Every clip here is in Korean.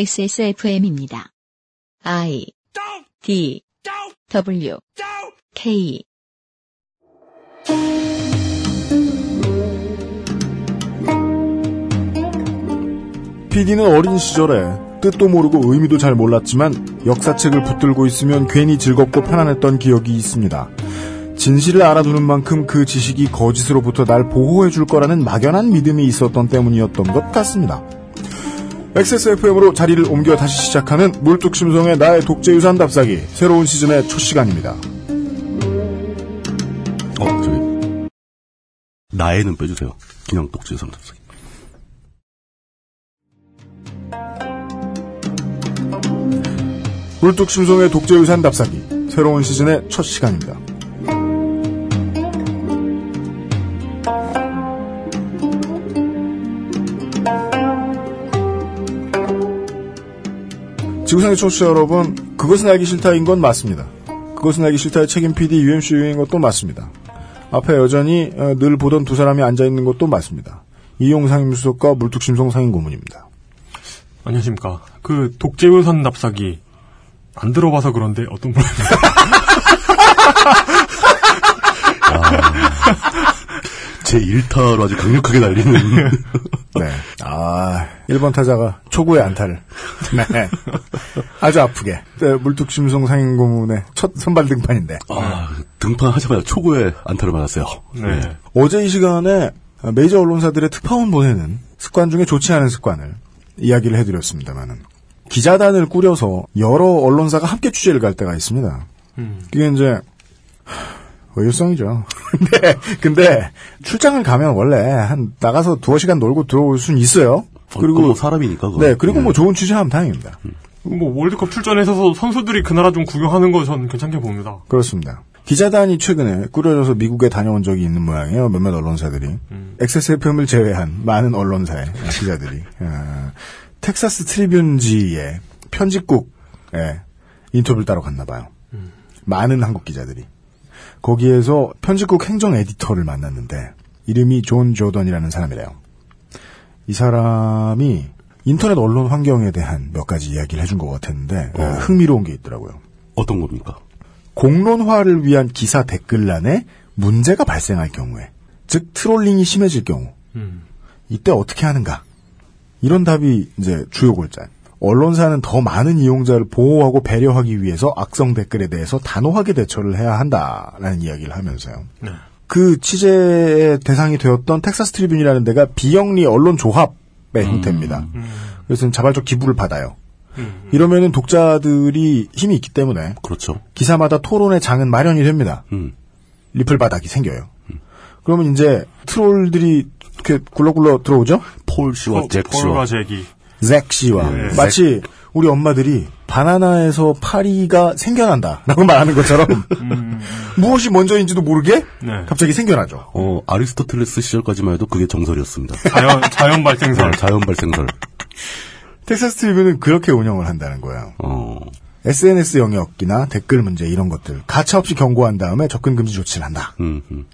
XSFM입니다. I D W K PD는 어린 시절에 뜻도 모르고 의미도 잘 몰랐지만 역사책을 붙들고 있으면 괜히 즐겁고 편안했던 기억이 있습니다. 진실을 알아두는 만큼 그 지식이 거짓으로부터 날 보호해줄 거라는 막연한 믿음이 있었던 때문이었던 것 같습니다. XSFM으로 자리를 옮겨 다시 시작하는 물뚝심송의 나의 독재유산 답사기 새로운 시즌의 첫 시간입니다. 어, 저기. 나에는 빼주세요. 그냥 똑지 삼겹살. 물뚝심송의 독재유산 답사기 새로운 시즌의 첫 시간입니다. 지구상의 청취자 여러분, 그것은 알기 싫다인 건 맞습니다. 그것은 알기 싫다의 책임 PD UMC 유인 것도 맞습니다. 앞에 여전히 어, 늘 보던 두 사람이 앉아있는 것도 맞습니다. 이용상 임수석과 물뚝심송 상임고문입니다. 안녕하십니까. 그 독재유산 납사기 안 들어봐서 그런데 어떤 분이 제 1타로 아주 강력하게 날리는. 네. 아, 1번 타자가 초구의 안타를. 네. 아주 아프게. 네, 물뚝심송 상인고문의 첫 선발 등판인데. 아, 등판하자마자 초고의 안타를 맞았어요. 네. 어제 이 시간에 메이저 언론사들의 특파원 보내는 습관 중에 좋지 않은 습관을 이야기를 해드렸습니다만은. 기자단을 꾸려서 여러 언론사가 함께 취재를 갈 때가 있습니다. 그게 이제 의유성이죠. 근데, 근데 출장을 가면 원래 한 나가서 두어 시간 놀고 들어올 순 있어요. 그리고 그리고 뭐 사람이니까. 그건. 네 그리고 예. 뭐 좋은 취재하면 다행입니다. 뭐 월드컵 출전해서 선수들이 그 나라 좀 구경하는 거 전 괜찮게 봅니다. 그렇습니다. 기자단이 최근에 꾸려져서 미국에 다녀온 적이 있는 모양이에요. 몇몇 언론사들이 XSFM을 제외한 많은 언론사의 기자들이 어, 텍사스 트리뷴지의 편집국에 인터뷰를 따러 갔나 봐요. 많은 한국 기자들이 거기에서 편집국 행정 에디터를 만났는데 이름이 존 조던이라는 사람이래요. 이 사람이 인터넷 언론 환경에 대한 몇 가지 이야기를 해준 것 같았는데 어, 흥미로운 게 있더라고요. 어떤 겁니까? 공론화를 위한 기사 댓글란에 문제가 발생할 경우에, 즉 트롤링이 심해질 경우, 이때 어떻게 하는가? 이런 답이 이제 주요 골자. 언론사는 더 많은 이용자를 보호하고 배려하기 위해서 악성 댓글에 대해서 단호하게 대처를 해야 한다라는 이야기를 하면서요. 그 취재의 대상이 되었던 텍사스 트리뷴이라는 데가 비영리 언론 조합의 형태입니다. 그래서 자발적 기부를 받아요. 이러면은 독자들이 힘이 있기 때문에 그렇죠. 기사마다 토론의 장은 마련이 됩니다. 음. 리플 바닥이 생겨요. 그러면 이제 트롤들이 이렇게 굴러굴러 들어오죠? 폴뭐 씨와 잭 과 씨와. 제기. 잭 씨와 예. 마치 우리 엄마들이 바나나에서 파리가 생겨난다라고 말하는 것처럼 무엇이 먼저인지도 모르게 네. 갑자기 생겨나죠. 어, 아리스토텔레스 시절까지만 해도 그게 정설이었습니다. 자연 자연 발생설. 네, 자연 발생설. 텍사스 트리뷰는 그렇게 운영을 한다는 거예요. 어, SNS 영역이나 댓글 문제 이런 것들 가차없이 경고한 다음에 접근 금지 조치를 한다. 음, 음,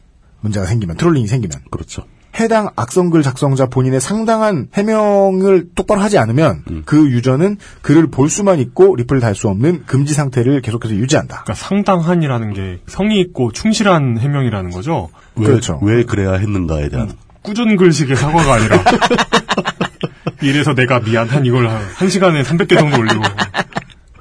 문제가 생기면 트롤링이 생기면 그렇죠. 해당 악성글 작성자 본인의 상당한 해명을 똑바로 하지 않으면 음. 그 유저는 글을 볼 수만 있고 리플을 달 수 없는 금지 상태를 계속해서 유지한다. 그러니까 상당한이라는 게 성의 있고 충실한 해명이라는 거죠. 왜, 그렇죠. 음. 왜 그래야 했는가에 대한. 꾸준 글식의 사과가 아니라. 이래서 내가 미안한 이걸 한, 한 시간에 300개 정도 올리고.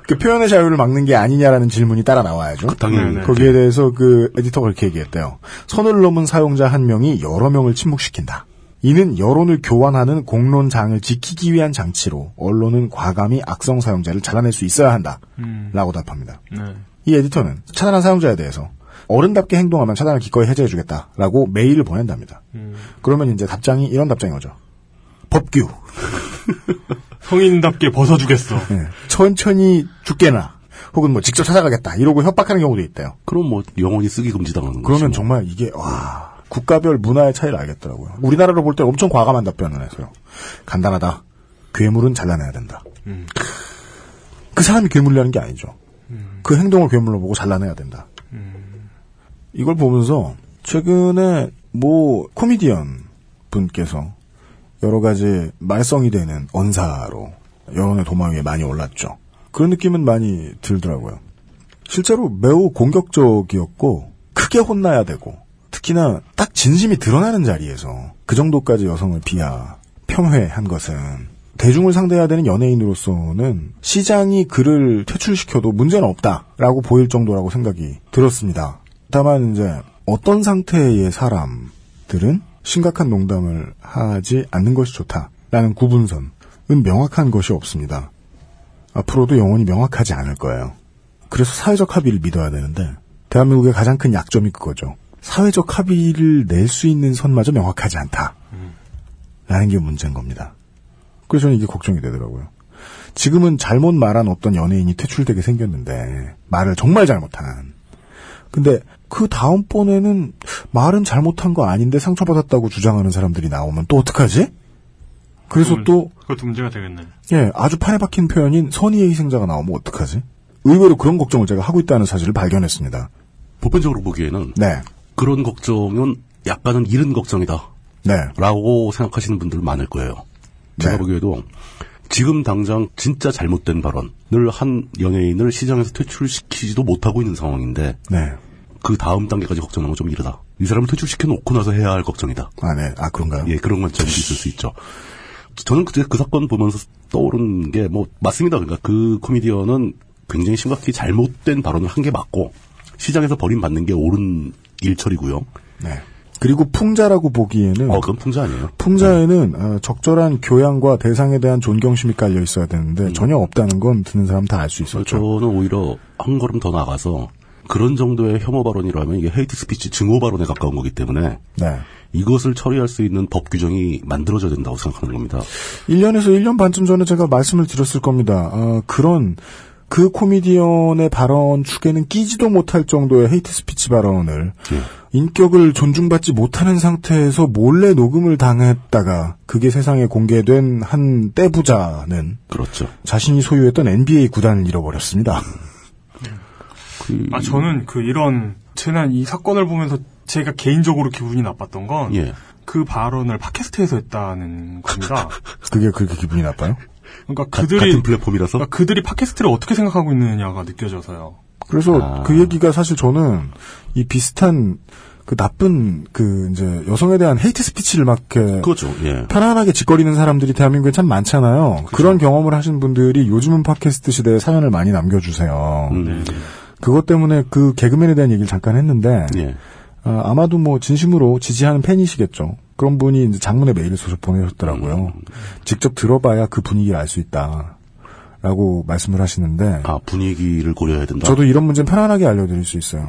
그 표현의 자유를 막는 게 아니냐라는 질문이 따라 나와야죠. 그, 음, 당연히. 네네. 거기에 대해서 그 에디터가 그렇게 얘기했대요. 선을 넘은 사용자 한 명이 여러 명을 침묵시킨다. 이는 여론을 교환하는 공론장을 지키기 위한 장치로 언론은 과감히 악성 사용자를 잘라낼 수 있어야 한다. 음. 라고 답합니다. 네. 이 에디터는 차단한 사용자에 대해서 어른답게 행동하면 차단을 기꺼이 해제해주겠다라고 메일을 보낸답니다. 그러면 이제 답장이 이런 답장이 오죠. 법규. 성인답게 벗어주겠어. 예. 천천히 죽게나. 혹은 뭐 직접 찾아가겠다 이러고 협박하는 경우도 있대요. 그럼 뭐, 영원히 쓰기 금지당하는 거죠. 그러면 정말 이게 와 국가별 문화의 차이를 알겠더라고요. 우리나라로 볼 때 엄청 과감한 답변을 해서요. 간단하다. 괴물은 잘라내야 된다. 음. 그 사람이 괴물이라는 게 아니죠. 음. 그 행동을 괴물로 보고 잘라내야 된다. 이걸 보면서 최근에 뭐 코미디언 분께서 여러 가지 말썽이 되는 언사로 여론의 도마 위에 많이 올랐죠. 그런 느낌은 많이 들더라고요. 실제로 매우 공격적이었고 크게 혼나야 되고 특히나 딱 진심이 드러나는 자리에서 그 정도까지 여성을 비하 편회한 것은 대중을 상대해야 되는 연예인으로서는 시장이 그를 퇴출시켜도 문제는 없다라고 보일 정도라고 생각이 들었습니다. 다만 이제 어떤 상태의 사람들은 심각한 농담을 하지 않는 것이 좋다라는 구분선은 명확한 것이 없습니다. 앞으로도 영원히 명확하지 않을 거예요. 그래서 사회적 합의를 믿어야 되는데 대한민국의 가장 큰 약점이 그거죠. 사회적 합의를 낼 수 있는 선마저 명확하지 않다. 라는 게 문제인 겁니다. 그래서 저는 이게 걱정이 되더라고요. 지금은 잘못 말한 어떤 연예인이 퇴출되게 생겼는데 말을 정말 잘못한. 근데 그 다음번에는 말은 잘못한 거 아닌데 상처받았다고 주장하는 사람들이 나오면 또 어떡하지? 음. 그래서 또 그것도 문제가 되겠네. 예, 아주 판에 박힌 표현인 선의의 희생자가 나오면 어떡하지? 의외로 그런 걱정을 제가 하고 있다는 사실을 발견했습니다. 보편적으로 보기에는 네, 그런 걱정은 약간은 이른 걱정이다. 네, 라고 생각하시는 분들 많을 거예요. 제가 네. 보기에도 지금 당장 진짜 잘못된 발언을 한 연예인을 시장에서 퇴출시키지도 못하고 있는 상황인데 네. 그 다음 단계까지 걱정하는 건 좀 이르다. 이 사람을 퇴출시켜 놓고 나서 해야 할 걱정이다. 아, 네, 아 그런가요? 예, 그런 관점이 있을 수 있죠. 저는 그때 그 사건 보면서 떠오른 게, 뭐, 맞습니다. 그러니까 그 코미디언은 굉장히 심각히 잘못된 발언을 한 게 맞고, 시장에서 버림받는 게 옳은 일처리고요. 네. 그리고 풍자라고 보기에는 어, 네. 그건 풍자 아니에요. 풍자에는 아, 적절한 교양과 대상에 대한 존경심이 깔려 있어야 되는데 음. 전혀 없다는 건 듣는 사람 다 알 수 있었죠. 저는 오히려 한 걸음 더 나가서, 그런 정도의 혐오 발언이라면 이게 헤이트 스피치 증오 발언에 가까운 거기 때문에, 네. 이것을 처리할 수 있는 법 규정이 만들어져야 된다고 생각하는 겁니다. 1년에서 1년 반쯤 전에 제가 말씀을 드렸을 겁니다. 아, 그런 그 코미디언의 발언 축에는 끼지도 못할 정도의 헤이트 스피치 발언을 예, 인격을 존중받지 못하는 상태에서 몰래 녹음을 당했다가 그게 세상에 공개된 한 떼부자는 그렇죠. 자신이 소유했던 NBA 구단을 잃어버렸습니다. 그- 아, 저는 그 이런, 재난 이 사건을 보면서 제가 개인적으로 기분이 나빴던 건, 예. 그 발언을 팟캐스트에서 했다는 겁니다. 그게 그렇게 기분이 나빠요? 그러니까 가- 그들이, 같은 플랫폼이라서? 아, 그러니까 그들이 팟캐스트를 어떻게 생각하고 있느냐가 느껴져서요. 그래서 아. 그 얘기가 사실 저는 이 비슷한 그 나쁜 그 이제 여성에 대한 헤이트 스피치를 막 이렇게 그렇죠. 예. 편안하게 짓거리는 사람들이 대한민국에 참 많잖아요. 그렇죠. 그런 경험을 하신 분들이 요즘은 팟캐스트 시대에 사연을 많이 남겨주세요. 음, 그것 때문에 그 개그맨에 대한 얘기를 잠깐 했는데 예. 아, 아마도 뭐 진심으로 지지하는 팬이시겠죠. 그런 분이 이제 장문의 메일을 써서 음, 보내셨더라고요. 직접 들어봐야 그 분위기를 알 수 있다. 라고 말씀을 하시는데 아, 분위기를 고려해야 된다. 저도 이런 문제는 편안하게 알려드릴 수 있어요.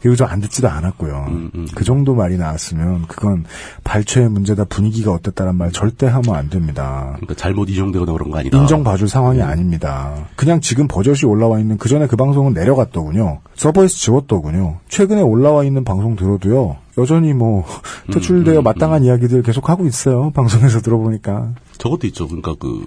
그리고 저 안 듣지도 않았고요. 음, 음. 그 정도 말이 나왔으면 그건 발췌의 문제다 분위기가 어땠다란 말 절대 하면 안 됩니다. 그러니까 잘못 인정되거나 그런 거 아니다. 인정봐줄 상황이 아닙니다. 그냥 지금 버젓이 올라와 있는 그 전에 그 방송은 내려갔더군요. 서버에서 지웠더군요. 최근에 올라와 있는 방송 들어도요. 여전히 뭐 음, 퇴출되어 마땅한 이야기들 계속 하고 있어요. 방송에서 들어보니까. 저것도 있죠. 그러니까 그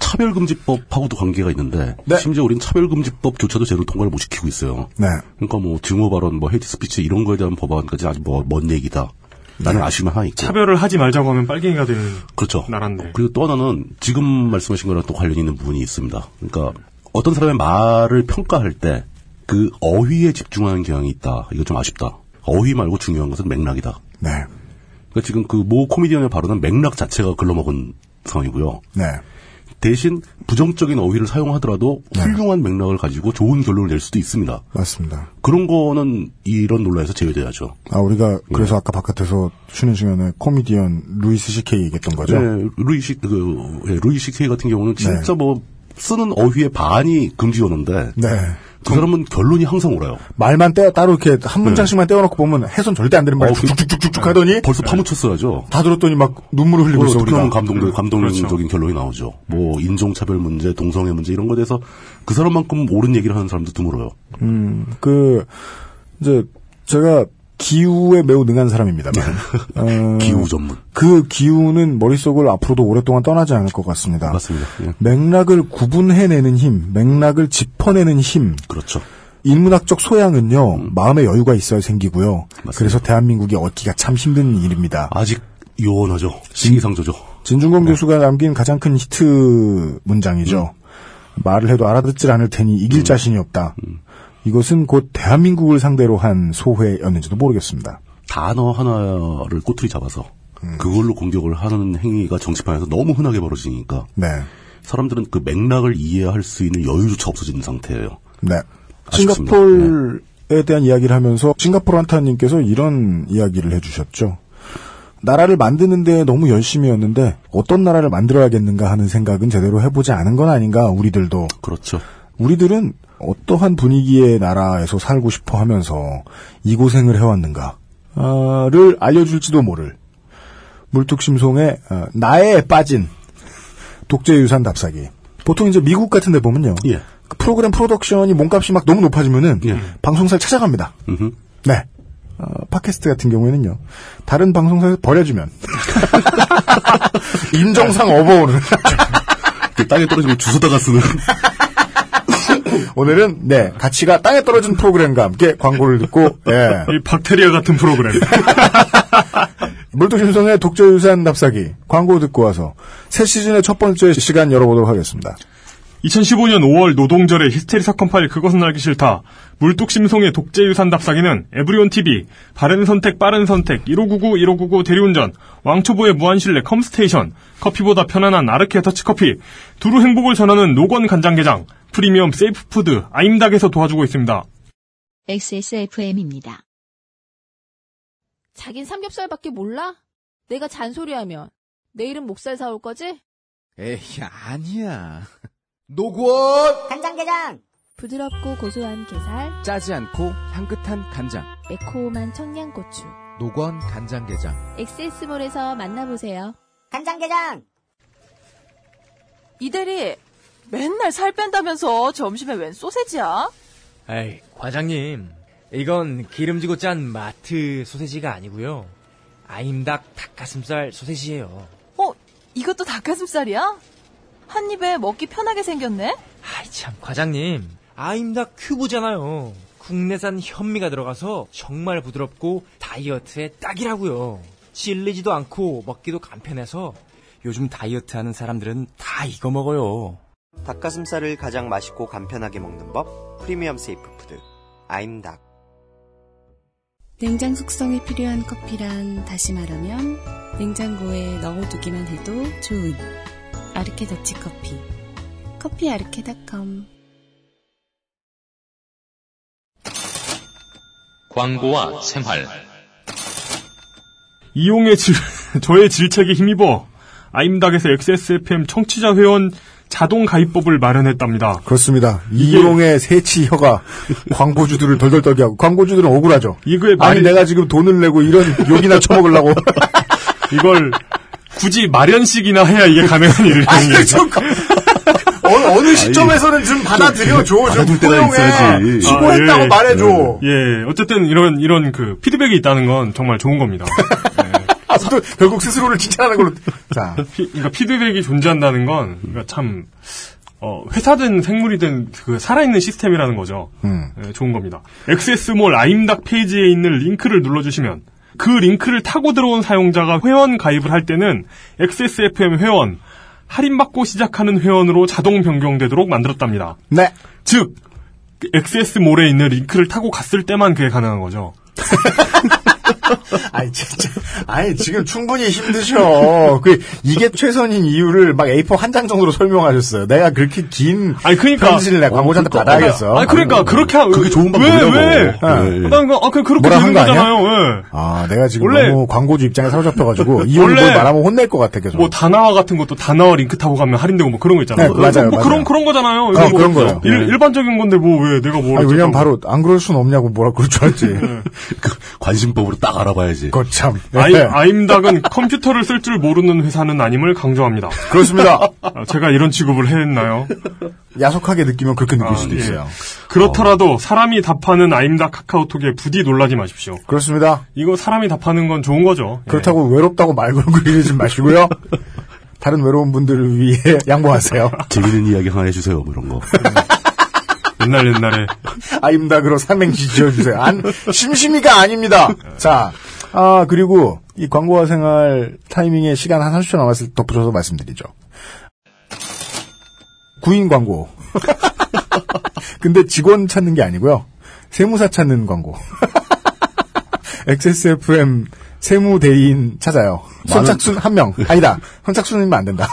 차별금지법하고도 관계가 있는데 네. 심지어 우린 차별금지법조차도 제대로 통과를 못 시키고 있어요. 네. 그러니까 뭐 증오 발언, 뭐 헤이트 스피치 이런 거에 대한 법안까지 아직 뭐, 먼 얘기다. 나는 아쉬움이 하나 있고. 네. 차별을 하지 말자고 하면 빨갱이가 되는. 그렇죠. 나란데. 그리고 또 하나는 지금 말씀하신 거랑 또 관련이 있는 부분이 있습니다. 그러니까 어떤 사람의 말을 평가할 때 그 어휘에 집중하는 경향이 있다. 이거 좀 아쉽다. 어휘 말고 중요한 것은 맥락이다. 네. 그러니까 지금 그 모 코미디언의 발언은 맥락 자체가 글러먹은 상황이고요. 네. 대신 부정적인 어휘를 사용하더라도 네. 훌륭한 맥락을 가지고 좋은 결론을 낼 수도 있습니다. 맞습니다. 그런 거는 이런 논란에서 제외돼야죠. 아, 예. 우리가 그래서 아까 바깥에서 쉬는 시간에 코미디언 루이스 CK 얘기했던 거죠? 네, 루이시 그 예, 루이시 케이 같은 경우는 진짜 뭐 쓰는 어휘의 반이 금지어는데 네. 그 사람은 결론이 항상 옳아요. 말만 떼어 따로 이렇게 한 문장씩만 떼어놓고 보면 해선 절대 안 되는 말이 네. 어, 그- 쭉쭉쭉쭉쭉 하더니 벌써 파묻혔어야죠. 다 들었더니 막 눈물을 흘리고 있어 어떻게 우리가. 하면 감동, 감동적인 결론이 나오죠. 뭐 인종차별 문제, 동성애 문제 이런 거에 대해서 그 사람만큼 옳은 얘기를 하는 사람도 드물어요. 그 이제 제가 기후에 매우 능한 사람입니다만 네. 어, 기후 전문. 그 기후는 머릿속을 앞으로도 오랫동안 떠나지 않을 것 같습니다. 맞습니다. 예. 맥락을 구분해내는 힘, 맥락을 짚어내는 힘, 그렇죠. 인문학적 소양은요 마음의 여유가 있어야 생기고요. 맞습니다. 아. 그래서 대한민국이 얻기가 참 힘든 일입니다. 아직 요원하죠. 시기상조죠. 진중권 교수가 남긴 가장 큰 히트 문장이죠. 음. 말을 해도 알아듣질 않을 테니 이길 자신이 없다. 이것은 곧 대한민국을 상대로 한 소회였는지도 모르겠습니다. 단어 하나를 꼬투리 잡아서 그걸로 공격을 하는 행위가 정치판에서 너무 흔하게 벌어지니까 네. 사람들은 그 맥락을 이해할 수 있는 여유조차 없어지는 상태예요. 네. 아쉽습니다. 싱가폴에 대한 이야기를 하면서 싱가포르 한타님께서 이런 이야기를 해주셨죠. 나라를 만드는데 너무 열심이었는데 어떤 나라를 만들어야겠는가 하는 생각은 제대로 해보지 않은 건 아닌가 우리들도 그렇죠. 우리들은 어떠한 분위기의 나라에서 살고 싶어 하면서 이 고생을 해왔는가, 아, 를 알려줄지도 모를 물뚝심송의 어, 나에 빠진 독재유산 답사기. 보통 이제 미국 같은 데 보면요. 예. 그 프로그램 프로덕션이 몸값이 막 너무 높아지면은 예. 방송사를 찾아갑니다. 음흠. 네. 어, 팟캐스트 같은 경우에는요. 다른 방송사에서 버려주면 인정상 업어오는 그 땅에 떨어지면 주워다가 쓰는 오늘은 네 가치가 땅에 떨어진 프로그램과 함께 광고를 듣고 예 이 박테리아 같은 프로그램. 물뚝심성의 독재유산 납사기 광고 듣고 와서 새 시즌의 첫 번째 시간 열어보도록 하겠습니다. 2015년 5월 노동절의 히스테리 사건 파일 그것은 알기 싫다. 물뚝심송의 독재유산 답사기는 에브리온 TV, 바른 선택 빠른 선택 1599 1599 대리운전, 왕초보의 무한실내 컴스테이션, 커피보다 편안한 아르케 더치커피, 두루 행복을 전하는 노건 간장게장, 프리미엄 세이프푸드 아임닭에서 도와주고 있습니다. XSFM입니다. 자긴 삼겹살밖에 몰라? 내가 잔소리하면 내일은 목살 사올 거지? 에이, 아니야. 노건! 간장게장 부드럽고 고소한 게살, 짜지 않고 향긋한 간장. 매콤한 청양고추. 노건 간장게장. 엑세스몰에서 만나보세요. 간장게장 이 대리, 맨날 살 뺀다면서 점심에 웬 소세지야? 에이, 과장님. 이건 기름지고 짠 마트 소세지가 아니고요. 아임닭 닭가슴살 소세지예요. 어, 이것도 닭가슴살이야? 한 입에 먹기 편하게 생겼네? 아이 참, 과장님. 아임닭 큐브잖아요. 국내산 현미가 들어가서 정말 부드럽고 다이어트에 딱이라고요. 질리지도 않고 먹기도 간편해서 요즘 다이어트 하는 사람들은 다 이거 먹어요. 닭가슴살을 가장 맛있고 간편하게 먹는 법 프리미엄 세이프 푸드 아임닭 냉장 숙성이 필요한 커피란 다시 말하면 냉장고에 넣어두기만 해도 좋은 아르케 더치 커피 커피 아르케닷컴 광고와 생활. 이용의 질, 저의 질책에 힘입어 아임닭에서 XSFM 청취자 회원 자동 가입법을 마련했답니다. 그렇습니다. 이용의 세치 혀가 광고주들을 덜덜 떨게 하고 광고주들은 억울하죠. 이거에 아니 말이- 내가 지금 돈을 내고 이런 욕이나 처먹으려고 이걸 굳이 마련식이나 해야 이게 가능한 아, 일이라는 그렇죠. 얘기죠. 그, 어, 느 시점에서는 좀 받아들여 줘. 좀 받아줄 때가 포용해. 있어야지. 수고했다고 아, 예. 말해줘. 예, 어쨌든 이런 이런 그 피드백이 있다는 건 정말 좋은 겁니다. 아, 또 결국 스스로를 칭찬하는 걸로. 자, 피, 그러니까 피드백이 존재한다는 건 그러니까 참 어, 회사된 생물이 된 그 살아있는 시스템이라는 거죠. 음. 예, 좋은 겁니다. 엑세스몰 아임닭 페이지에 있는 링크를 눌러주시면 그 링크를 타고 들어온 사용자가 회원 가입을 할 때는 XSFM 회원 할인받고 시작하는 회원으로 자동 변경되도록 만들었답니다. 네. 즉 XS몰에 있는 링크를 타고 갔을 때만 그게 가능한 거죠. 아니 진짜, 아니 지금 충분히 힘드셔. 그 이게 최선인 이유를 막 A4 한 장 정도로 설명하셨어요. 내가 그렇게 긴 아니, 그러니까. 편지를 내 광고자한테 받아야겠어. 아 그러니까 그렇게 하 그게 좋은 방법이라고. 왜 왜? 예, 예. 난 그거 아, 그 그렇게 뭐. 뭐라 되는 한거 아니야? 거잖아요. 예. 아, 내가 지금 원래- 너무 광고주 입장에 사로잡혀가지고 이 오늘 원래- 뭘 말하면 혼낼 것 같아 계속. 뭐 단아와 같은 것도 단아와 링크 타고 가면 할인되고 뭐 그런 거 있잖아요. 네, 맞아요, 뭐 맞아요. 그런 그런 거잖아요. 뭐 어, 그런 거예요. 일, 일반적인 건데 뭐 왜 내가 뭐 아니, 왜냐면 바로 안 그럴 순 없냐고 뭐라 그럴 줄 알지. 그 관심법으로 딱 알아봐야지. 그거 참. 네. 아이, 네. 아임닭은 컴퓨터를 쓸 줄 모르는 회사는 아님을 강조합니다. 그렇습니다. 아, 제가 이런 취급을 했나요? 야속하게 느끼면 그렇게 느낄 수도 예. 있어요. 그렇더라도 사람이 답하는 아임닭 카카오톡에 부디 놀라지 마십시오. 그렇습니다. 이거 사람이 답하는 건 좋은 거죠. 예. 그렇다고 외롭다고 말 걸고 이러지 마시고요. 다른 외로운 분들을 위해 양보하세요. 재밌는 이야기 하나 해주세요. 뭐 이런 거. 옛날 옛날에 아임닭으로 삼행시 지어주세요. 안, 심심이가 아닙니다. 자, 아, 그리고 이 광고와 생활 타이밍에 시간 한 30초 남았을 때 덧붙여서 말씀드리죠. 구인 광고. 근데 직원 찾는 게 아니고요. 세무사 찾는 광고. XSFM 세무대인 찾아요. 많은- 손착순 한 명. 아니다. 손착순이면 안 된다.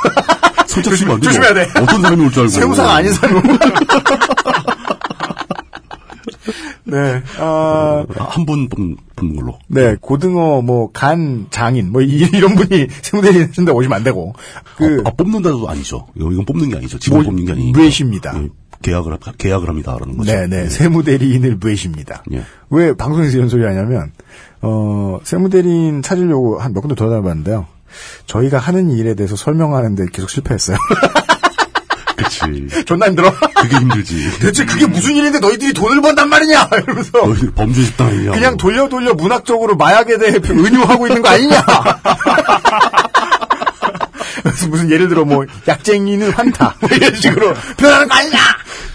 손착순이면 안 되고 조심해야 돼. 어떤 사람이 올 줄 알고. 세무사가 아닌 사람이 올 네. 아, 한분 뽑는 걸로. 네, 고등어, 뭐, 간, 장인, 뭐, 이, 런 분이 세무대리 했는데 오시면 안 되고. 그, 아, 뽑는다도 아니죠. 이거- 이건 뽑는 게 아니죠. 직원 뭐, 뽑는 게 아니니까. 무예십니다. 예, 계약을, 합- 계약을 합니다라는 거죠. 네네, 세무대리인을 무해십니다. 예. 왜 방송에서 이런 소리 하냐면, 어, 세무대리인 찾으려고 한 몇 군데 돌아다녀봤는데요. 저희가 하는 일에 대해서 설명하는데 계속 실패했어요. 그치. 존나 힘들어. 그게 힘들지. 대체 그게 무슨 일인데 너희들이 돈을 번단 말이냐! 이러면서. 너희들 범죄 집단이냐. 뭐. 그냥 돌려 돌려 문학적으로 마약에 대해 은유하고 있는 거 아니냐. 그래서 무슨 예를 들어 뭐 약쟁이는 환타 뭐 이런 식으로 표현하는 거 아니냐.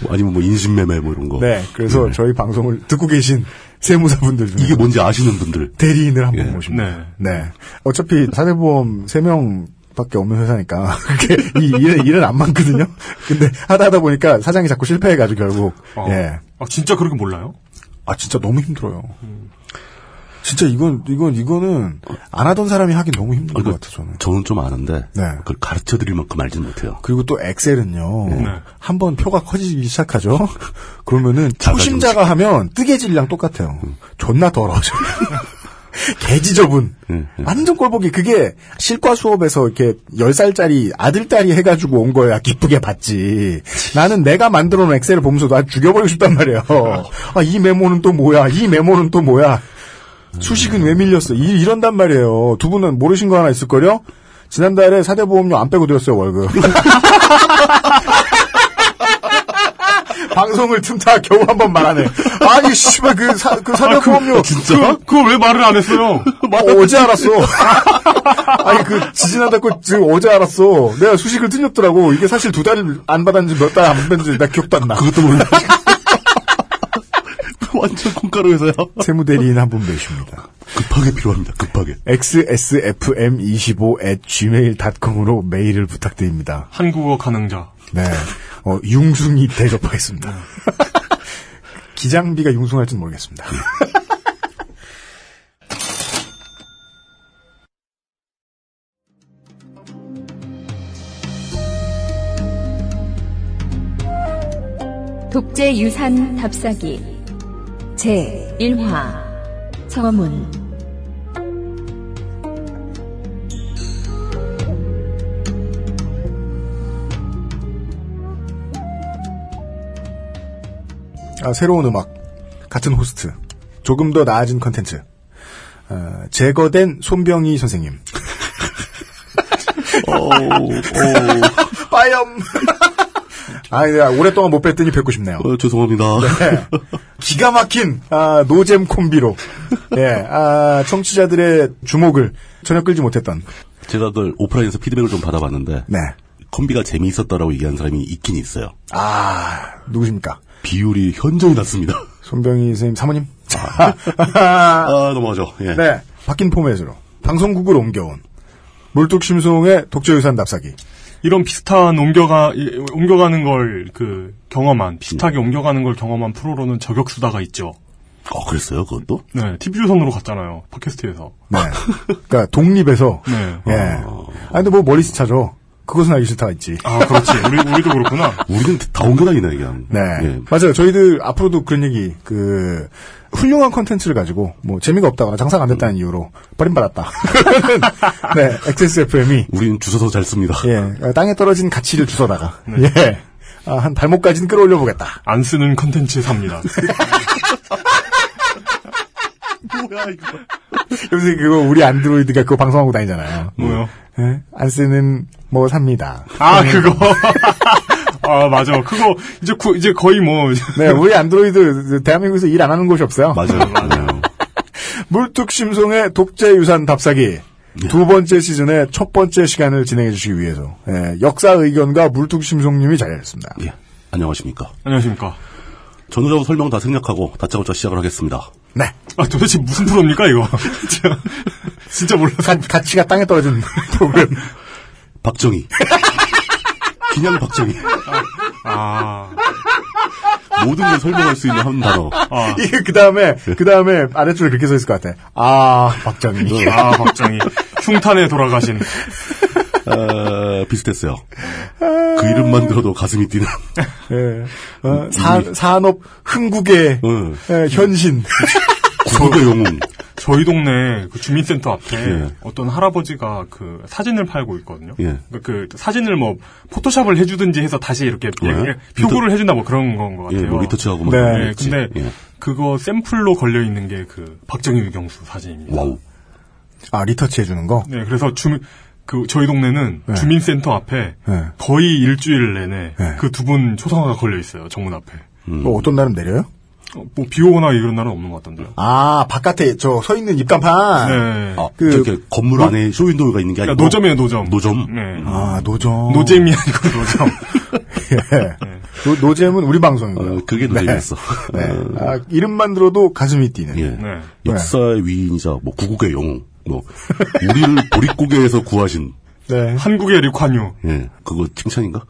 아니면 뭐 인신매매 뭐 이런 거. 네, 그래서 저희 방송을 듣고 계신 세무사분들 중에 이게 뭔지 아시는 분들. 대리인을 한번 예. 모십니다. 네. 어차피 사대보험 3명 밖에 없는 회사니까 그렇게 이 일은, 일은 안 많거든요. 근데 하다 하다 보니까 사장이 자꾸 실패해가지고 결국 어. 예. 아, 진짜 그렇게 몰라요? 아 진짜 너무 힘들어요. 음. 진짜 이건 이건 이거는 안 하던 사람이 하긴 너무 힘든 그 것 같아 저는. 저는 좀 아는데. 네. 그걸 가르쳐 드릴 만큼 알지는 못해요. 그리고 또 엑셀은요 네. 한 번 표가 커지기 시작하죠. 그러면은 작아지고 음. 초심자가 하면 뜨개질이랑 똑같아요. 존나 더러워져. 개지저분. 음, 완전 꼴보기 그게 실과 수업에서 이렇게 10살짜리 아들딸이 해가지고 온 거야. 기쁘게 봤지. 나는 내가 만들어 놓은 엑셀을 보면서 나 죽여버리고 싶단 말이에요. 아, 이 메모는 또 뭐야. 이 메모는 또 뭐야. 수식은 왜 밀렸어. 이, 이런단 말이에요. 두 분은 모르신 거 하나 있을걸요? 지난달에 사대보험료 안 빼고 드렸어요, 월급. 방송을 틈타 겨우 한 번 말하네. 아니, 씨발, 그, 사, 그 사대보험료. 그, 그걸 왜 말을 안 했어요? 어, 어제 알았어. 아니 그 지진하다고 지금 어제 알았어. 내가 수식을 틀렸더라고. 이게 사실 두 달 안 받았는지 몇 달 안 받았는지 나 기억도 안 나. 그것도 몰라. 완전 콩가루 회사야. 세무 대리인 한 분 계십니다. 급하게 필요합니다. 급하게. xsfm25@gmail.com으로 메일을 부탁드립니다. 한국어 가능자. 네, 어, 융숭이 대접하겠습니다. 기장비가 융숭할지는 모르겠습니다. 독재 유산 답사기 제 1화 서문 아, 새로운 음악, 같은 호스트, 조금 더 나아진 컨텐츠. 아, 제거된 손병희 선생님. 빠염. 아, 네, 오랫동안 못 뵀더니 뵙고 싶네요. 어, 네. 죄송합니다. 기가 막힌 아, 노잼 콤비로 예, 아, 청취자들의 주목을 전혀 끌지 못했던 제가 그걸 오프라인에서 피드백을 좀 받아봤는데. 네. 콤비가 재미있었다라고 얘기한 사람이 있긴 있어요. 아, 누구십니까? 비율이 현저히 낮습니다. 손병희 선생님 사모님. 아, 넘어가죠. 예. 네, 바뀐 포맷으로 방송국을 옮겨온 물뚝심송의 독재유산 답사기. 이런 비슷한 옮겨가 이- 옮겨가는 걸 그 경험한 비슷하게 옮겨가는 걸 경험한 프로로는 저격수다가 있죠. 아 그랬어요 그것도? 네 TV 조선으로 갔잖아요 팟캐스트에서. 네. 그러니까 독립에서 네. 예. 아 근데 뭐 멀리서 찾아. 그것은 알기 싫다 있지. 아 그렇지 우리 우리도 그렇구나. 우리는 다 옮겨다니네 그냥. 네. 예. 맞아요. 저희들 앞으로도 그런 얘기, 그, 훌륭한 컨텐츠를 가지고, 뭐, 재미가 없다거나 장사가 안 됐다는 이유로 버림받았다. 네, XSFM이. 우리는 주워서 잘 씁니다. 예, 땅에 떨어진 가치를 주워다가, 예, 아, 한 발목까지는 끌어올려 보겠다. 안 쓰는 컨텐츠 삽니다. 뭐야 이거. 요새 그거 우리 안드로이드가 그거 방송하고 다니잖아요. 음. 뭐요? 예, 안 쓰는 뭐 삽니다. 아 그거. 아 맞아 그거 이제 구- 이제 거의 뭐 네, 우리 안드로이드 대한민국에서 일 안 하는 곳이 없어요. 맞아요. 맞아요. 물뚝심송의 독재유산 답사기 예. 두 번째 시즌의 첫 번째 시간을 진행해 주시기 위해서 예, 역사 의견과 물뚝심송님이 자리하셨습니다. 예. 안녕하십니까. 안녕하십니까. 전후자부 설명 다 생략하고 다짜고짜 시작을 하겠습니다. 네. 아 도대체 무슨 프로입니까 이거? 진짜. 진짜 몰라서. 가, 치가 땅에 떨어지는 프로그램. 박정희. 기념 박정희. 아. 모든 걸 설명할 수 있는 한 단어. 아. 이게 그 다음에, 그 다음에 아래줄에 그렇게 써 있을 것 같아. 아, 네. 박정희. 아, 박정희. 흉탄에 돌아가신. 어, 비슷했어요. 그 이름만 들어도 가슴이 뛰는. 예. 어, 음, 사, 산업 흥국의 응. 예, 현신. 구국의 영웅. 저희 동네 그 주민센터 앞에 어떤 할아버지가 그 사진을 팔고 있거든요. 예. 그러니까 그 사진을 뭐 포토샵을 해주든지 해서 다시 이렇게 예. 이렇게 표고를 해준다 뭐 그런 건 것 같아요. 예, 뭐 리터치하고 막 네. 그런 거 네, 있지. 근데 예. 그거 샘플로 걸려 있는 게 그 박정희 유경수 사진입니다. 와우. 아, 리터치 해주는 거? 네, 그래서 주민 그 저희 동네는 네. 주민센터 앞에 네. 예. 거의 일주일 내내 그 두 분 초상화가 걸려 있어요 정문 앞에. 음. 뭐 어떤 날은 내려요? 뭐 비 오거나 이런 날은 없는 것 같던데요. 아, 바깥에 저 서 있는 입간판. 어, 그, 네. 아, 저렇게 건물 노- 안에 쇼윈도우가 있는 게 아니고. 그러니까 뭐? 노점이에요 노점. 노점. 네. 아, 노점. 노잼이 아니고 노점. 예. 노, 노잼은 우리 방송이고요. 어, 그게 노잼이었어. 네. 아, 이름만 들어도 가슴이 뛰는. 예. 네. 역사의 위인이자 뭐 구국의 영웅. 뭐 우리를 보릿고개에서 구하신. 네. 한국의 리관유. 예. 그거 칭찬인가?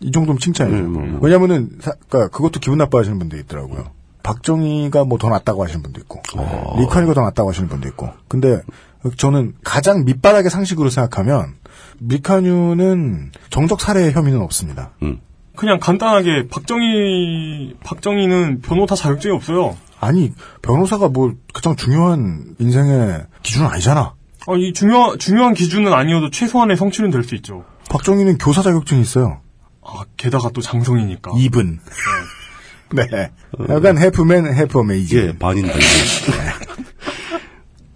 이 정도면 칭찬이에요. 네, 뭐, 뭐. 왜냐면은, 사- 그러니까 그것도 기분 나빠하시는 분도 있더라고요. 박정희가 뭐 더 낫다고 하시는 분도 있고, 어. 리커니가 더 낫다고 하시는 분도 있고. 근데 저는 가장 밑바닥의 상식으로 생각하면, 리카뉴는 정적 살해 혐의는 없습니다. 그냥 간단하게 박정희 박정희는 변호사 자격증이 없어요. 아니, 변호사가 뭐 가장 중요한 인생의 기준은 아니잖아. 아, 이 중요 중요한 기준은 아니어도 최소한의 성취는 될 수 있죠. 박정희는 교사 자격증이 있어요. 아, 게다가 또 장성이니까. 입은. 네. 약간 해프맨, 해프메이지. 어. 예, 반인 반인. 네.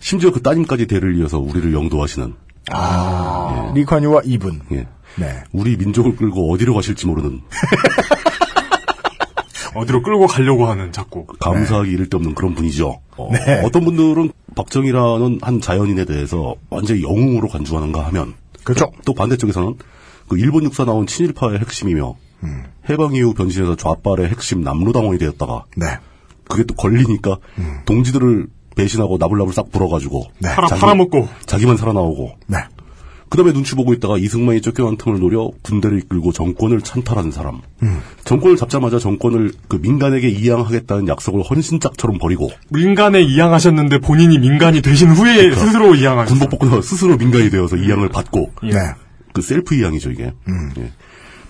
심지어 그 따님까지 대를 이어서 우리를 영도하시는. 아. 리카뉴와 입은. 뭐. 예. 네. 우리 민족을 끌고 어디로 가실지 모르는 어디로 끌고 가려고 하는 자꾸. 네. 감사하기 이를 데 없는 그런 분이죠. 어, 떤 분들은 박정희라는 한 자연인에 대해서 완전히 영웅으로 간주하는가 하면 그렇죠. 또 반대쪽에서는 그 일본 육사 나온 친일파의 핵심이며 음. 해방 이후 변신해서 좌빨의 핵심 남로당원이 되었다가 네. 그게 또 걸리니까 동지들을 배신하고 나불나불 싹 불어가지고 음. 네. 팔아- 팔아먹고. 자기만 살아나오고 네. 그다음에 눈치 보고 있다가 이승만이 쫓겨난 틈을 노려 군대를 이끌고 정권을 찬탈하는 사람 정권을 잡자마자 정권을 그 민간에게 이양하겠다는 약속을 헌신짝처럼 버리고 민간에 이양하셨는데 본인이 민간이 되신 후에 스스로 이양하셨어요. 군복 벗고 나서 스스로 민간이 되어서 이양을 받고 예. 네. 그 셀프 이양이죠 이게. 예.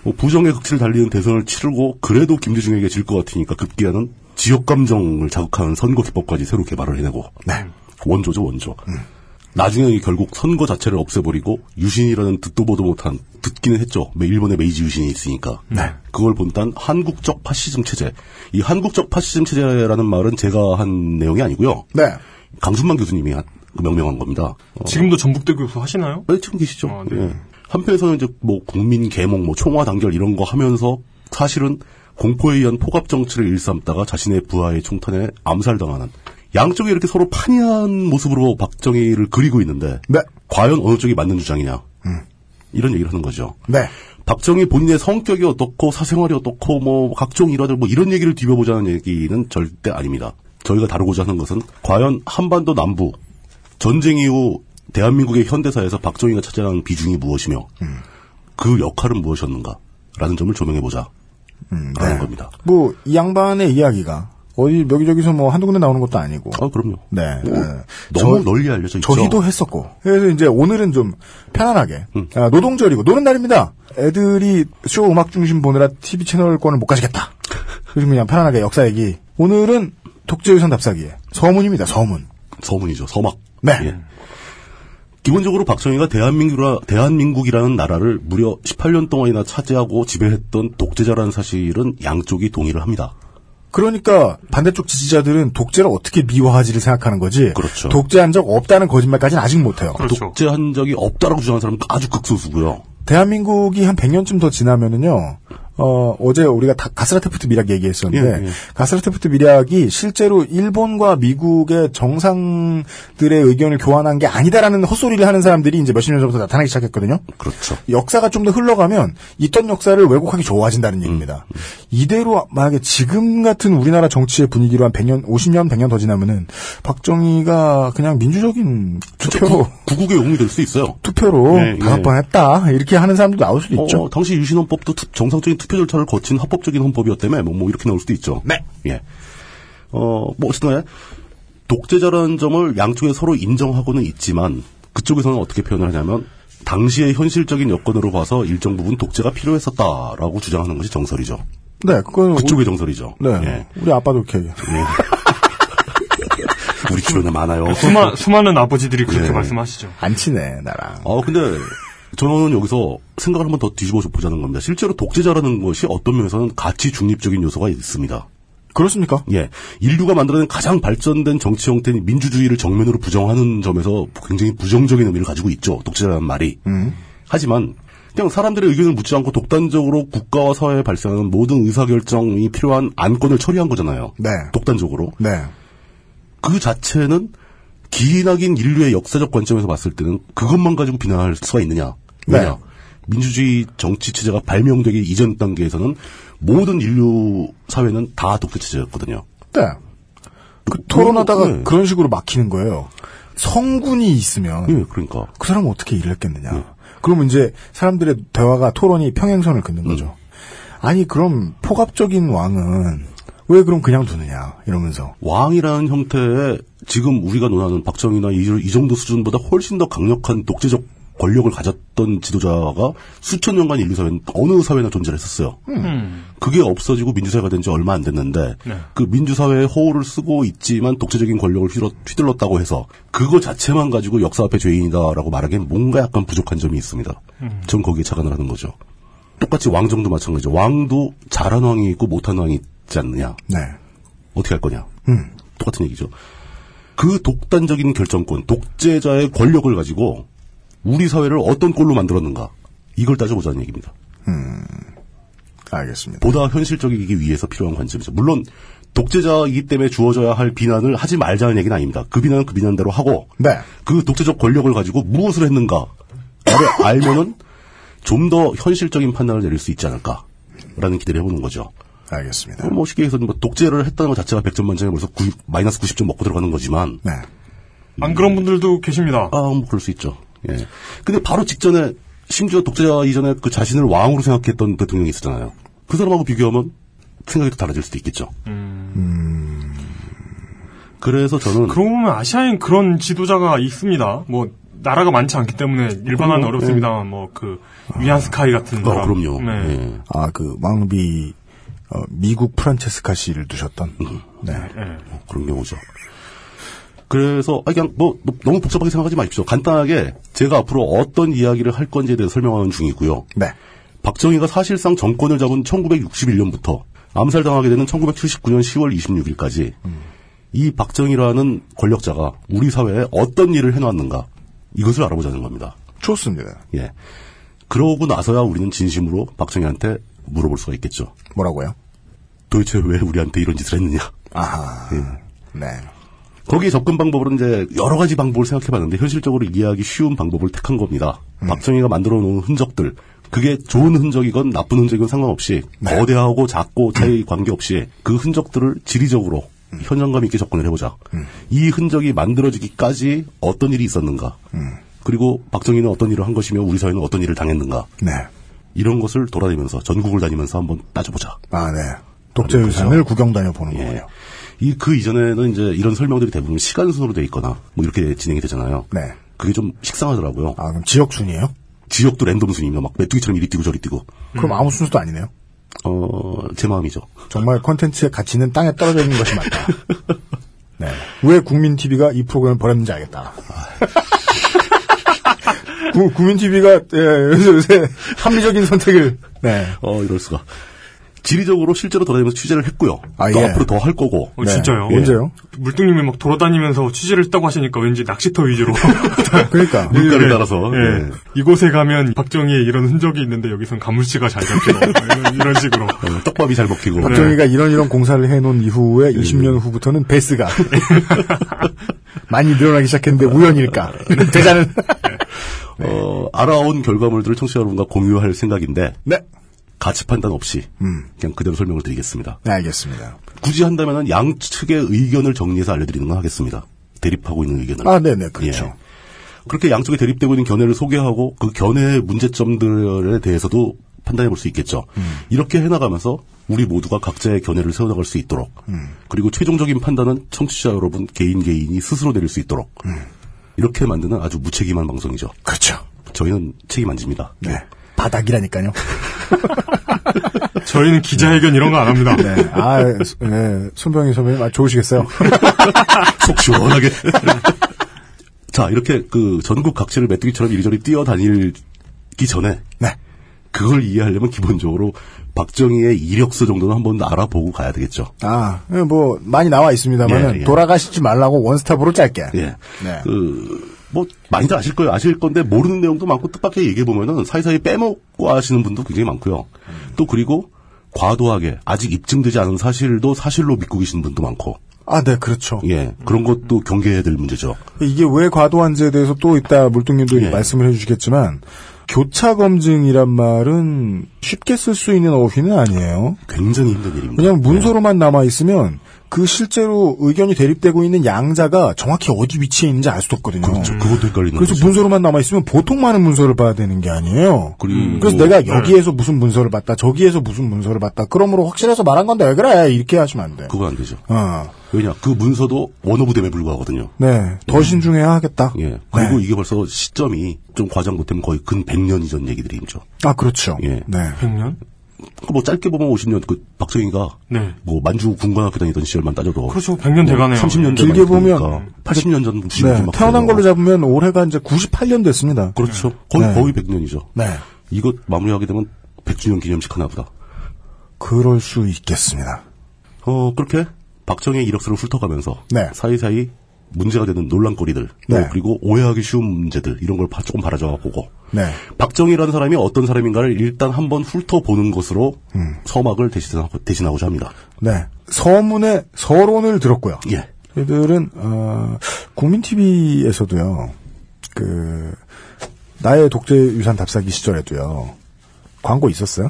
뭐 부정의 극치를 달리는 대선을 치르고 그래도 김대중에게 질 것 같으니까 급기야는 지역 감정을 자극하는 선거 기법까지 새로 개발을 해내고 네. 원조죠 원조. 나중에 결국 선거 자체를 없애버리고 유신이라는 듣도 보도 못한 듣기는 했죠. 매- 일본에 메이지 유신이 있으니까. 그걸 본단 한국적 파시즘 체제. 이 한국적 파시즘 체제라는 말은 제가 한 내용이 아니고요. 네. 강준만 교수님이 한- 그 명명한 겁니다. 어, 지금도 전북대 교수 하시나요? 네, 지금 계시죠. 아, 네. 예. 한편에서는 이제 뭐 국민 계몽, 뭐 총화 단결 이런 거 하면서 사실은 공포에 의한 포갑 정치를 일삼다가 자신의 부하의 총탄에 암살당하는 양쪽이 이렇게 서로 판이한 모습으로 박정희를 그리고 있는데 네. 과연 어느 쪽이 맞는 주장이냐 이런 얘기를 하는 거죠. 네. 박정희 본인의 성격이 어떻고 사생활이 어떻고 뭐 각종 일화들 뭐 이런 얘기를 뒤벼보자는 얘기는 절대 아닙니다. 저희가 다루고자 하는 것은 과연 한반도 남부 전쟁 이후 대한민국의 현대사에서 박정희가 차지하는 비중이 무엇이며 그 역할은 무엇이었는가라는 점을 조명해보자라는 음, 겁니다. 뭐, 이 양반의 이야기가, 어디, 여기저기서 뭐, 한두 군데 나오는 것도 아니고. 아 그럼요. 네. 뭐, 네. 너무 저- 널리 알려져 있죠. 저희도 했었고. 그래서 이제 오늘은 좀 편안하게. 음. 아, 노동절이고, 노는 날입니다. 애들이 쇼 음악 중심 보느라 TV 채널권을 못 가지겠다. 그래서 그냥 편안하게 역사 얘기. 오늘은 독재유산 답사기에 서문입니다, 서문. 서문이죠. 서막. 네. 예. 기본적으로 박정희가 대한민국이라, 대한민국이라는 나라를 무려 18년 동안이나 차지하고 지배했던 독재자라는 사실은 양쪽이 동의를 합니다. 그러니까 반대쪽 지지자들은 독재를 어떻게 미워하지를 생각하는 거지. 그렇죠. 독재한 적 없다는 거짓말까지는 아직 못해요. 그렇죠. 독재한 적이 없다라고 주장하는 사람은 아주 극소수고요. 대한민국이 한 100년쯤 더 지나면은요, 어, 어제 우리가 다- 가스라테프트 미략 얘기했었는데, 예, 예. 가스라테프트 미략이 실제로 일본과 미국의 정상들의 의견을 교환한 게 아니다라는 헛소리를 하는 사람들이 이제 몇십 년 전부터 나타나기 시작했거든요. 그렇죠. 음. 역사가 좀 더 흘러가면 있던 역사를 왜곡하기 좋아진다는 얘기입니다. 이대로 만약에 지금 같은 우리나라 정치의 분위기로 한 100년, 50년, 100년 더 지나면은 박정희가 그냥 민주적인 투표로 구국의 용이 될 수 있어요. 투표로 예, 예. 다섯 번 했다 이렇게 하는 사람도 나올 수도 어, 있죠. 당시 유신헌법도 투- 정상적인 투표 절차를 거친 합법적인 헌법이었다며 뭐, 뭐 이렇게 나올 수도 있죠. 네. 예. 어, 뭐 어쨌든 간에 독재자라는 점을 양쪽에 서로 인정하고는 있지만 그쪽에서는 어떻게 표현을 하냐면 당시의 현실적인 여건으로 봐서 일정 부분 독재가 필요했었다라고 주장하는 것이 정설이죠. 네, 그건 그쪽의 정설이죠. 예. 우리, 네, 우리 아빠도 이렇게 우리 주변에 많아요. 수마- 수많은 아버지들이 그렇게 말씀하시죠. 안 친해 나랑. 어 근데 저는 여기서 생각을 한번 더 뒤집어 보자는 겁니다. 실제로 독재자라는 것이 어떤 면에서는 가치 중립적인 요소가 있습니다. 그렇습니까? 예. 인류가 만들어낸 가장 발전된 정치 형태인 민주주의를 정면으로 부정하는 점에서 굉장히 부정적인 의미를 가지고 있죠. 독재자라는 말이. 하지만 그냥 사람들의 의견을 묻지 않고 독단적으로 국가와 사회에 발생하는 모든 의사결정이 필요한 안건을 처리한 거잖아요. 네. 독단적으로. 네. 그 자체는 기나긴 인류의 역사적 관점에서 봤을 때는 그것만 가지고 비난할 수가 있느냐. 왜냐. 민주주의 정치 체제가 발명되기 이전 단계에서는 모든 인류 사회는 다 독재 체제였거든요. 네. 그 토론하다가 네. 그런 식으로 막히는 거예요. 성군이 있으면 예, 그러니까. 그 사람은 어떻게 일을 했겠느냐. 그러면 이제 사람들의 대화가 토론이 평행선을 긋는 거죠. 아니 그럼 포갑적인 왕은 왜 그럼 그냥 두느냐 이러면서 왕이라는 형태의 지금 우리가 논하는 박정희나 이, 이 정도 수준보다 훨씬 더 강력한 독재적 권력을 가졌던 지도자가 수천 년간 인류 사회는 어느 사회나 존재를 했었어요. 그게 없어지고 민주사회가 된 지 얼마 안 됐는데 음. 네. 그 민주사회의 호우를 쓰고 있지만 독재적인 권력을 휘둘- 휘둘렀다고 해서 그거 자체만 가지고 역사 앞에 죄인이다라고 말하기엔 뭔가 약간 부족한 점이 있습니다. 음. 전 거기에 착안을 하는 거죠. 똑같이 왕정도 마찬가지죠. 왕도 잘한 왕이 있고 못한 왕이 있지 않느냐. 네. 어떻게 할 거냐. 음. 똑같은 얘기죠. 그 독단적인 결정권, 독재자의 권력을 가지고 우리 사회를 어떤 꼴로 만들었는가. 이걸 따져보자는 얘기입니다. 음. 알겠습니다. 보다 현실적이기 위해서 필요한 관점이죠. 물론 독재자이기 때문에 주어져야 할 비난을 하지 말자는 얘기는 아닙니다. 그 비난은 그 비난대로 하고 네. 그 독재적 권력을 가지고 무엇을 했는가를 알면은 좀 더 현실적인 판단을 내릴 수 있지 않을까라는 기대를 해보는 거죠. 알겠습니다. 뭐 쉽게 얘기해서 뭐 독재를 했다는 것 자체가 100점 만점에 벌써 90, 마이너스 90점 먹고 들어가는 거지만 네. 안 그런 분들도 계십니다. 아, 뭐 그럴 수 있죠. 예. 근데 바로 직전에 심지어 독재자 이전에 그 자신을 왕으로 생각했던 대통령이 있었잖아요. 그 사람하고 비교하면 생각이 또 달라질 수도 있겠죠. 그래서 저는 그러고 보면 아시아엔 그런 지도자가 있습니다. 뭐 나라가 많지 않기 때문에 일반화는 그럼요. 어렵습니다만 뭐그 위안 스카이 같은 사람. 네. 아, 그 왕비 어, 미국 프란체스카 씨를 두셨던 네. 어, 그런 경우죠. 그래서 아, 그냥 뭐 너- 너무 복잡하게 생각하지 마십시오. 간단하게 제가 앞으로 어떤 이야기를 할 건지에 대해 서 설명하는 중이고요. 네. 박정희가 사실상 정권을 잡은 1961년부터 암살당하게 되는 1979년 10월 26일까지 이 박정희라는 권력자가 우리 사회에 어떤 일을 해놨는가 이것을 알아보자는 겁니다. 좋습니다. 예. 그러고 나서야 우리는 진심으로 박정희한테 물어볼 수가 있겠죠. 뭐라고요? 도대체 왜 우리한테 이런 짓을 했느냐. 아하. 네. 거기 접근 방법으로 이제 여러 가지 방법을 생각해봤는데 현실적으로 이해하기 쉬운 방법을 택한 겁니다. 박정희가 만들어 놓은 흔적들 그게 좋은 흔적이건 나쁜 흔적이건 상관없이 거대하고 작고 차이 관계없이 그 흔적들을 지리적으로 현장감 있게 접근을 해보자. 이 흔적이 만들어지기까지 어떤 일이 있었는가. 그리고 박정희는 어떤 일을 한 것이며 우리 사회는 어떤 일을 당했는가. 네. 이런 것을 돌아다니면서 전국을 다니면서 한번 따져보자. 아, 네. 독재 유산을 구경 다녀보는 거예요. 이 그 이전에는 이제 이런 설명들이 대부분 시간 순으로 돼 있거나 뭐 이렇게 진행이 되잖아요. 네. 그게 좀 식상하더라고요. 아 그럼 지역 순이에요? 지역도 랜덤 순입니다. 막 메뚜기처럼 이리 뛰고 저리 뛰고. 그럼 아무 순서도 아니네요. 어제 마음이죠. 정말 콘텐츠의 가치는 땅에 떨어져 있는 것이 맞다. 네. 아. 왜 국민 TV가 이 프로그램을 버렸는지 알겠다. 구- 국민 TV가 예, 요새, 요새 합리적인 선택을 네. 어 이럴 수가. 지리적으로 실제로 돌아다니면서 취재를 했고요. 아, 또 예. 앞으로 더 할 거고. 어, 진짜요? 네. 예. 물뚱님이 막 돌아다니면서 취재를 했다고 하시니까 왠지 낚시터 위주로. 그러니까. 물가를 따라서, 예. 예. 이곳에 가면 박정희의 이런 흔적이 있는데 여기선 가물치가 잘 잡히고 뭐 이런, 이런 식으로. 어, 떡밥이 잘 먹히고. 박정희가 이런 이런 공사를 해놓은 이후에 네. 20년 후부터는 베스가 많이 늘어나기 시작했는데 우연일까? 네. 대자는 어, 알아온 결과물들을 청취자 여러분과 공유할 생각인데. 네. 가치 판단 없이 음. 그냥 그대로 설명을 드리겠습니다. 네, 알겠습니다. 굳이 한다면 양측의 의견을 정리해서 알려드리는 건 하겠습니다. 대립하고 있는 의견을. 아, 네네, 그렇죠. 예. 그렇게 양쪽에 대립되고 있는 견해를 소개하고 그 견해의 문제점들에 대해서도 판단해 볼 수 있겠죠. 음. 이렇게 해나가면서 우리 모두가 각자의 견해를 세워나갈 수 있도록 음. 그리고 최종적인 판단은 청취자 여러분 개인 개인이 스스로 내릴 수 있도록 음. 이렇게 만드는 아주 무책임한 방송이죠. 그렇죠. 저희는 책임 안 집니다. 네. 바닥이라니까요. 저희는 기자회견 이런 거 안 합니다. 네. 아, 수- 네. 손병희 선배님, 아, 좋으시겠어요? 속 시원하게. 자, 이렇게 그 전국 각지를 메뚜기처럼 이리저리 뛰어다니기 전에 네. 그걸 이해하려면 기본적으로 박정희의 이력서 정도는 한번 알아보고 가야 되겠죠. 아, 예, 뭐, 많이 나와 있습니다만, 예, 예. 돌아가시지 말라고 원스톱으로 짧게. 예. 네. 그, 뭐, 많이들 아실 거예요. 아실 건데, 모르는 내용도 많고, 뜻밖의 얘기해보면은, 사이사이 빼먹고 하시는 분도 굉장히 많고요. 음. 또, 그리고, 과도하게, 아직 입증되지 않은 사실도 사실로 믿고 계시는 분도 많고, 아, 네, 그렇죠. 예. 그런 것도 경계해야 될 문제죠. 이게 왜 과도한지에 대해서 또 이따 물동님도 예. 말씀을 해주시겠지만, 교차 검증이란 말은 쉽게 쓸 수 있는 어휘는 아니에요. 굉장히 힘든 일입니다. 그냥 문서로만 남아 있으면 그 실제로 의견이 대립되고 있는 양자가 정확히 어디 위치에 있는지 알 수 없거든요. 그렇죠. 그것도 헷갈리는 그래서 뭐 거죠. 문서로만 남아 있으면 보통 많은 문서를 봐야 되는 게 아니에요. 그리고- 네. 래서 내가 여기에서 무슨 문서를 봤다, 저기에서 무슨 문서를 봤다. 그러므로 확실해서 말한 건데 왜 그래? 이렇게 하시면 안 돼. 그거 안 되죠. 어. 왜냐, 그 문서도 원어부댐에 불과하거든요. 네, 더 신중해야 하겠다. 음. 네. 예. 그리고 이게 벌써 시점이 좀 과장 못하면 거의 근 100년 이전 얘기들이죠. 아, 그렇죠. 예. 네. 100년? 뭐 짧게 보면 50년 그 박정희가 네. 뭐 만주 군관학교 다니던 시절만 따져도 뭐 그렇죠. 100년 돼가네요. 30년 길게 보면 80년 전 90년 네, 막 태어난 그런 걸로 잡으면 올해가 이제 98년 됐습니다. 그렇죠. 거의 네. 거의 100년이죠. 네. 이거 마무리하게 되면 100주년 기념식 하나 보다. 그럴 수 있겠습니다. 어 그렇게 박정희 이력서를 훑어가면서 네. 사이사이 문제가 되는 논란거리들 뭐 네. 그리고 오해하기 쉬운 문제들 이런 걸 봐- 조금 바라져 보고 네. 박정희라는 사람이 어떤 사람인가를 일단 한번 훑어보는 것으로 음. 서막을 대신하고, 대신하고자 합니다. 네. 서문의 서론을 들었고요. 예. 저희들은 어, 국민 TV에서도요. 그 나의 독재 유산 답사기 시절에도요. 광고 있었어요?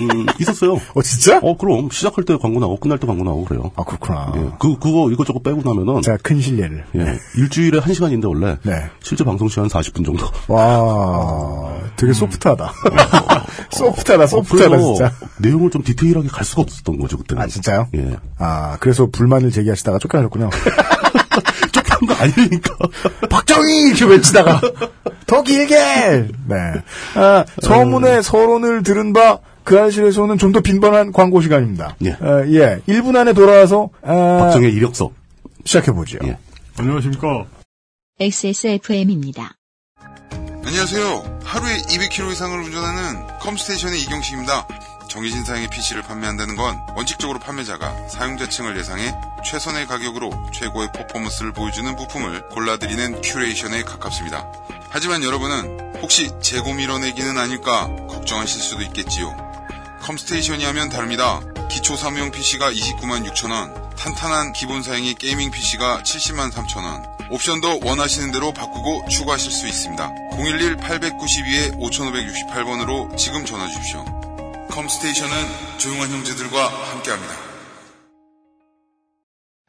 음, 있었어요. 어, 진짜? 어, 그럼. 시작할 때 광고 나오고, 끝날 때 광고 나오고, 그래요. 아, 그렇구나. 예, 그, 그거 이것저것 빼고 나면은. 제가 큰 실례를. 예. 일주일에 한 시간인데, 원래. 네. 어, 실제 방송 시간 40분 정도. 와, 아, 되게 소프트하다. 소프트하다, 소프트하다, 어. 그래서 진짜. 내용을 좀 디테일하게 갈 수가 없었던 거죠, 그때는. 아, 진짜요? 예. 아, 그래서 불만을 제기하시다가 쫓겨나셨군요. 쫓겨난 거 아니니까. 박정희! 이렇게 외치다가. 더 길게! 네. 아, 서문의 서론을 들은 바, 그 아실에서는 좀 더 빈번한 광고 시간입니다. 예. 어, 예. 1분 안에 돌아와서, 아, 박정희 이력서. 시작해보죠. 안녕하십니까. XSFM입니다. 안녕하세요. 하루에 200km 이상을 운전하는 컴스테이션의 이경식입니다. 정해진 사양의 PC를 판매한다는 건 원칙적으로 판매자가 사용자층을 예상해 최선의 가격으로 최고의 퍼포먼스를 보여주는 부품을 골라드리는 큐레이션에 가깝습니다. 하지만 여러분은 혹시 재고 밀어내기는 아닐까 걱정하실 수도 있겠지요. 컴스테이션이 하면 다릅니다. 기초 사무용 PC가 29만 6천원, 탄탄한 기본 사양의 게이밍 PC가 70만 3천원, 옵션도 원하시는 대로 바꾸고 추가하실 수 있습니다. 011-892-5568번으로 지금 전화 주십시오. 컴스테이션은 조용한 형제들과 함께합니다.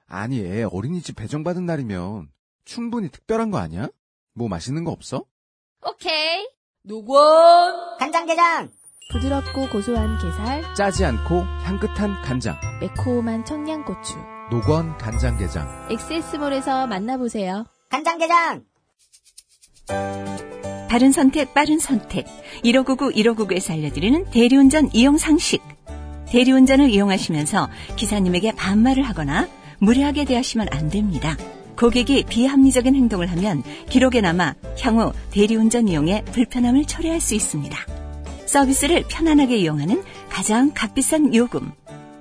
아니, 애 어린이집 배정받은 날이면 충분히 특별한 거 아니야? 뭐 맛있는 거 없어? 오케이. 노곤 간장게장 부드럽고 고소한 게살, 짜지 않고 향긋한 간장. 매콤한 청양고추. 노건 간장게장. 엑세스몰에서 만나보세요. 간장게장 바른 선택, 빠른 선택. 1599, 1599에서 알려드리는 대리운전 이용 상식. 대리운전을 이용하시면서 기사님에게 반말을 하거나 무례하게 대하시면 안 됩니다. 고객이 비합리적인 행동을 하면 기록에 남아 향후 대리운전 이용에 불편함을 초래할 수 있습니다. 서비스를 편안하게 이용하는 가장 값비싼 요금.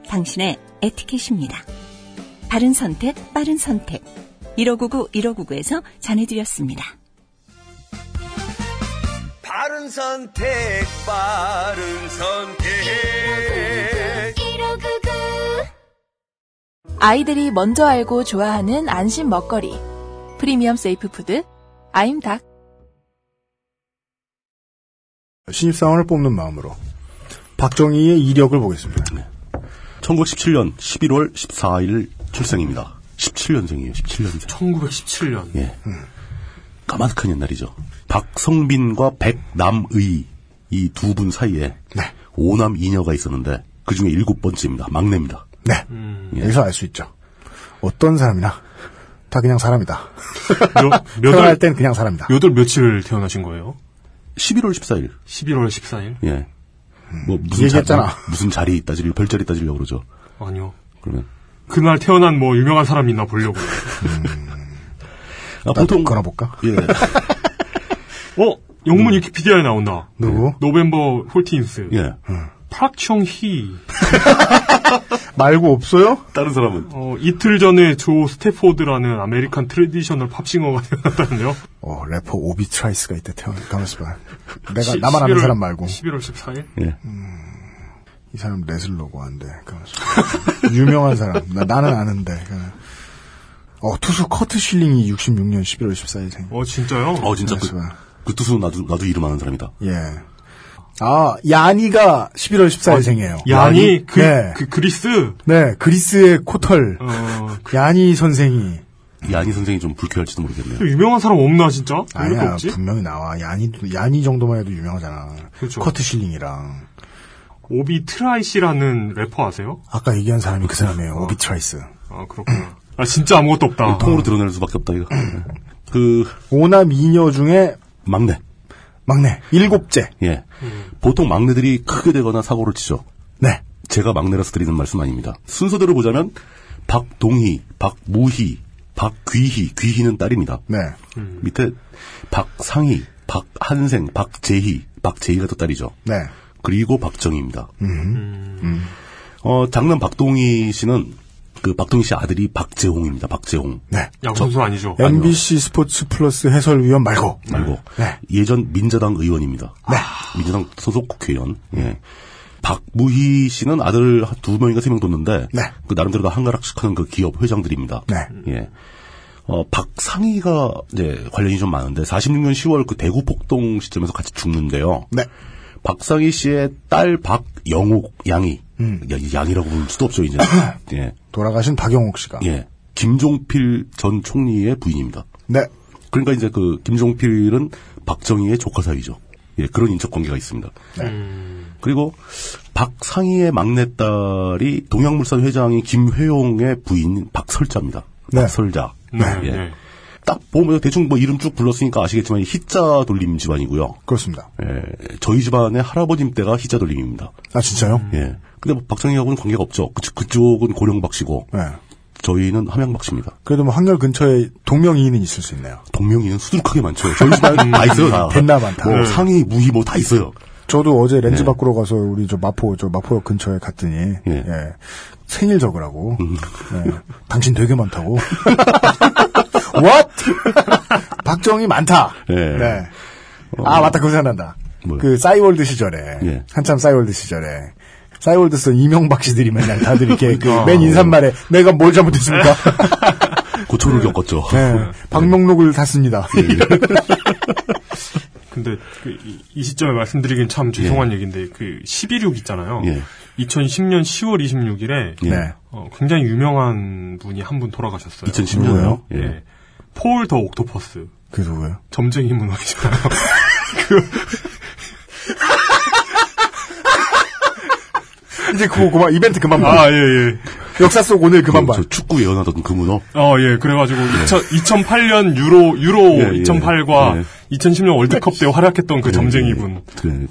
당신의 에티켓입니다. 바른 선택, 빠른 선택. 1599, 1599에서 전해드렸습니다. 바른 선택, 바른 선택. 아이들이 먼저 알고 좋아하는 안심 먹거리. 프리미엄 세이프 푸드 아임닭. 신입사원을 뽑는 마음으로. 박정희의 이력을 보겠습니다. 1917년 11월 14일 출생입니다. 17년생이에요. 17년생. 1917년. 예. 까마득한 옛날이죠. 박성빈과 백남의 이 두 분 사이에 네. 오남 이녀가 있었는데 그 중에 일곱 번째입니다. 막내입니다. 네. 여기서 알 수 있죠. 어떤 사람이나 다 그냥 사람이다. 몇 태어날 월- 땐 그냥 사람이다. 몇월 며칠 태어나신 거예요? 11월 14일. 11월 14일? 예. 뭐 무슨 얘기했잖아. 자, 무슨 자리 따질 별자리 따지려고 그러죠. 아니요. 그러면 그날 태어난 뭐 유명한 사람 있나 보려고요. 아, 보통 걸어볼까? 예. 어? 영문 위키피디아에 나온다. 누구? 노벤버 홀틴스. 예. 프락청 히. 말고 없어요? 다른 사람은? 어, 이틀 전에 조 스태포드라는 아메리칸 트레디셔널 팝싱어가 태어났다는데요. 어, 래퍼 오비 트라이스가 이때 태어난, 가만있어 봐. 내가, 나만 아는 사람 말고. 11월 14일? 예. 이 사람 레슬러고 한데, 가만있어 봐. 유명한 사람. 나, 는 아는데. 가만. 어, 투수 커트 실링이 66년 11월 14일생. 어 진짜요? 어 진짜 그, 그 뜻은 나도 나도 이름 아는 사람이다. 예. 아, 야니가 11월 14일생이에요. 어, 야니 그, 네. 그 그리스 어, 네, 그리스의 코털. 야니 선생이. 야니 선생이 좀 불쾌할지도 모르겠네요. 유명한 사람 없나 진짜? 왜 이렇게 아니야, 없지? 분명히 나와. 야니, 야니 정도만 해도 유명하잖아. 그렇죠. 커트 실링이랑. 오비 트라이시라는 래퍼 아세요? 아까 얘기한 사람이 그 사람이에요. 어. 오비 트라이스. 아 그렇구나. 아 진짜 아무것도 없다. 통으로 드러낼 수밖에 없다 이거. 음. 그 오남 이녀 중에 막내. 막내 일곱째. 예. 보통 막내들이 크게 되거나 사고를 치죠. 네. 제가 막내라서 드리는 말씀 아닙니다. 순서대로 보자면 박동희, 박무희, 박귀희, 귀희는 딸입니다. 네. 밑에 박상희, 박한생, 박재희, 박재희가 또 딸이죠. 네. 음. 그리고 박정희입니다. 어, 장남 박동희 씨는 그 박동희 씨 아들이 박재홍입니다. 박재홍. 네. 야구선수 아니죠? MBC 스포츠 플러스 해설위원 말고. 말고 네. 예전 민자당 의원입니다. 민자당 소속 국회의원. 예. 박무희 씨는 아들 두 명인가 세 명 뒀는데 네. 그 나름대로 다 한가락씩하는 그 기업 회장들입니다. 예. 어, 박상희가 이제 관련이 좀 많은데 46년 10월 그 대구 폭동 시점에서 같이 죽는데요. 네. 박상희 씨의 딸 박영옥 양이 음. 야, 이 양이라고 부를 수도 없죠 이제. 예. 돌아가신 박영옥 씨가. 예. 김종필 전 총리의 부인입니다. 네. 그러니까 이제 그 김종필은 박정희의 조카 사이죠. 예, 그런 인척 관계가 있습니다. 음. 그리고 박상희의 막내딸이 동양물산 회장이 김회용의 부인 박설자입니다. 박설자. 네, 예. 딱 보면 대충 뭐 이름 쭉 불렀으니까 아시겠지만 희자 돌림 집안이고요. 그렇습니다. 예, 저희 집안의 할아버님 댁가 희자 돌림입니다. 아 진짜요? 음. 예. 근데 뭐 박정희하고는 관계가 없죠. 그, 그쪽은 고령박 씨고 네. 저희는 함양박 씨입니다. 그래도 뭐 한결 근처에 동명이인은 있을 수 있네요. 동명이는 수두룩하게 많죠. 저희 음. 집안에 다 있어요. 아, 다. 뱃나 많다. 뭐 네. 상의, 무희 뭐 다 있어요. 저도 어제 렌즈 예. 밖으로 가서 우리 저 마포 저 마포역 근처에 갔더니 네. 예. 생일 적으라고 예. 당신 되게 많다고 What 박정희 많다 예. 네. 아 맞다 그거 생각난다 뭐요? 그 싸이월드 시절에 예. 한참 싸이월드 시절에 싸이월드 선 이명박 씨들이 맨날 다들 이렇게 그 어. 맨 인사말에 내가 뭘 잘못했습니까 고초를 네. 겪었죠. 예. 방명록을 샀습니다 근데 그 이- 이 시점에 말씀드리긴 예. 참 죄송한 얘기인데 그 116 있잖아요. 2010년 10월 26일에 어, 예. 네. 굉장히 유명한 분이 한 분 돌아가셨어요. 2010년 이요? 예. 폴 더 옥토퍼스. 그 누구예요? 점쟁이 문어이잖아요. 그 이제 그거 그만 이벤트 그만 봐 아, 예, 예. 역사 속 오늘 그만 봐 저 축구 예언하던 그 문어. 어, 예. 그래가지고 2008년 유로 예, 유로 예. 2008과 예. 2010년 월드컵 때 활약했던 그 점쟁이 분. 어, 네.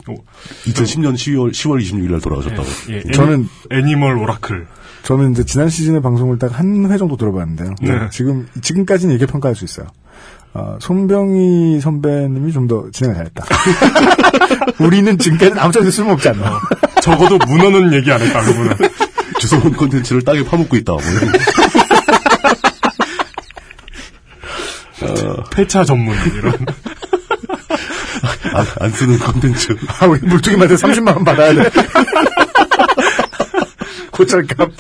2010년 10월 10월 26일 날 돌아가셨다고. 예, 애니, 저는- 애니멀 오라클. 저는 이제 지난 시즌의 방송을 딱 한 회 정도 들어봤는데요. 네. 지금 지금까지는 이렇게 평가할 수 있어요. 어, 손병희 선배님이 좀 더 진행을 잘했다. 우리는 지금까지는 아무 데도 쓸모없지 않나. 적어도 문어는 얘기 안 했다 그분은. 주소문 콘텐츠를 땅에 파묻고 있다. 뭐 이런. 어, 폐차 전문 이런. 안, 안 쓰는 콘텐츠. 아, 우리 물뚱이한테 30만 원 받아야 돼. 고철값.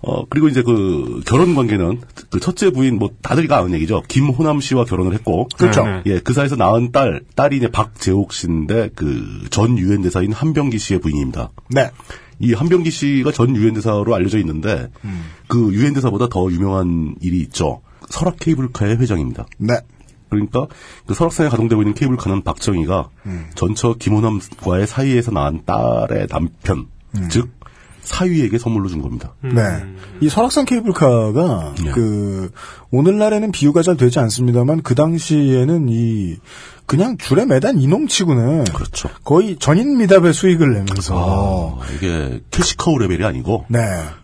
어, 그리고 이제 그 결혼 관계는 그 첫째 부인 뭐 다들이가 아는 얘기죠. 김호남 씨와 결혼을 했고. 그렇죠. 네, 네. 예, 그 사이에서 낳은 딸, 딸이 이제 박재옥 씨인데 그 전 유엔 대사인 한병기 씨의 부인입니다. 네. 이 한병기 씨가 전 유엔 대사로 알려져 있는데 그 유엔 대사보다 더 유명한 일이 있죠. 설악 케이블카의 회장입니다. 네. 그러니까 그 설악산에 가동되고 있는 케이블카는 박정희가 전처 김호남과의 사이에서 낳은 딸의 남편, 음. 즉 사위에게 선물로 준 겁니다. 네. 이 설악산 케이블카가 그 오늘날에는 비유가 잘 되지 않습니다만 그 당시에는 이 그냥 줄에 매단 이놈치고는 거의 전인 미답의 수익을 내면서 그렇죠. 아, 이게 캐시카우 레벨이 아니고 네.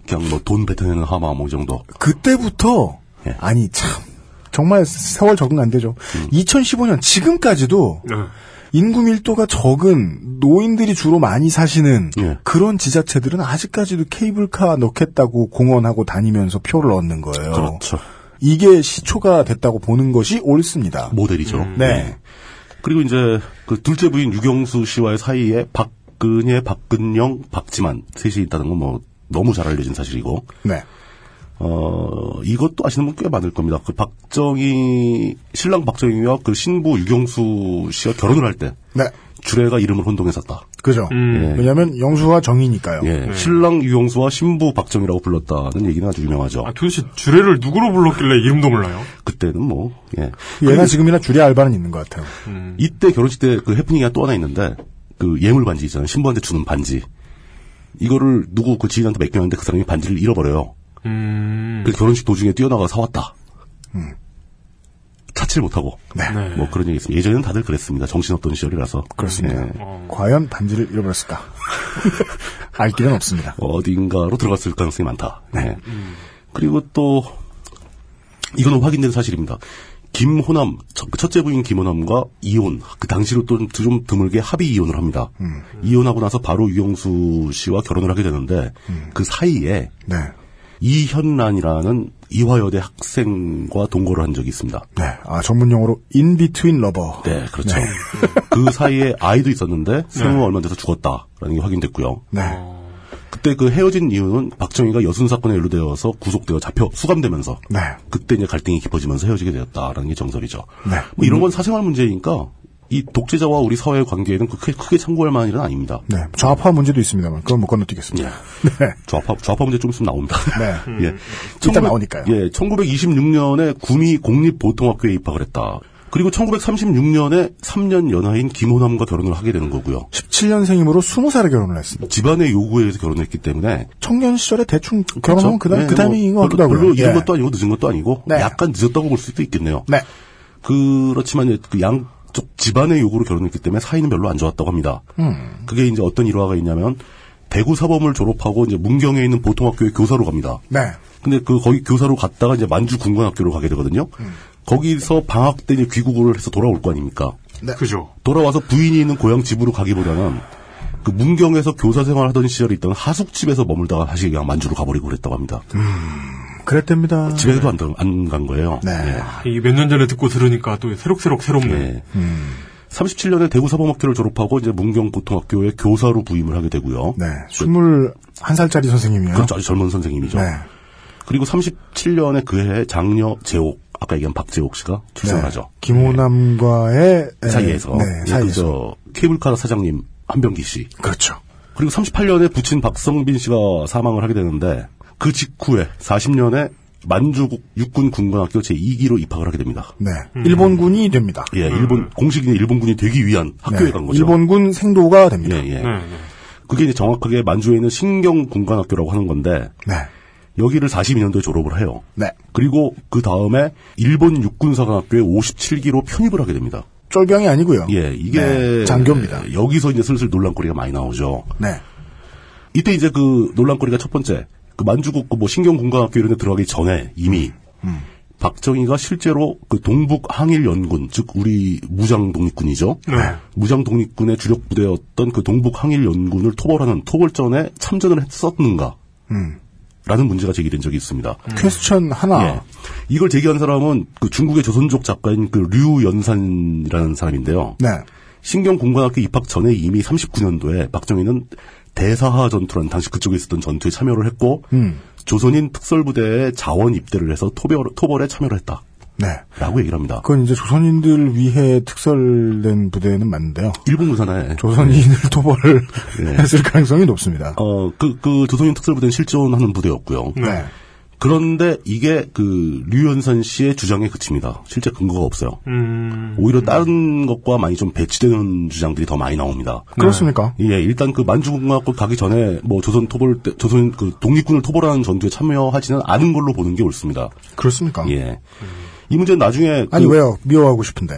그냥 뭐 돈 뱉어내는 하마 뭐 이 정도. 그때부터 예. 아니 참 정말 세월 적응 안 되죠. 음. 2015년 지금까지도 인구 밀도가 적은 노인들이 주로 많이 사시는 예. 그런 지자체들은 아직까지도 케이블카 넣겠다고 공언하고 다니면서 표를 얻는 거예요. 그렇죠. 이게 시초가 됐다고 보는 것이 옳습니다. 모델이죠. 예. 네. 그리고 이제 그 둘째 부인 유경수 씨와의 사이에 박근혜, 박근영, 박지만 셋이 있다는 건 뭐 너무 잘 알려진 사실이고. 네. 어, 이것도 아시는 분 꽤 많을 겁니다. 그 박정희, 신랑 박정희와 그 신부 유경수 씨가 결혼을 할 때. 네. 주례가 이름을 혼동했었다. 그죠. 음. 왜냐하면 영수와 정이니까요. 예. 신랑 유경수와 신부 박정희라고 불렀다는 얘기는 아주 유명하죠. 도대체 주례를 누구로 불렀길래 이름도 몰라요? 그때는 뭐, 예. 얘나 지금이나 줄이 알바는 있는 것 같아요. 이때 결혼식 때 그 해프닝이 또 하나 있는데 그 예물 반지 있잖아요. 신부한테 주는 반지. 이거를 누구 그 지인한테 맡겼는데 그 사람이 반지를 잃어버려요. 그 결혼식 도중에 뛰어나가 사왔다. 음. 찾지를 못하고. 네. 뭐 그런 얘기 있습니다. 예전에는 다들 그랬습니다. 정신없던 시절이라서. 그렇습니다. 예. 과연 반지를 잃어버렸을까? 알 길은 없습니다. 뭐 어딘가로 들어갔을 가능성이 많다. 네. 그리고 또 이거는 확인된 사실입니다. 김호남 첫- 그 첫째 부인 김호남과 이혼 그 당시로 또 좀 드물게 합의 이혼을 합니다. 이혼하고 나서 바로 유영수 씨와 결혼을 하게 되는데 그 사이에 네. 이현란이라는 이화여대 학생과 동거를 한 적이 있습니다. 네. 아, 전문 용어로 인비트윈 러버. 네, 그렇죠. 그 사이에 아이도 있었는데 생후 얼마 안 돼서 죽었다라는 게 확인됐고요. 네. 그때 그 헤어진 이유는 박정희가 여순 사건에 연루되어서 구속되어 잡혀 수감되면서 네. 그때 이제 갈등이 깊어지면서 헤어지게 되었다라는 게 정설이죠. 네. 뭐 이런 건 사생활 문제니까 이 독재자와 우리 사회의 관계에는 크게, 크게 참고할 만한 일은 아닙니다. 네. 좌파 문제도 있습니다만 그건 못 건너뛰겠습니다. 네. 좌파 좌파 문제 좀 있으면 나옵니다. 네. 예. 일단 1900 나오니까요. 예, 1926년에 구미 공립보통학교에 입학을 했다. 그리고 1936년에 3년 연하인 김호남과 결혼을 하게 되는 거고요. 17년생이므로 20살에 결혼을 했습니다. 집안의 요구에 의해서 결혼했기 때문에 청년 시절에 대충 결혼하면 그, 다, 그 타이밍인 것 그렇죠? 뭐 같기도 별로, 하고요. 별로 이른 예. 것도 아니고 늦은 것도 아니고 네. 약간 늦었다고 볼 수도 있겠네요. 네. 그렇지만 이제 그 양쪽 집안의 요구로 결혼했기 때문에 사이는 별로 안 좋았다고 합니다. 음. 그게 이제 어떤 일화가 있냐면 대구 사범을 졸업하고 이제 문경에 있는 보통학교에 교사로 갑니다. 네. 근데 그 거기 교사로 갔다가 이제 만주 군관학교로 가게 되거든요. 음. 거기서 방학 때 이제 귀국을 해서 돌아올 거 아닙니까? 네. 그죠. 돌아와서 부인이 있는 고향 집으로 가기보다는 그 문경에서 교사 생활하던 시절에 있던 하숙집에서 머물다가 다시 그냥 만주로 가버리고 그랬다고 합니다. 그랬답니다. 집에도 안 간 거예요. 네. 아, 이 몇 년 전에 듣고 들으니까 또 새록새록 음. 새롭네. 네. 37년에 대구 사범학교를 졸업하고 이제 문경 고통학교에 교사로 부임을 하게 되고요. 네. 21살짜리 선생님이요. 그렇죠. 아주 젊은 선생님이죠. 네. 그리고 37년에 그해 장녀 재옥 아까 얘기한 박재옥 씨가 출생을 네. 하죠. 김호남과의 에, 사이에서 네, 예, 사이에서 그죠. 케이블카 사장님 한병기 씨 그렇죠. 그리고 38년에 부친 박성빈 씨가 사망을 하게 되는데 그 직후에 40년에 만주 국- 육군 군관학교 제2기로 입학을 하게 됩니다. 네. 일본군이 됩니다. 음. 예, 일본 공식인 일본군이 되기 위한 학교에 음. 네. 간 거죠. 일본군 생도가 됩니다. 예, 예. 그게 이제 정확하게 만주에 있는 신경 군관학교라고 하는 건데 네. 여기를 42년도에 졸업을 해요. 네. 그리고 그 다음에 일본 육군사관학교에 57기로 편입을 하게 됩니다. 쫄병이 아니고요. 예, 이게 네, 장교입니다. 예, 여기서 이제 슬슬 논란거리가 많이 나오죠. 네. 이때 이제 그 논란거리가 첫 번째 그 만주국 그뭐 신경 군관학교 이런 데 들어가기 전에 이미 박정희가 실제로 그 동북 항일 연군 즉 우리 무장 독립군이죠. 무장 독립군의 주력 부대였던 그 동북 항일 연군을 토벌하는 토벌전에 참전을 했었는가? 음. 라는 문제가 제기된 적이 있습니다. 퀘스천 하나. 예. 이걸 제기한 사람은 그 중국의 조선족 작가인 그 류연산이라는 사람인데요. 네. 신경 공관학교 입학 전에 이미 39년도에 박정희는 대사하 전투라는 당시 그쪽에 있었던 전투에 참여를 했고 음. 조선인 특설부대에 자원 입대를 해서 토벌, 토벌에 참여를 했다. 네. 라고 얘기를 합니다. 그건 이제 조선인들 위해 특설된 부대는 맞는데요. 일본 군사나에 조선인을 토벌을 했을 가능성이 높습니다. 네. 예. 어, 그, 그 조선인 특설부대는 실존하는 부대였고요. 네. 그런데 이게 그 류현선 씨의 주장에 그칩니다. 실제 근거가 없어요. 음. 음. 오히려 다른 것과 많이 좀 배치되는 주장들이 더 많이 나옵니다. 그렇습니까? 예, 일단 그 만주공화국 가기 전에 뭐 조선 토벌 때, 조선 그 독립군을 토벌하는 전투에 참여하지는 않은 걸로 보는 게 옳습니다. 그렇습니까? 예. 이 문제는 나중에 아니 그- 왜요? 미워하고 싶은데.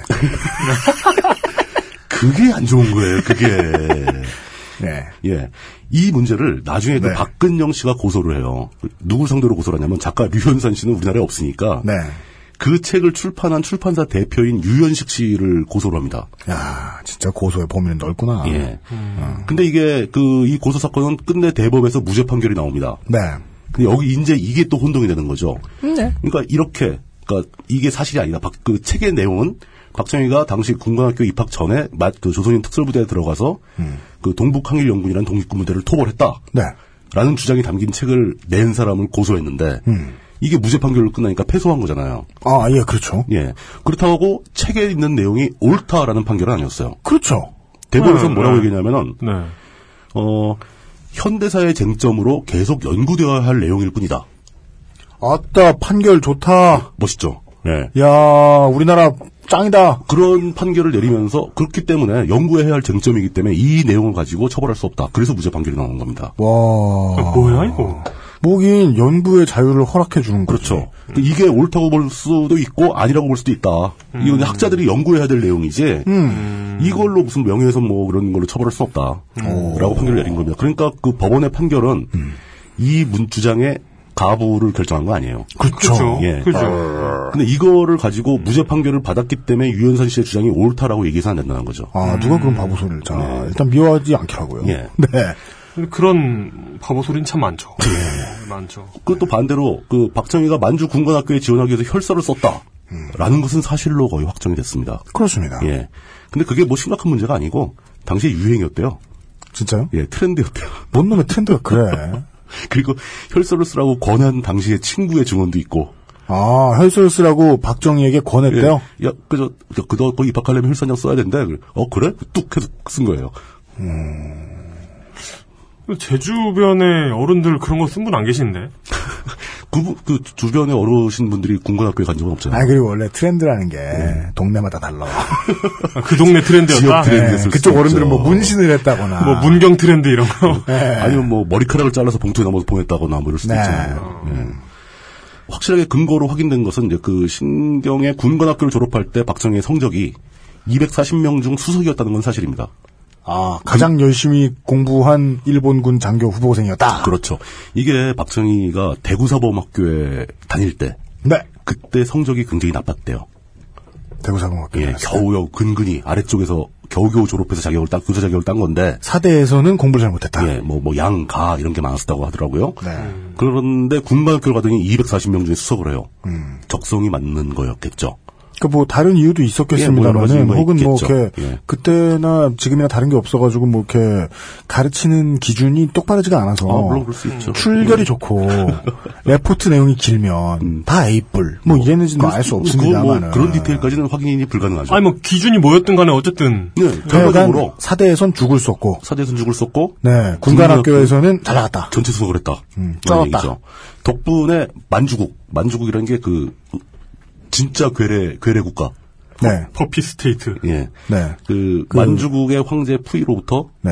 그게 안 좋은 거예요. 그게. 네. 예. 이 문제를 나중에 그 박근영 씨가 고소를 해요. 누굴 상대로 고소를 하냐면 작가 류현산 씨는 우리나라에 없으니까 네. 그 책을 출판한 출판사 대표인 유현식 씨를 고소를 합니다. 야, 진짜 고소의 범위는 넓구나. 예. 근데 이게 그 이 고소 사건은 끝내 대법에서 무죄 판결이 나옵니다. 네. 근데 여기 이제 이게 또 혼동이 되는 거죠. 네. 그러니까 이렇게 그러니까 이게 사실이 아니다. 박- 그 책의 내용은 박정희가 당시 군관학교 입학 전에 마- 그 조선인 특설부대에 들어가서 그 동북항일연군이라는 독립군부대를 토벌했다. 음. 네. 라는 주장이 담긴 책을 낸 사람을 고소했는데 음. 이게 무죄 판결로 끝나니까 패소한 거잖아요. 아, 예, 그렇죠. 예. 그렇다고 책에 있는 내용이 옳다라는 판결은 아니었어요. 그렇죠. 대법에서 네, 뭐라고 네. 얘기냐면은 아, 어 현대사의 쟁점으로 계속 연구되어야 할 내용일 뿐이다. 아따, 판결 좋다. 멋있죠. 예. 야, 우리나라 짱이다. 그런 판결을 내리면서 그렇기 때문에 연구해야 할 쟁점이기 때문에 이 내용을 가지고 처벌할 수 없다. 그래서 무죄 판결이 나오는 겁니다. 아, 와. 뭐야, 이거? 뭐긴 연구의 자유를 허락해 주는 거죠. 그렇죠. 그 이게 옳다고 볼 수도 있고 아니라고 볼 수도 있다. 이건 학자들이 연구해야 될 내용이지. 이걸로 무슨 명예훼손 뭐 그런 걸로 처벌할 수 없다. 라고 판결을 내린 겁니다. 그러니까 그 법원의 판결은 이 문 주장의 가부를 결정한 거 아니에요. 그렇죠. 예. 그렇죠. 근데 이거를 가지고 무죄 판결을 받았기 때문에 유현선 씨의 주장이 옳다라고 얘기해서 안 된다는 거죠. 아, 누가 그런 바보 소리를 자. 일단 미워하지 않더라고요. 예. 네. 그런 바보 소리는 참 많죠. 네, 많죠. 그것도 반대로 그 박정희가 만주 군관학교에 지원하기 위해서 혈서를 썼다. 라는 것은 사실로 거의 확정이 됐습니다. 그렇습니다. 예. 근데 그게 뭐 심각한 문제가 아니고 당시에 유행이었대요. 진짜요? 네. 예, 트렌드였대요. 뭔 놈의 트렌드가 그래. 그리고 혈서를 쓰라고 권한 당시의 친구의 증언도 있고. 아, 혈서를 쓰라고 박정희에게 권했대요? 예. 야, 그저 그너 거기 입학하려면 혈서장 써야 된다. 그래. 어 그래? 뚝 해서 쓴 거예요. 제 주변에 어른들 그런 거 쓴 분 안 계신데? 그, 그 주변에 어르신 분들이 군관학교에 간 적은 없잖아요. 아니, 그리고 원래 트렌드라는 게 동네마다 달라. 그 동네 트렌드였다? 지역 예. 아, 네, 트렌드였을 그쪽 수도 어른들은 있죠. 뭐 문신을 아. 했다거나. 뭐 문경 트렌드 이런 거. 아니면 뭐 머리카락을 잘라서 봉투에 넣어서 보냈다거나 뭐 이럴 수도 네. 있잖아요. 예. 확실하게 근거로 확인된 것은 이제 그 신경의 군관학교를 졸업할 때 박정희의 성적이 240명 중 수석이었다는 건 사실입니다. 아, 가장 열심히 공부한 일본군 장교 후보생이었다. 그렇죠. 이게 박정희가 대구사범학교에 다닐 때 네. 그때 성적이 굉장히 나빴대요. 대구사범학교. 예, 겨우겨우 근근히 아래쪽에서 겨우겨우 졸업해서 자격을 딴 교사 자격을 딴 건데 사대에서는 공부를 잘 못했다. 예, 뭐, 뭐, 양, 가, 이런 게 많았다고 하더라고요. 네. 그런데 군관학교를 가더니 240명 중에 수석을 해요. 음. 적성이 맞는 거였겠죠. 그 뭐 다른 이유도 있었겠습니다만은 예, 뭐 여러 가지 뭐 혹은 뭐 있겠죠. 이렇게 예. 그때나 지금이나 다른 게 없어가지고 뭐 이렇게 가르치는 기준이 똑바르지가 않아서 아, 물론 그럴 수 있죠. 예. 출결이 좋고 레포트 내용이 길면 다 A뿔 뭐 이랬는지는 알 수 음. 그건 없습니다만은 뭐 그런 디테일까지는 확인이 불가능하죠. 아니, 뭐, 기준이 뭐였든 간에 어쨌든. 네, 결과적으로 음, 사대에선 죽을 수 없고 사대선 죽을 썼고 네 군간학교에서는 잘 나갔다 음. 전체 수석을 했다. 이런 쩔었다. 얘기죠. 덕분에 만주국, 만주국이라는 게 그 진짜 괴뢰 괴뢰 국가. 네 퍼피 스테이트. 예. 네. 그, 그- 만주국의 황제 푸이로부터 네.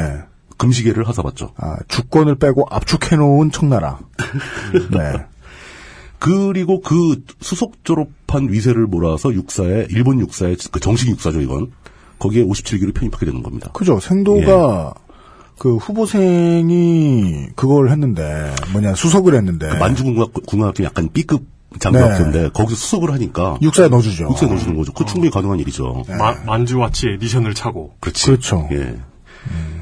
금시계를 하사받죠. 아, 주권을 빼고 압축해놓은 청나라 네 그리고 그 수석 졸업한 위세를 몰아서 육사에 일본 육사에 그 정식 육사죠 이건 거기에 57기로 편입하게 되는 겁니다. 그죠. 예. 생도가 그 후보생이 그걸 했는데 뭐냐 수석을 했는데 그 만주군학교 약간 B급 장교학교인데 거기서 수석을 하니까 육사에 넣어주죠. 네. 육사에 넣어주는 거죠. 그 충분히 가능한 일이죠. 마- 만주와치 에디션을 차고. 그렇지. 그렇죠. 예.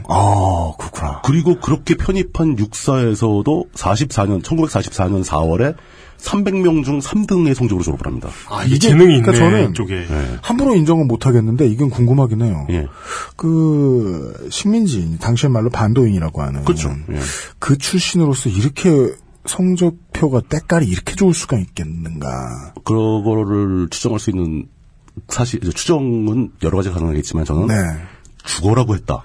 아 그렇구나. 그리고 그렇게 편입한 육사에서도 44년 1944년 4월에 300명 중 3등의 성적으로 졸업을 합니다. 아, 이게 재능이 있네, 그러니까 저는 이쪽에. 함부로 인정은 못 하겠는데 이건 궁금하긴 해요. 예. 그 식민지인 당시의 말로 반도인이라고 하는 그렇죠. 예. 그 출신으로서 이렇게 성적표가 때깔이 이렇게 좋을 수가 있겠는가. 그거를 추정할 수 있는 사실 이제 추정은 여러 가지 가능하겠지만 저는 죽어라고 했다. 네.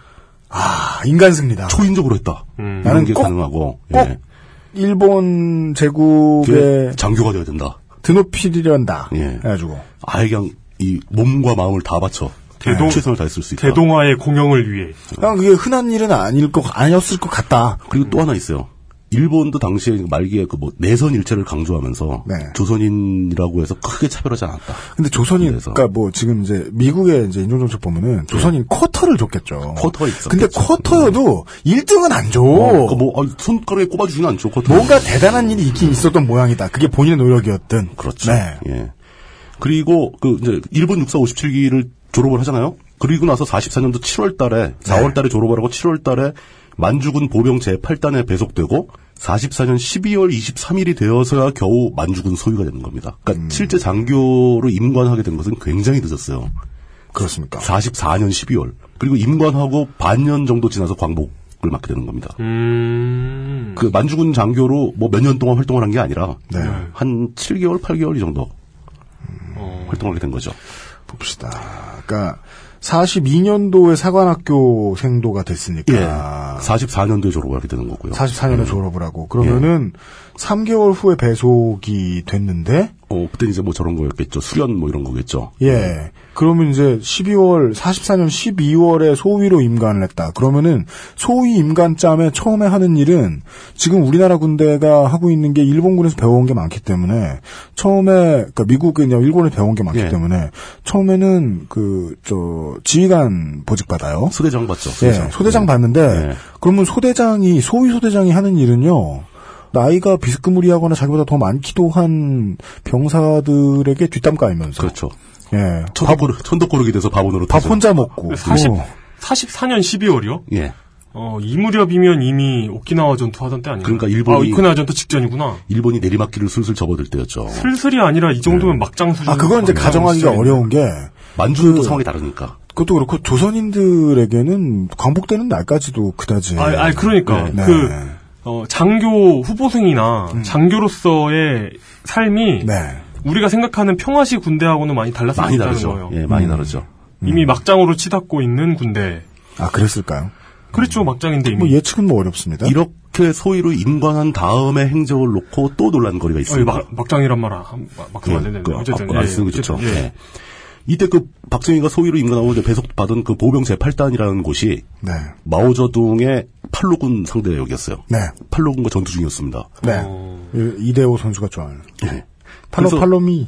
아 인간 승리다. 초인적으로 했다. 음. 나는 나는 게 꼭- 가능하고 꼭 예. 일본 제국의 그게 장교가 되어야 된다. 드노필이란다. 예. 해가지고 아예 그냥 이 몸과 마음을 다 바쳐 대동- 최선을 다했을 수 있다. 대동화의 공영을 위해. 난 그게 흔한 일은 아닐 것 아니었을 것 같다. 그리고 또 하나 있어요. 일본도 당시에 말기에 그 뭐 내선 일체를 강조하면서 네. 조선인이라고 해서 크게 차별하지 않았다. 근데 조선인 그러니까 뭐 지금 이제 미국의 이제 인종정책 보면은 조선인 쿼터를 줬겠죠. 네. 쿼터가 있어. 근데 쿼터여도 1등은 안 줘. 어, 그뭐 어, 손가락에 꼽아주진 않죠. 쿼터. 뭔가 대단한 일이 있긴 있었던 모양이다. 그게 본인의 노력이었든. 그렇죠. 네. 예. 그리고 그 이제 일본 육사 57기를 졸업을 하잖아요. 그리고 나서 44년도 7월 달에 4월 달에 졸업을 하고 7월 달에 만주군 보병 제8단에 배속되고 44년 12월 23일이 되어서야 겨우 만주군 소유가 되는 겁니다. 그러니까 실제 장교로 임관하게 된 것은 굉장히 늦었어요. 그렇습니까? 44년 12월. 그리고 임관하고 반년 정도 지나서 광복을 맞게 되는 겁니다. 음. 그 만주군 장교로 뭐 몇 년 동안 활동을 한 게 아니라 네. 한 7개월, 8개월 이 정도 활동을 하게 된 거죠. 봅시다. 그러니까 42년도에 사관학교 생도가 됐으니까 예. 44년도에 졸업을 하게 되는 거고요. 44년에 졸업을 하고 그러면은 예. 3개월 후에 배속이 됐는데 어, 그때 이제 뭐 저런 거였겠죠. 수련 뭐 이런 거겠죠. 네. 예. 그러면 이제 12월 44년 12월에 소위로 임관을 했다. 그러면은 소위 임관짬에 처음에 하는 일은 지금 우리나라 군대가 하고 있는 게 일본군에서 배워온 게 많기 때문에 처음에 그러니까 미국이냐 일본에 배워온 게 예. 많기 때문에 처음에는 그 저 지휘관 보직 받아요. 소대장 받죠. 예, 소대장 봤는데 그러면 소대장이 소위 소대장이 하는 일은요. 나이가 비스그무리하거나 자기보다 더 많기도 한 병사들에게 뒷담 까이면서 그렇죠. 예. 천덕고르, 천덕고르기 돼서 바보노로 밥 혼자 그 먹고. 40, 어. 44년 12월이요? 예. 어, 이 무렵이면 이미 오키나와 전투 하던 때 아니에요? 그러니까 일본이- 아, 오키나와 전투 직전이구나. 일본이 내리막길을 슬슬 접어들 때였죠. 슬슬이 아니라 이 정도면 막장 수준. 아, 그건 이제 가정하기가 어려운 게. 그 만주도 상황이 다르니까. 그것도 그렇고, 조선인들에게는 광복되는 날까지도 그다지. 아, 아 그러니까 네. 그 어, 장교 후보생이나 장교로서의 삶이 네. 우리가 생각하는 평화시 군대하고는 많이 달랐을 많이 수 있다는 다르죠. 거예요. 음. 예, 많이 다르죠. 이미 막장으로 치닫고 있는 군대. 아, 그랬을까요? 그랬죠, 막장인데 이미. 뭐 예측은 뭐 어렵습니다. 네? 이렇게 소위로 임관한 다음에 행적을 놓고 또 논란거리가 어이, 예, 있습니다. 막, 막장이란 말, 아, 막- 막 그러면 안 되는데. 그 어쨌든. 앞- 예, 안 쓰는 게 좋죠. 어쨌든, 예. 예. 이때 그 박정희가 소위로 임관하고 이제 배속받은 그 보병 제8단이라는 곳이 네. 마오저둥의 팔로군 상대역이었어요. 네. 팔로군과 전투 중이었습니다. 네. 이- 이대호 선수가 좋아하는. 팔로, 어. 네. 그래서- 팔로미.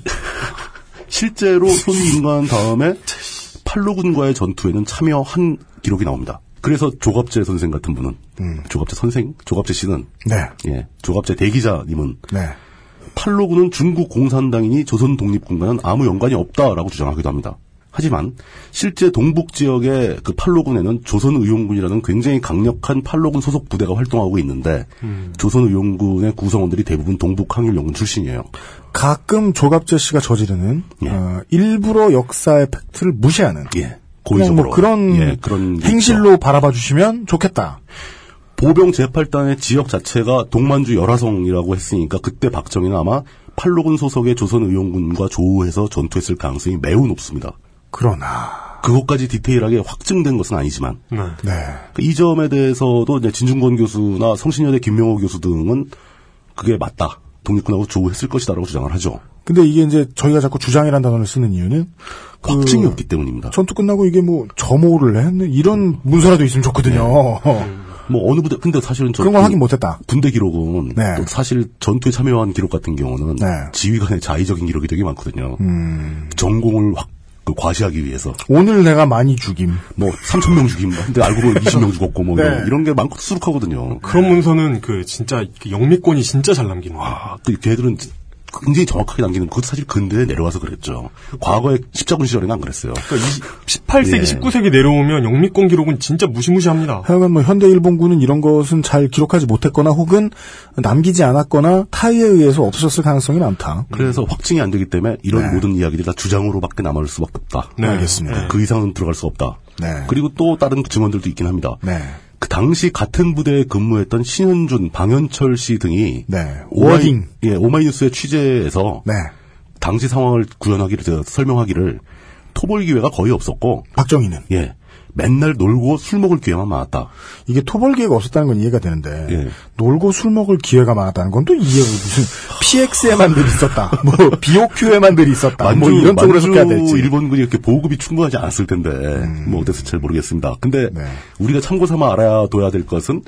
실제로 손이 임관한 다음에 팔로군과의 전투에는 참여한 기록이 나옵니다. 그래서 조갑재 선생 같은 분은 조갑재 선생, 조갑재 씨는 네. 예, 조갑재 대기자님은 네. 팔로군은 중국 공산당이니 조선 독립군과는 아무 연관이 없다라고 주장하기도 합니다. 하지만 실제 동북 지역의 그 팔로군에는 조선 의용군이라는 굉장히 강력한 팔로군 소속 부대가 활동하고 있는데 조선 의용군의 구성원들이 대부분 동북 항일연군 출신이에요. 가끔 조갑재 씨가 저지르는, 예. 어, 일부러 역사의 팩트를 무시하는. 그냥 고의적으로 뭐 그런, 예, 그런 게 행실로 바라봐 주시면 좋겠다. 보병 제8단의 지역 자체가 동만주 열화성이라고 했으니까 그때 박정희는 아마 팔로군 소속의 조선 의용군과 조우해서 전투했을 가능성이 매우 높습니다. 그러나. 그것까지 디테일하게 확증된 것은 아니지만 네. 그이 점에 대해서도 이제 진중권 교수나 성신여대 김명호 교수 등은 그게 맞다. 독립군하고 조우했을 것이다라고 주장을 하죠. 근데 이게 이제 저희가 자꾸 주장이라는 단어를 쓰는 이유는 그 확증이 없기 때문입니다. 전투 끝나고 이게 뭐 점호를 했네 이런 문서라도 있으면 좋거든요. 뭐 어느 부대 근데 사실은 저 그런 걸 그 확인 못했다. 네. 군대 기록은 또 사실 전투에 참여한 기록 같은 경우는 지휘관의 자의적인 기록이 되게 많거든요. 음. 전공을 확 그, 과시하기 위해서 오늘 내가 많이 죽임. 뭐 3천 명 죽임, 근데 알고 보면 20명 죽었고 뭐 네. 이런, 이런 게 많고 수룩하거든요. 그런 문서는 그 진짜 그 영미권이 진짜 잘 남기는 거예요. 아, 그 걔들은 굉장히 정확하게 남기는 그것도 사실 근대에 내려와서 그랬죠. 과거에 십자군 시절에는 안 그랬어요. 그러니까 18세기, 예. 19세기 내려오면 영미권 기록은 진짜 무시무시합니다. 하여간 뭐 현대 일본군은 이런 것은 잘 기록하지 못했거나 혹은 남기지 않았거나 타의에 의해서 없어졌을 가능성이 많다. 그래서 확증이 안 되기 때문에 이런 모든 이야기들이 다 주장으로밖에 남을 수밖에 없다. 네, 알겠습니다. 그 이상은 들어갈 수 없다. 네. 그리고 또 다른 증언들도 있긴 합니다. 네. 그 당시 같은 부대에 근무했던 신현준, 방현철 씨 등이 네. 워딩. 오마이, 예, 오마이뉴스의 취재에서 네. 당시 상황을 구현하기를 저, 설명하기를 토벌 기회가 거의 없었고 박정희는 예 맨날 놀고 술 먹을 기회만 많았다. 이게 토벌 기회가 없었다는 건 이해가 되는데 놀고 술 먹을 기회가 많았다는 건 또 이해 무슨 PX에만 늘 있었다. 뭐 BOQ에만 늘 있었다. 뭐 이런 쪽으로 해석해야 될지. 음. 일본군이 이렇게 보급이 충분하지 않았을 텐데 뭐 어땠을지 잘 모르겠습니다. 근데 네. 우리가 참고삼아 알아둬야 될 것은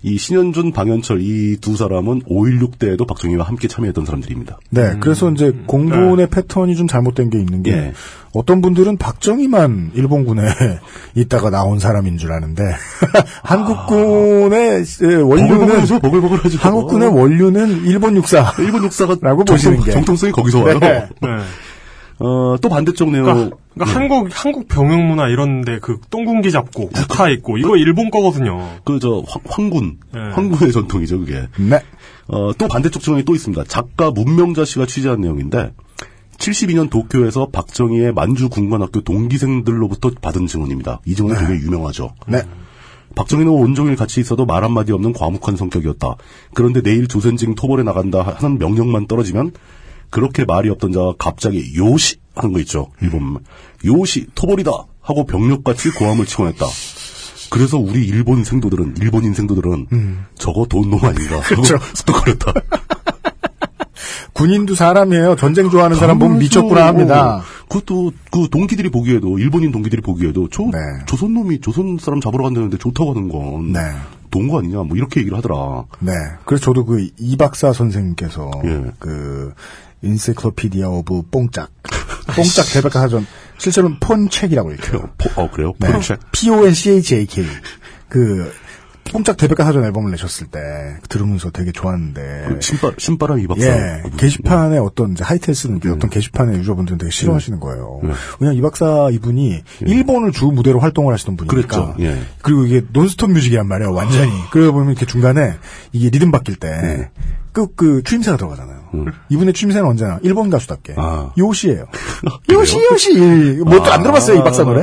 이 신현준, 방현철 이 두 사람은 5.16 때에도 박정희와 함께 참여했던 사람들입니다. 네, 그래서 이제 음. 공군의 네. 패턴이 좀 잘못된 게 있는 게 예. 어떤 분들은 박정희만 일본군에 있다가 나온 사람인 줄 아는데 한국군의 예, 원류는 보글보글하죠, 보글보글하죠. 한국군의 원류는 일본 육사, 그 일본 육사가라고 보시는 게 정통성이 거기서 와요. 네. 어, 네. 또 반대쪽 내용. 예. 그러니까, 그러니까 한국 한국 병영 문화 이런데 그 똥군기 잡고 국화 있고 이거 일본 거거든요. 그 저 황군 네. 황군의 전통이죠 그게. 네. 어, 또 반대쪽 증언이 또 있습니다. 작가 문명자 씨가 취재한 내용인데 72년 도쿄에서 박정희의 만주 군관학교 동기생들로부터 받은 증언입니다. 이 증언이 굉장히 유명하죠. 네. 박정희는 온종일 같이 있어도 말 한마디 없는 과묵한 성격이었다. 그런데 내일 조선징 토벌에 나간다 하는 명령만 떨어지면 그렇게 말이 없던 자가 갑자기 요시 하는 거 있죠. 일본 말. 요시 토벌이다 하고 병력같이 고함을 치곤했다. 그래서 우리 일본 생도들은 일본인 생도들은 저거 돈놈 아닌가 하고 음. 그렇죠. 스토커렸다. 군인도 사람이에요. 전쟁 좋아하는 사람 보면 미쳤구나 합니다. 그것도 그 동기들이 보기에도 일본인 동기들이 보기에도 저 네. 조선 놈이 조선 사람 잡으러 간다는데 좋다고 하는 건 돈거 아니냐 뭐 이렇게 얘기를 하더라. 네. 그래서 저도 그 이박사 선생님께서 예. 그 인세클로피디아 오브 뽕짝 뽕짝 대백과 사전 실제로는 폰책이라고 읽혀요. 어 그래요? 네. 폰책? P O N C H A K 그 뽕짝 대백과 사전 앨범을 내셨을 때 들으면서 되게 좋았는데 그 신바 신바람 이박사. 네. 네. 예, 게시판에 어떤 이제 하이텔 쓰는 게 어떤 게시판에 유저분들은 되게 싫어하시는 거예요. 왜냐 이 박사 이분이 일본을 주 무대로 활동을 하시던 분이니까. 예. 그랬죠. 예. 아. 그리고 이게 논스톱 뮤직이란 말이에요, 완전히. 그러다 보면 이렇게 중간에 이게 리듬 바뀔 네. 때 그, 그, 추임새가 들어가잖아요. 음. 이분의 추임새는 언제나 일본 가수답게. 아. 요시예요. 요시, 요시! 뭐 또 안 들어봤어요, 이 박사 노래?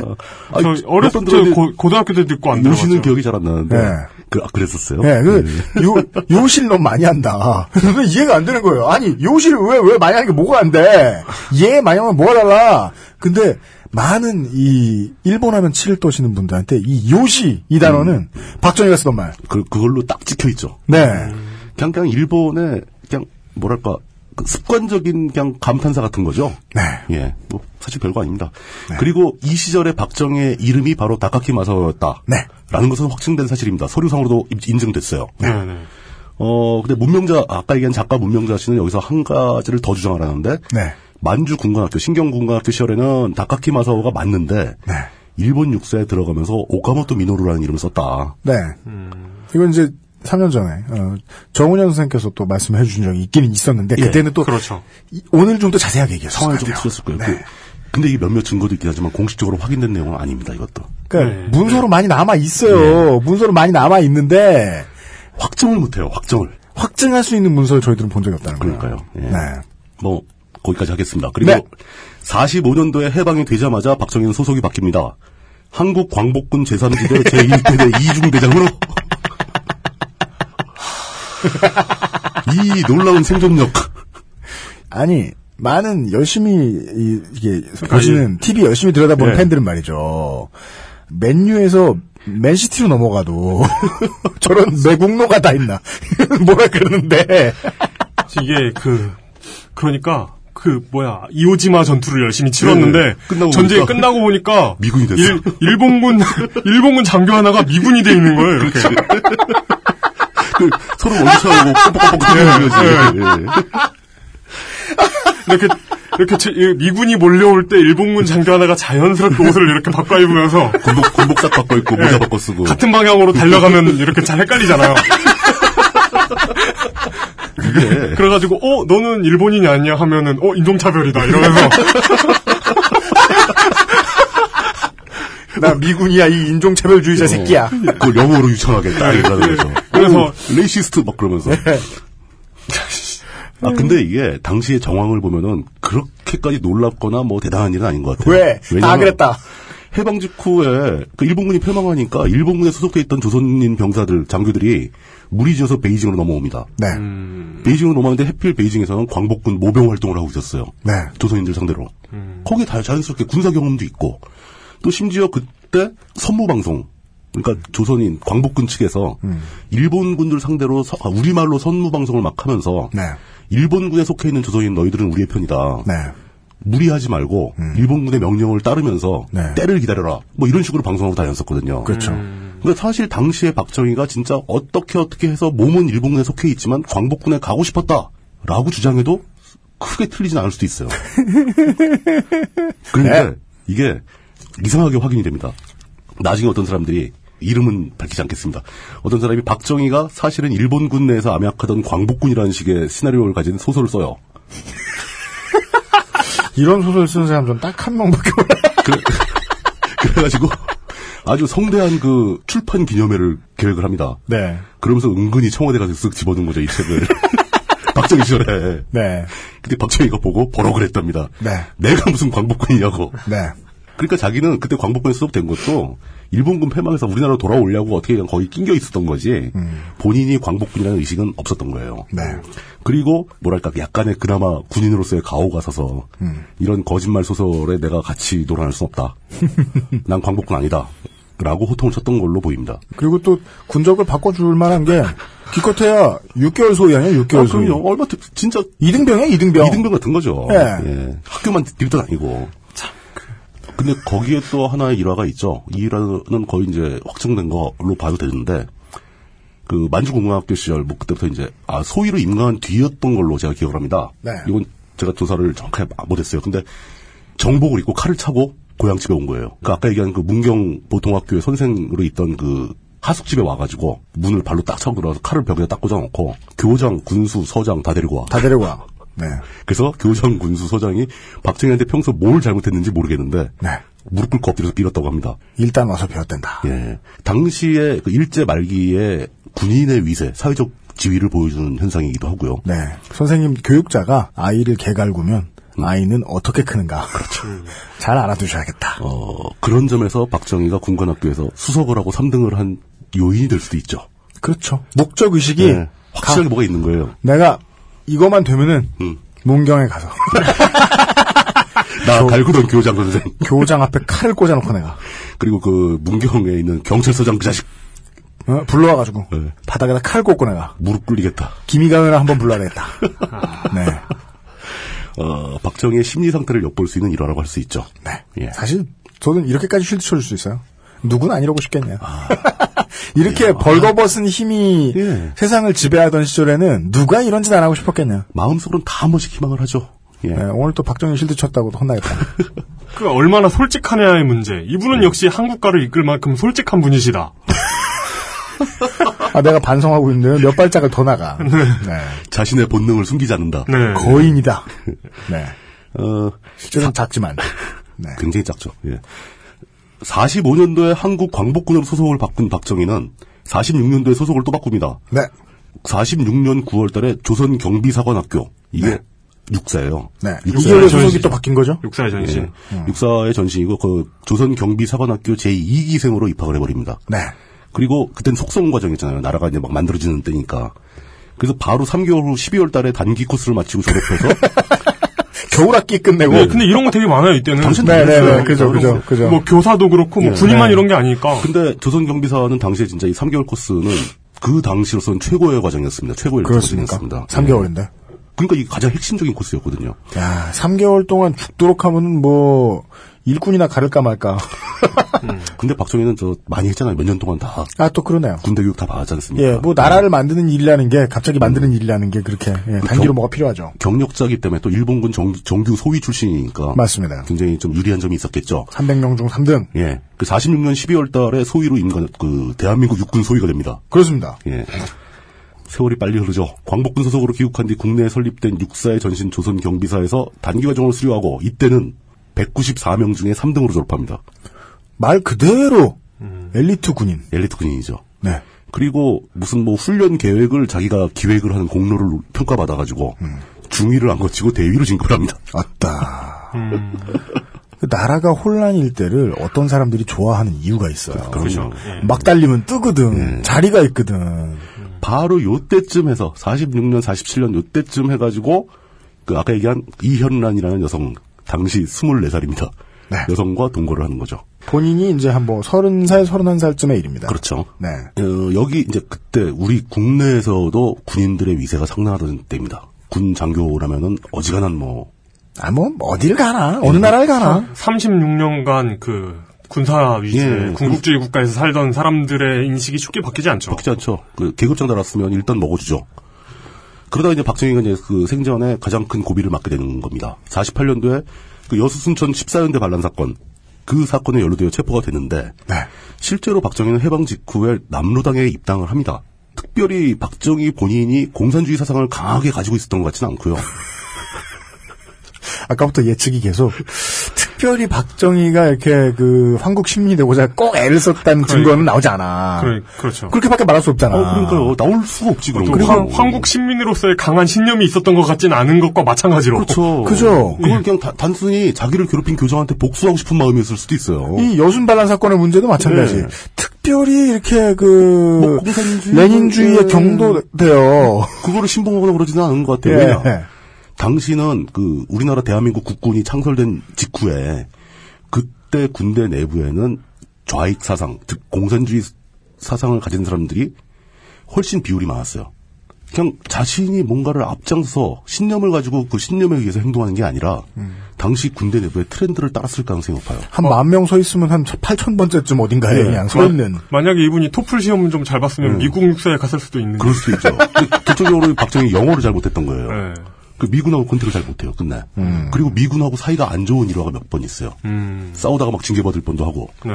아. 저 어렸을 때 고, 고등학교 때 듣고 안 들어봤어요. 요시는 예, 기억이 잘 안 나는데. 네. 그, 아, 그랬었어요? 예, 네. 그, 요, 요실 너무 많이 한다. 저는 이해가 안 되는 거예요. 아니, 요실 왜, 왜 많이 하는 게 뭐가 안 돼? 얘 많이 하면 뭐가 달라? 근데, 많은 이, 일본 하면 치를 떠시는 분들한테 이 요시, 이 단어는 음. 박정희가 쓰던 말. 그, 그걸로 딱 찍혀있죠. 네. 그냥, 그냥 일본의, 그냥, 뭐랄까, 그 습관적인 그냥 감탄사 같은 거죠. 네. 예. 뭐, 사실 별거 아닙니다. 그리고 이 시절에 박정희의 이름이 바로 다카키 마사오였다. 네. 라는 것은 확증된 사실입니다. 서류상으로도 임- 인증됐어요. 네, 예. 어, 근데 문명자, 아까 얘기한 작가 문명자 씨는 여기서 한 가지를 더 주장을 하는데, 네. 만주 군관학교, 신경 군관학교 시절에는 다카키 마사오가 맞는데, 네. 일본 육사에 들어가면서 오카모토 미노루라는 이름을 썼다. 네. 음. 이건 이제, 3년 전에, 어, 정은현 선생님께서 또 말씀해 주신 적이 있기는 있었는데, 그때는 또, 그렇죠. 이- 오늘 좀 더 자세하게 얘기했어요. 상황을 좀 틀렸을 거예요. 네. 그- 근데 이게 몇몇 증거도 있긴 하지만 공식적으로 확인된 내용은 아닙니다. 이것도. 그러니까 네. 문서로 많이 남아 예. 있어요. 문서로 많이 남아 있는데 확정을 못해요. 확정을 확증할 수 있는 문서를 저희들은 본 적이 없다는 거예요. 그러니까요. 예. 네. 뭐 거기까지 하겠습니다. 그리고 네. 45년도에 해방이 되자마자 박정희는 소속이 바뀝니다. 한국 광복군 제3지대 제1대대 이중대장으로 이 놀라운 생존력. 아니 많은 열심히 이- 이게 보시는 네. TV 열심히 들여다보는 예. 팬들은 말이죠. 맨유에서 맨시티로 넘어가도 저런 매국노가 다 있나 뭐라 그러는데 이게 그 그러니까 그 뭐야 이오지마 전투를 열심히 치렀는데 네, 끝나고 전쟁이 보니까 끝나고 보니까 미군이 됐어. 일, 일본군 일본군 장교 하나가 미군이 돼 있는 거예요. 그렇죠. 이렇게 그, 서로 원수하고 네. 뻑뻑뻑뻑 뛰는 거지. 예. 이렇게 이렇게 제- 이 미군이 몰려올 때 일본군 장교 하나가 자연스럽게 옷을 이렇게 바꿔 입으면서 군복 군복사 바꿔 입고 모자 예. 바꿔 쓰고 같은 방향으로 달려가면 이렇게 잘 헷갈리잖아요. 그게 그래가지고 어 너는 일본인이 아니야 하면은 어 인종차별이다 이러면서 나 미군이야 이 인종차별주의자 새끼야. 그걸 영어로 유창하겠다 이러는 거죠. 그래서 레이시스트 막 그러면서. 아 근데 이게 당시의 정황을 보면은 그렇게까지 놀랍거나 뭐 대단한 일은 아닌 것 같아요. 왜? 다 왜냐면 그랬다. 해방 직후에 그 일본군이 패망하니까 일본군에 소속돼 있던 조선인 병사들 장교들이 무리지어서 베이징으로 넘어옵니다. 네. 베이징으로 넘어왔는데 해필 베이징에서는 광복군 모병 활동을 하고 있었어요. 네. 조선인들 상대로. 거기에 다 자연스럽게 군사 경험도 있고 또 심지어 그때 선무 방송 그러니까 조선인 광복군 측에서 일본군들 상대로 서- 아, 우리말로 선무 방송을 막 하면서 일본군에 속해 있는 조선인 너희들은 우리의 편이다. 네. 무리하지 말고 음. 일본군의 명령을 따르면서 때를 기다려라. 뭐 이런 식으로 방송하고 다녔었거든요. 네. 그렇죠. 근데 사실 당시에 박정희가 진짜 어떻게 어떻게 해서 몸은 일본군에 속해 있지만 광복군에 가고 싶었다라고 주장해도 크게 틀리진 않을 수도 있어요. 그런데 네. 이게 이상하게 확인이 됩니다. 나중에 어떤 사람들이 이름은 밝히지 않겠습니다. 어떤 사람이 박정희가 사실은 일본군 내에서 암약하던 광복군이라는 식의 시나리오를 가진 소설을 써요. 이런 소설 쓰는 사람 좀 딱 한 명밖에 없 그래가지고 아주 성대한 그 출판 기념회를 계획을 합니다. 네. 그러면서 은근히 청와대 가서 쓱 집어넣은 거죠, 이 책을. 박정희 시절에. 네. 그때 박정희가 보고 버럭을 했답니다. 네. 내가 무슨 광복군이냐고. 네. 그러니까 자기는 그때 광복군에 소속된 것도 일본군 패망해서 우리나라로 돌아오려고 어떻게 그냥 거의 낑겨 있었던 거지 본인이 광복군이라는 의식은 없었던 거예요. 네. 그리고 뭐랄까 약간의 그나마 군인으로서의 가오가 서서 이런 거짓말 소설에 내가 같이 놀아날 수 없다. 난 광복군 아니다. 라고 호통을 쳤던 걸로 보입니다. 그리고 또 군적을 바꿔줄 만한 게 기껏해야 6개월 소위 아니에요? 6개월 아, 소위. 그럼요. 얼마 진짜 이등병이야 이등병. 이등병 같은 거죠. 예. 예. 학교만 딜도 아니고. 근데 거기에 또 하나의 일화가 있죠. 이 일화는 거의 이제 확정된 걸로 봐도 되는데 그 만주공학교 시절 뭐 그때부터 이제 아 소위로 임관한 뒤였던 걸로 제가 기억을 합니다. 네. 이건 제가 조사를 정확하게 못했어요. 근데 정복을 입고 칼을 차고 고향 집에 온 거예요. 그 아까 얘기한 그 문경 보통학교의 선생으로 있던 그 하숙집에 와가지고 문을 발로 딱 차고 들어와서 칼을 벽에다 딱 꽂아놓고 교장, 군수, 서장 다 데리고 와. 다 데리고 와. 네. 그래서 교장, 군수, 서장이 박정희한테 평소 뭘 잘못했는지 모르겠는데 무릎 꿇고 엎드려서 빌었다고 합니다. 일단 와서 배웠댄다. 예. 당시에 그 일제 말기에 군인의 위세, 사회적 지위를 보여주는 현상이기도 하고요. 네. 선생님 교육자가 아이를 개갈구면 음. 아이는 어떻게 크는가. 그렇죠. 잘 알아두셔야겠다. 어, 그런 점에서 박정희가 군관학교에서 수석을 하고 3등을 한 요인이 될 수도 있죠. 그렇죠. 목적 의식이 예. 확실하게 뭐가 있는 거예요. 내가 이것만 되면은 음. 문경에 가서 나 달구던 교장 선생. 교장 앞에 칼을 꽂아놓고 내가 그리고 그 문경에 있는 경찰서장 그 자식 어? 불러와가지고 네. 바닥에다 칼 꽂고 내가 무릎 꿇리겠다. 김희강을 한번 불러야겠다. 네. 어, 박정희의 심리 상태를 엿볼 수 있는 일화라고 할 수 있죠. 예. 네. 사실 저는 이렇게까지 쉴드 쳐줄 수 있어요. 누군 안 이러고 싶겠냐. 이렇게 벌거벗은 힘이 세상을 지배하던 시절에는 누가 이런 짓 안 하고 싶었겠냐. 마음속으로는 다 한 번씩 희망을 하죠. 예. 네, 오늘 또 박정희 실드 쳤다고 혼나겠다. 그 얼마나 솔직하냐의 문제. 이분은 네. 역시 한국가를 이끌 만큼 솔직한 분이시다. 아, 내가 반성하고 있는데 몇 발짝을 더 나가. 네. 자신의 본능을 숨기지 않는다. 거인이다. 네. 어, 실제로는 작지만. 네. 굉장히 작죠. 예. 45년도에 한국 광복군으로 소속을 바꾼 박정희는 46년도에 소속을 또 바꿉니다. 네. 46년 9월 달에 조선 경비사관학교. 이게 육사예요. 네. 네. 육사의 이결의 소속이 전신. 또 바뀐 거죠? 육사의 전신. 예. 육사의 전신이고 그 조선 경비사관학교 제2기생으로 입학을 해버립니다. 네. 그리고 그땐 속성 과정이잖아요. 나라가 이제 막 만들어지는 때니까. 그래서 바로 3개월 후 12월 달에 단기 코스를 마치고 졸업해서 겨울학기 끝내고. 네, 근데 이런 거 되게 많아요, 이때는. 당신도 네, 그랬어요. 네, 네, 그죠, 그죠, 그죠. 뭐 교사도 그렇고 뭐 예. 군인만 이런 게 아니니까. 근데 조선 경비사는 당시에 진짜 이 3개월 코스는 그 당시로서는 최고의 과정이었습니다. 최고의 그렇습니까? 과정이었습니다. 네. 3개월인데. 그러니까 이게 가장 핵심적인 코스였거든요. 야, 3개월 동안 죽도록 하면 뭐, 일꾼이나 가를까 말까. 근데 박정희는 저 많이 했잖아요. 몇 년 동안 다 아, 또 그러네요. 군대 교육 다 받았지 않습니까? 예, 뭐, 나라를 만드는 일이라는 게, 갑자기 만드는 일이라는 게, 그렇게, 예, 그 단기로 경- 뭐가 필요하죠. 경력자기 때문에 또 일본군 정, 정규 소위 출신이니까 맞습니다. 굉장히 좀 유리한 점이 있었겠죠. 300명 중 3등. 예. 그 46년 12월 달에 소위로 임관, 그, 대한민국 육군 소위가 됩니다. 그렇습니다. 예. 세월이 빨리 흐르죠. 광복군 소속으로 귀국한 뒤 국내에 설립된 육사의 전신 조선 경비사에서 단기 과정을 수료하고 이때는 194명 중에 3등으로 졸업합니다. 말 그대로 음. 엘리트 군인. 엘리트 군인이죠. 네. 그리고 무슨 뭐 훈련 계획을 자기가 기획을 하는 공로를 평가받아가지고 중위를 안 거치고 대위로 진급을 합니다. 아따. 그 나라가 혼란일 때를 어떤 사람들이 좋아하는 이유가 있어요. 그렇죠. 음. 막 달리면 뜨거든. 자리가 있거든. 바로 요때쯤해서 46년, 47년 요때쯤 해가지고 그 아까 얘기한 이현란이라는 여성 당시 24살입니다. 여성과 동거를 하는 거죠. 본인이 이제 한뭐 서른 살, 서른한 살쯤의 일입니다. 그렇죠. 네. 어, 여기 이제 그때 우리 국내에서도 군인들의 위세가 상당하던 때입니다. 군 장교라면은 어지간한 뭐. 아, 뭐, 어딜 가나. 네. 어느 나라에 아. 가나. 36년간 그 군사 위주 예, 군국주의 국가에서 살던 사람들의 인식이 쉽게 바뀌지 않죠. 바뀌지 않죠. 그 계급장 달았으면 일단 먹어주죠. 그러다 이제 박정희가 이제 그 생전에 가장 큰 고비를 맞게 되는 겁니다. 48년도에 그 여수 순천 14연대 반란 사건 그 사건에 연루되어 체포가 됐는데 네. 실제로 박정희는 해방 직후에 남로당에 입당을 합니다. 특별히 박정희 본인이 공산주의 사상을 강하게 가지고 있었던 것 같지는 않고요. 어, 아까부터 예측이 계속 특별히 박정희가 이렇게 그 한국 심리 되고자 꼭 애를 썼다는 그러니까. 증거는 나오지 않아. 그래, 그렇죠. 그렇게밖에 말할 수 없잖아. 그러니까요. 나올 수 없지 그런 또 황- 한국 시민으로서의 강한 신념이 있었던 것 같진 않은 것과 마찬가지로. 그렇죠. 그죠. 그건 그냥 다- 단순히 자기를 괴롭힌 교정한테 복수하고 싶은 마음이었을 수도 있어요. 이 여순 반란 사건의 문제도 마찬가지. 네. 뭐 특별히 이렇게 그 레닌주의의 경도돼요. 그거를 신봉하거나 그러지는 않은 것 같아요. 예. 왜냐? 당시는 그 우리나라 대한민국 국군이 창설된 직후에 그때 군대 내부에는 좌익 사상, 즉 공산주의 사상을 가진 사람들이 훨씬 비율이 많았어요. 그냥 자신이 뭔가를 앞장서 신념을 가지고 그 신념에 의해서 행동하는 게 아니라 음. 당시 군대 내부의 트렌드를 따랐을 가능성이 높아요. 한 만 명 서 있으면 한 8천 번째쯤 어딘가에 어. 네. 그냥 서 있는. 마, 만약에 이분이 토플 시험을 좀 잘 봤으면 음. 미국 육사에 갔을 수도 있는. 그럴 수도 있죠. 근데 결정적으로 박정희 영어를 잘 못했던 거예요. 네. 그 미군하고 컨택을 잘 못해요. 끝날. 그리고 미군하고 사이가 안 좋은 일화가 몇 번 있어요. 음. 싸우다가 막 징계받을 뻔도 하고. 네.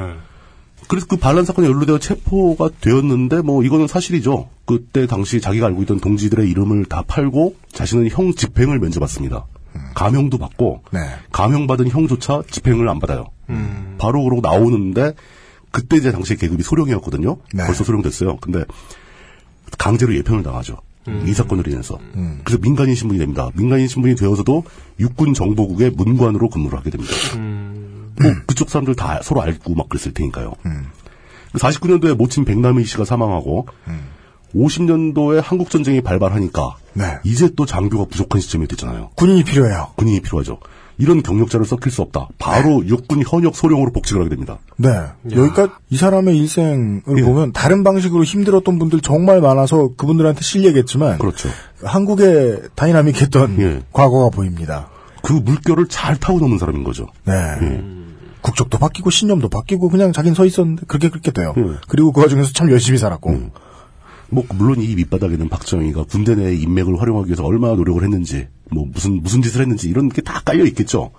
그래서 그 반란 사건에 연루되어 체포가 되었는데 뭐 이거는 사실이죠. 그때 당시 자기가 알고 있던 동지들의 이름을 다 팔고 자신은 형 집행을 면제받습니다. 감형도 받고 네. 감형받은 형조차 집행을 안 받아요. 음. 바로 그러고 나오는데 그때 이제 당시 계급이 소령이었거든요. 벌써 소령됐어요. 근데 강제로 예편을 당하죠. 이 사건으로 인해서. 그래서 민간인 신분이 됩니다. 민간인 신분이 되어서도 육군 정보국의 문관으로 근무를 하게 됩니다. 뭐 그쪽 사람들 다 서로 알고 막 그랬을 테니까요. 음. 49년도에 모친 백남희 씨가 사망하고 음. 50년도에 한국 전쟁이 발발하니까 네. 이제 또 장교가 부족한 시점이 됐잖아요. 군인이 필요해요. 군인이 필요하죠. 이런 경력자를 썩힐 수 없다. 네. 바로 육군 현역 소령으로 복직을 하게 됩니다. 네. 여기까지 이 사람의 일생을 예. 보면 다른 방식으로 힘들었던 분들 정말 많아서 그분들한테 실례겠지만 그렇죠. 예. 한국의 다이나믹했던 과거가 보입니다. 그 물결을 잘 타고 넘은 사람인 거죠. 네. 예. 국적도 바뀌고 신념도 바뀌고 그냥 자긴 서 있었는데 그렇게 그렇게 돼요. 예. 그리고 그 와중에서 참 열심히 살았고. 뭐 물론 이 밑바닥에는 박정희가 군대 내 인맥을 활용하기 위해서 얼마나 노력을 했는지, 뭐 무슨 무슨 짓을 했는지 이런 게 다 깔려 있겠죠.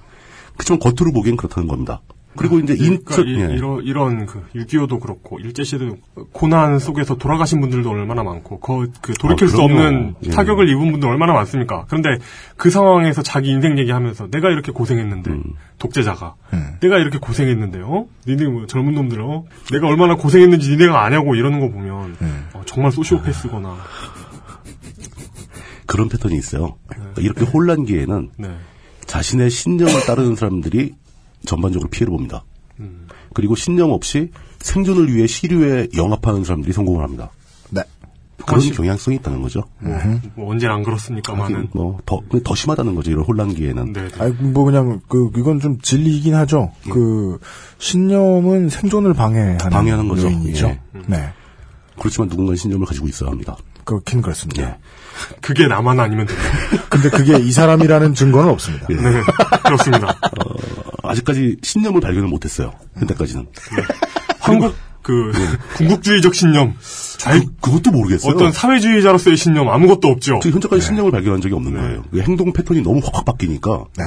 그렇지만 겉으로 보기엔 그렇다는 겁니다. 그리고 이제 그러니까 인적 이, 예. 이런, 이런 그 6.25도 그렇고 일제시대도 고난 속에서 돌아가신 분들도 얼마나 많고 거- 그 돌이킬 아, 수 그럼요. 없는 예. 타격을 입은 분들 얼마나 많습니까? 그런데 그 상황에서 자기 인생 얘기하면서 내가 이렇게 고생했는데 음. 독재자가 예. 내가 이렇게 고생했는데 어? 니네 뭐 젊은 놈들 어? 내가 얼마나 고생했는지 니네가 아냐고 이러는 거 보면 예. 어, 정말 소시오패스거나 아. 그런 패턴이 있어요. 그러니까 이렇게 혼란기에는 네. 자신의 신념을 따르는 사람들이 전반적으로 피해를 봅니다. 그리고 신념 없이 생존을 위해 시류에 영합하는 사람들이 성공을 합니다. 네. 그런 사실- 경향성이 있다는 거죠. 뭐, 뭐 언제나 안 그렇습니까만은 뭐더 더 심하다는 거죠. 이런 혼란기에는. 네. 아니 뭐 그냥 그 이건 좀 진리이긴 하죠. 그 신념은 생존을 방해하는 예. 방해하는 거죠. 요인이죠. 예. 네. 그렇지만 누군가 신념을 가지고 있어야 합니다. 그렇긴 예. 그렇습니다. 그게 나만 아니면 된다. 근데 그게 이 사람이라는 증거는 없습니다. 예. 네, 그렇습니다. 아직까지 신념을 발견을 못했어요. 현재까지는. 음. 한국 그 예. 군국주의적 신념, 그, 것도 모르겠어요. 어떤 사회주의자로서의 네. 신념 아무것도 없죠. 저 현재까지 신념을 발견한 적이 없는 거예요. 그 행동 패턴이 너무 확확 바뀌니까. 네.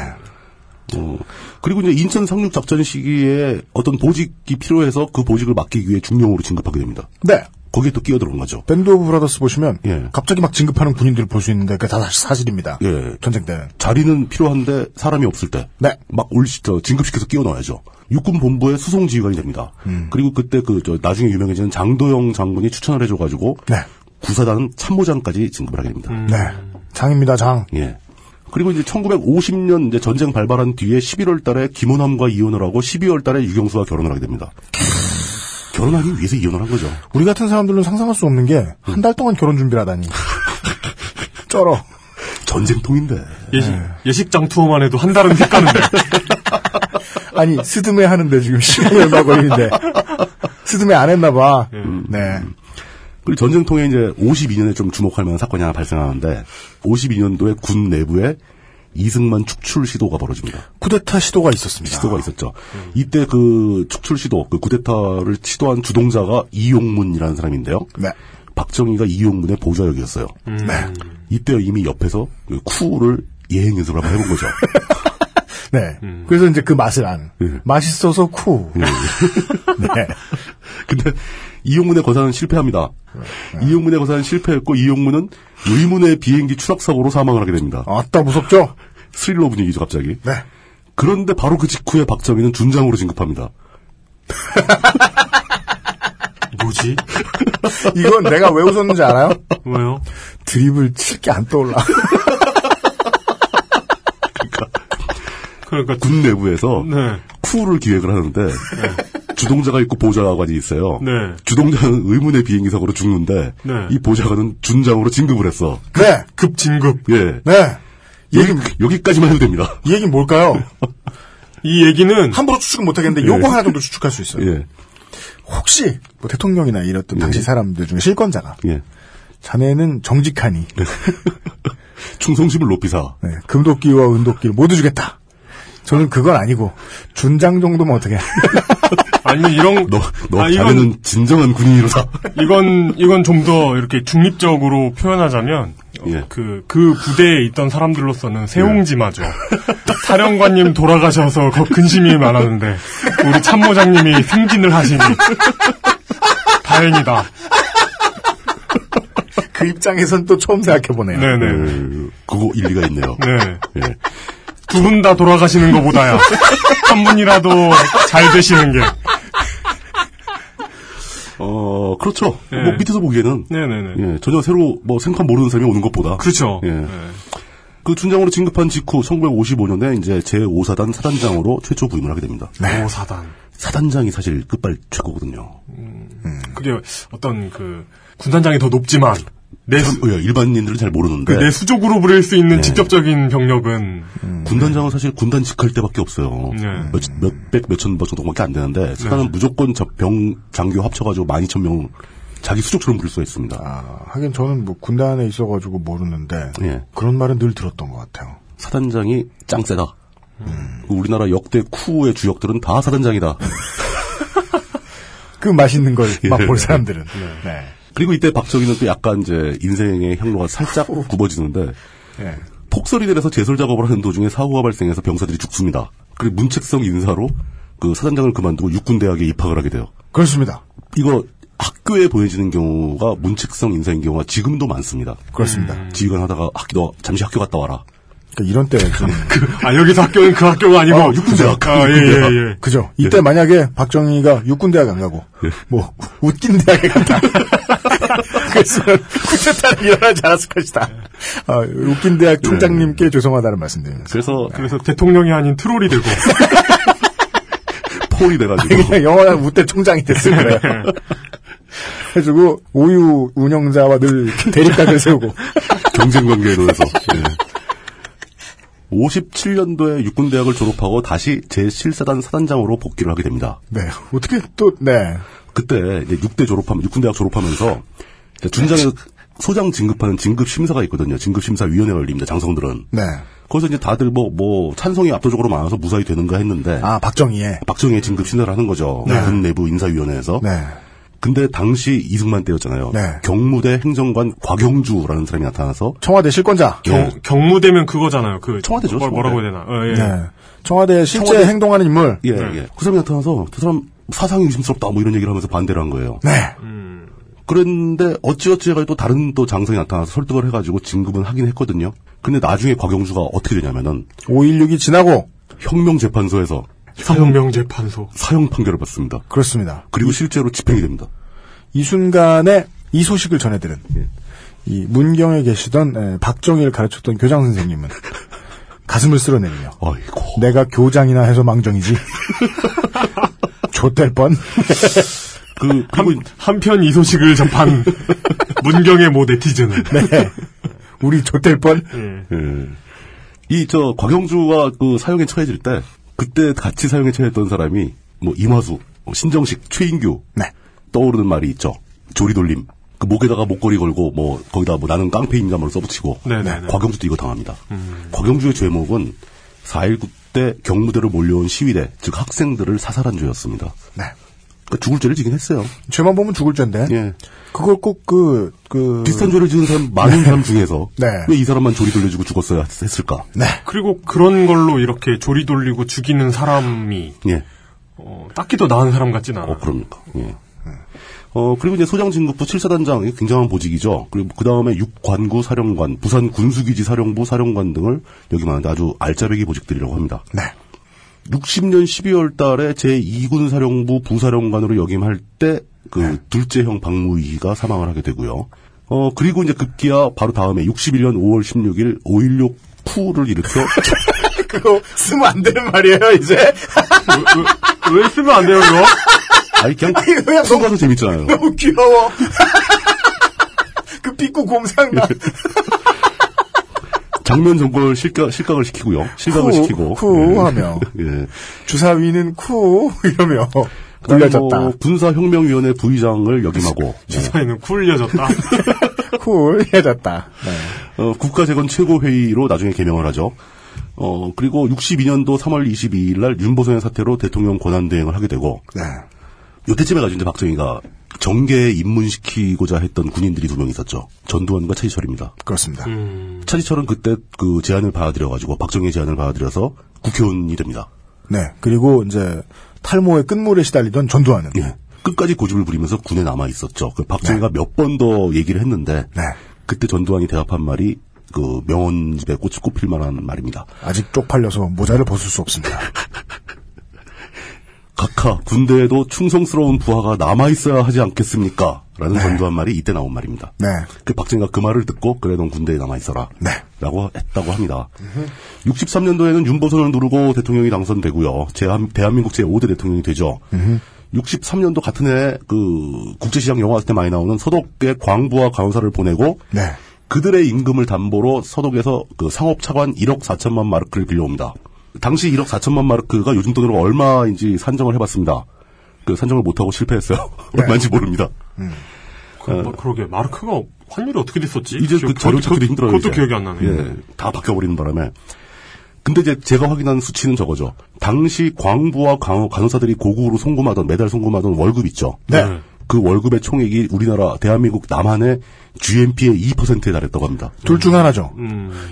어, 그리고 이제 인천 상륙 작전 시기에 어떤 보직이 필요해서 그 보직을 맡기 위해 중령으로 진급하게 됩니다. 네. 거기에 또 끼어들어온 거죠. 밴드 오브 브라더스 보시면 갑자기 막 진급하는 군인들을 볼 수 있는데 그게 다 사실입니다. 예. 전쟁 때는. 자리는 필요한데 사람이 없을 때. 네. 막 올, 시- 저, 진급시켜서 끼워 넣어야죠. 육군 본부의 수송 지휘관이 됩니다. 그리고 그때 그, 저, 나중에 유명해지는 장도영 장군이 추천을 음. 해줘가지고. 구사단 참모장까지 진급을 하게 됩니다. 네. 장입니다, 장. 예. 그리고 이제 1950년 이제 전쟁 발발한 뒤에 11월 달에 김호남과 이혼을 하고 12월 달에 유경수와 결혼을 하게 됩니다. 결혼하기 위해서 이혼을 한 거죠. 우리 같은 사람들은 상상할 수 없는 게 한 달 동안 결혼 준비를 하다니. 쩔어. 전쟁통인데. 예식, 예식장 투어만 해도 한 달은 휙 가는데. 아니 스드메 하는데 지금 시간이 얼마 걸리는데 스드메 안 했나 봐. 예. 네. 그리고 전쟁통에 이제 52년에 좀 주목할 만한 사건이 하나 발생하는데 52년도에 군 내부에 이승만 축출 시도가 벌어집니다. 쿠데타 시도가 있었습니다. 시도가 있었죠. 이때 그 축출 시도, 그 쿠데타를 시도한 주동자가 이용문이라는 사람인데요. 네. 박정희가 이용문의 보좌역이었어요. 네. 이때 이미 옆에서 그 쿠를 예행 연습을 한번 해본 거죠. 네. 음. 그래서 이제 그 맛을 아는. 예. 맛있어서 쿠. 네. 근데 이용문의 거사는 실패합니다. 네. 이용문의 거사는 실패했고 이용문은 의문의 비행기 추락 사고로 사망을 하게 됩니다. 아따 무섭죠? 네. 스릴러 분위기죠 갑자기. 그런데 바로 그 직후에 박정희는 준장으로 진급합니다. 뭐지? 이건 내가 왜 웃었는지 알아요? 왜요? 드립을 칠 게 안 떠올라. 그러니까 군 내부에서 네. 쿠를 기획을 하는데 주동자가 있고 보좌관이 있어요. 네. 주동자는 의문의 비행기 사고로 죽는데 네. 이 보좌관은 준장으로 진급을 했어. 네. 급 진급. 예. 네. 여기, 음. 여기까지만 해도 됩니다. 이 얘기는 뭘까요? 이 얘기는 함부로 추측은 못하겠는데 예. 요거 하나 정도 추측할 수 있어요. 예. 혹시 뭐 대통령이나 이랬던 당시 사람들 중에 실권자가 예. 자네는 정직하니 충성심을 높이사. 네, 금도끼와 은도끼를 모두 주겠다. 저는 그건 아니고 준장 정도면 어떻게? 아니면 이런 너, 너 아, 이건- 자네는 진정한 군인이로다. 이건 이건 좀 더 이렇게 중립적으로 표현하자면 예. 그, 그 부대에 있던 사람들로서는 세옹지마죠. 사령관님 돌아가셔서 거- 근심이 많았는데, 우리 참모장님이 승진을 하시니, 다행이다. 그 입장에선 또 처음 생각해 보네요. 네네. 예, 그거 일리가 있네요. 네. 예. 두 분 다 돌아가시는 것보다야, 한 분이라도 잘 되시는 게. 어, 그렇죠. 예. 뭐 밑에서 보기에는 네네네. 예, 전혀 새로 뭐 생판 모르는 사람이 오는 것보다 그렇죠. 예. 그 춘장으로 진급한 직후 1955년에 이제 제5사단 사단장으로 최초 부임을 하게 됩니다. 오, 사단. 사단장이 사실 끝발 최고거든요. 그게 어떤 그, 군단장이 더 높지만, 내, 수- 참, 예, 일반인들은 잘 모르는데 그내 수조 그룹을 일수 네. 있는 직접적인 병력은, 음. 군단장은 사실 군단 직할 때밖에 없어요. 네. 몇, 몇, 백, 몇천 명 정도밖에 안 되는데 사단은 무조건 저 병, 장교 합쳐가지고 12,000명 자기 수족처럼 부를 수가 있습니다. 하긴 저는 뭐 군단에 있어가지고 모르는데 예. 그런 말은 늘 들었던 것 같아요. 사단장이 짱세다. 우리나라 역대 쿠의 주역들은 다 사단장이다. 그 맛있는 걸 예. 맛볼 사람들은. 네. 그리고 이때 박정희는 또 약간 이제 인생의 향로가 살짝 굽어지는데 예. 폭설이 내려서 제설 작업을 하는 도중에 사고가 발생해서 병사들이 죽습니다. 그리고 문책성 인사로 그 사단장을 그만두고 육군대학에 입학을 하게 돼요. 그렇습니다. 이거 학교에 보내지는 경우가 문책성 인사인 경우가 지금도 많습니다. 그렇습니다. 지휘관 하다가 학, 너 잠시 학교 갔다 와라. 그러니까 이런 때 좀. 아, 여기서 학교는 그 학교가 아니고, 아, 육군대학. 아, 예, 예, 예. 그죠. 이때 만약에 박정희가 육군대학 안 가고, 뭐, 웃긴 대학에 갔다. 그랬으면 쿠데타는 일어나지 않았을 것이다. 아, 웃긴 예. 대학 총장님께 죄송하다는 말씀드립니다. 그래서 그래서 대통령이 아닌 트롤이 되고, 폴이 돼가지고 그냥 영원한 우대 총장이 됐을 거예요. 해주고, 우유 운영자와 늘 대립각을 세우고. 경쟁 관계에 놓여서. 예. 57년도에 육군대학을 졸업하고 다시 제7사단 사단장으로 복귀를 하게 됩니다. 네. 어떻게 또, 네. 그때 이제 6대 졸업하면 육군대학 졸업하면서 이제 준장에서 소장 진급하는 진급 심사가 있거든요. 진급 심사 위원회가 열립니다. 장성들은. 네. 거기서 이제 다들 뭐 뭐 찬성이 압도적으로 많아서 무사히 되는가 했는데 아, 박정희의. 박정희의 진급 심사를 하는 거죠. 군 내부 인사위원회에서. 네. 근데 당시 이승만 때였잖아요. 네. 경무대 행정관 곽영주라는 사람이 나타나서 청와대 실권자. 예. 경, 무되면 그거잖아요. 그, 청와대죠, 뭐, 뭐라고 청와대. 해야 되나. 어, 예. 네. 청와대 실제 청와대- 행동하는 인물. 예, 예. 그 사람이 나타나서 그 사람 사상이 의심스럽다 뭐 이런 얘기를 하면서 반대를 한 거예요. 네. 그런데 어찌어찌 해가지고 또 다른 또 장성이 나타나서 설득을 해가지고 진급은 하긴 했거든요. 근데 나중에 곽영주가 어떻게 되냐면은 5.16이 지나고. 혁명재판소에서 성명재판소. 사형 판결을 받습니다. 그렇습니다. 그리고 실제로 집행이 됩니다. 이 순간에 이 예. 예, 소식을 전해들은 이 문경에 계시던 에, 박정희를 가르쳤던 교장 선생님은 가슴을 쓸어내리며. 내가 교장이나 해서 망정이지. 좆될 뻔. 그, 한편 이 소식을 접한 문경의 모 네티즌은. 네. 우리 좆될 뻔. 예. 예. 이, 저, 곽영주가 그 사형에 처해질 때, 그때 같이 사형에 처했던 사람이, 뭐, 임화수, 뭐 신정식, 최인규. 네. 떠오르는 말이 있죠. 조리돌림. 그 목에다가 목걸이 걸고, 뭐, 거기다 뭐 나는 깡패인가 뭐 써붙이고. 네네네. 곽영주도 이거 당합니다. 곽영주의 죄목은 4.19 때 경무대로 몰려온 시위대, 즉 학생들을 사살한 죄였습니다. 네. 그러니까 죽을 죄를 지긴 했어요. 죄만 보면 죽을 죄인데. 예. 그걸 꼭 그, 그. 비슷한 죄를 지은 사람 많은 사람 중에서 네. 왜 이 사람만 조리 돌려주고 죽었어야 했- 했을까? 그리고 그런 걸로 이렇게 조리 돌리고 죽이는 사람이 예. 어, 딱히 더 나은 사람 같진 않아. 어, 그럽니까. 예. 어, 그리고 이제 소장진급부 7사단장이 굉장한 보직이죠. 그리고 그 다음에 육관구 사령관, 부산 군수기지 사령부 사령관 등을 여기 많은데 아주 알짜배기 보직들이라고 합니다. 네. 60년 12월 달에 제2군 사령부 부사령관으로 역임할 때 그 네. 둘째 형 박무희가 사망을 하게 되고요. 어, 그리고 이제 급기야 바로 다음에 61년 5월 16일 5.16 쿠를 일으켜 그거 쓰면 안 되는 말이에요, 이제? 왜, 쓰면 안 돼요, 이거? 아니, 그냥, 순간도 재밌잖아요. 너무 귀여워. 그 삐꾸 곰상나. 장면 전골 실각, 실각을 시키고요. 실각을 쿠, 시키고. 쿠 하며. 예. 그 주사위는 쿠, 이러며. 그다음에 돌려졌다. 뭐 군사혁명위원회 부의장을 역임하고. 주사위는 쿨려졌다. 네. 쿨해졌다. 네. 어, 국가재건 최고회의로 나중에 개명을 하죠. 어, 그리고 62년도 3월 22일 날 윤보선의 사태로 대통령 권한대행을 하게 되고. 네. 요때쯤에 가지고 이제 박정희가 정계에 입문시키고자 했던 군인들이 두 명 있었죠. 전두환과 차지철입니다. 그렇습니다. 차지철은 그때 그 제안을 받아들여가지고, 박정희의 제안을 받아들여서 국회의원이 됩니다. 네. 그리고 이제 탈모의 끝물에 시달리던 전두환은. 예. 끝까지 고집을 부리면서 군에 남아 있었죠. 그 박정희가 몇 번 더 얘기를 했는데 그때 전두환이 대답한 말이 그 명언집에 꽃이 꼽힐 만한 말입니다. 아직 쪽팔려서 모자를 벗을 수 없습니다. 각하 군대에도 충성스러운 부하가 남아 있어야 하지 않겠습니까? 라는 전두환 말이 이때 나온 말입니다. 네. 그 박정희가 그 말을 듣고 그래 넌 군대에 남아 있어라. 라고 했다고 합니다. 63년도에는 윤보선을 누르고 대통령이 당선되고요. 제한- 대한민국 제5대 대통령이 되죠. 63년도 같은 해, 그, 국제시장 영화 때 많이 나오는 서독의 광부와 간호사를 보내고, 그들의 임금을 담보로 서독에서 그 상업차관 1억 4천만 마르크를 빌려옵니다. 당시 1억 4천만 마르크가 요즘 돈으로 얼마인지 산정을 해봤습니다. 그 산정을 못하고 실패했어요. 얼마인지 모릅니다. 그, 뭐, 그러게, 마르크가 환율이 어떻게 됐었지? 이제 기억- 그 재료 찾기도 힘들어요. 이제. 그것도 기억이 안 나네. 예, 다 바뀌어버리는 바람에. 근데 이제 제가 확인한 수치는 저거죠. 당시 광부와 간- 간호사들이 고국으로 송금하던 매달 송금하던 월급 있죠. 네. 그 월급의 총액이 우리나라 대한민국 남한의 GNP의 2%에 달했다고 합니다. 둘 중 하나죠.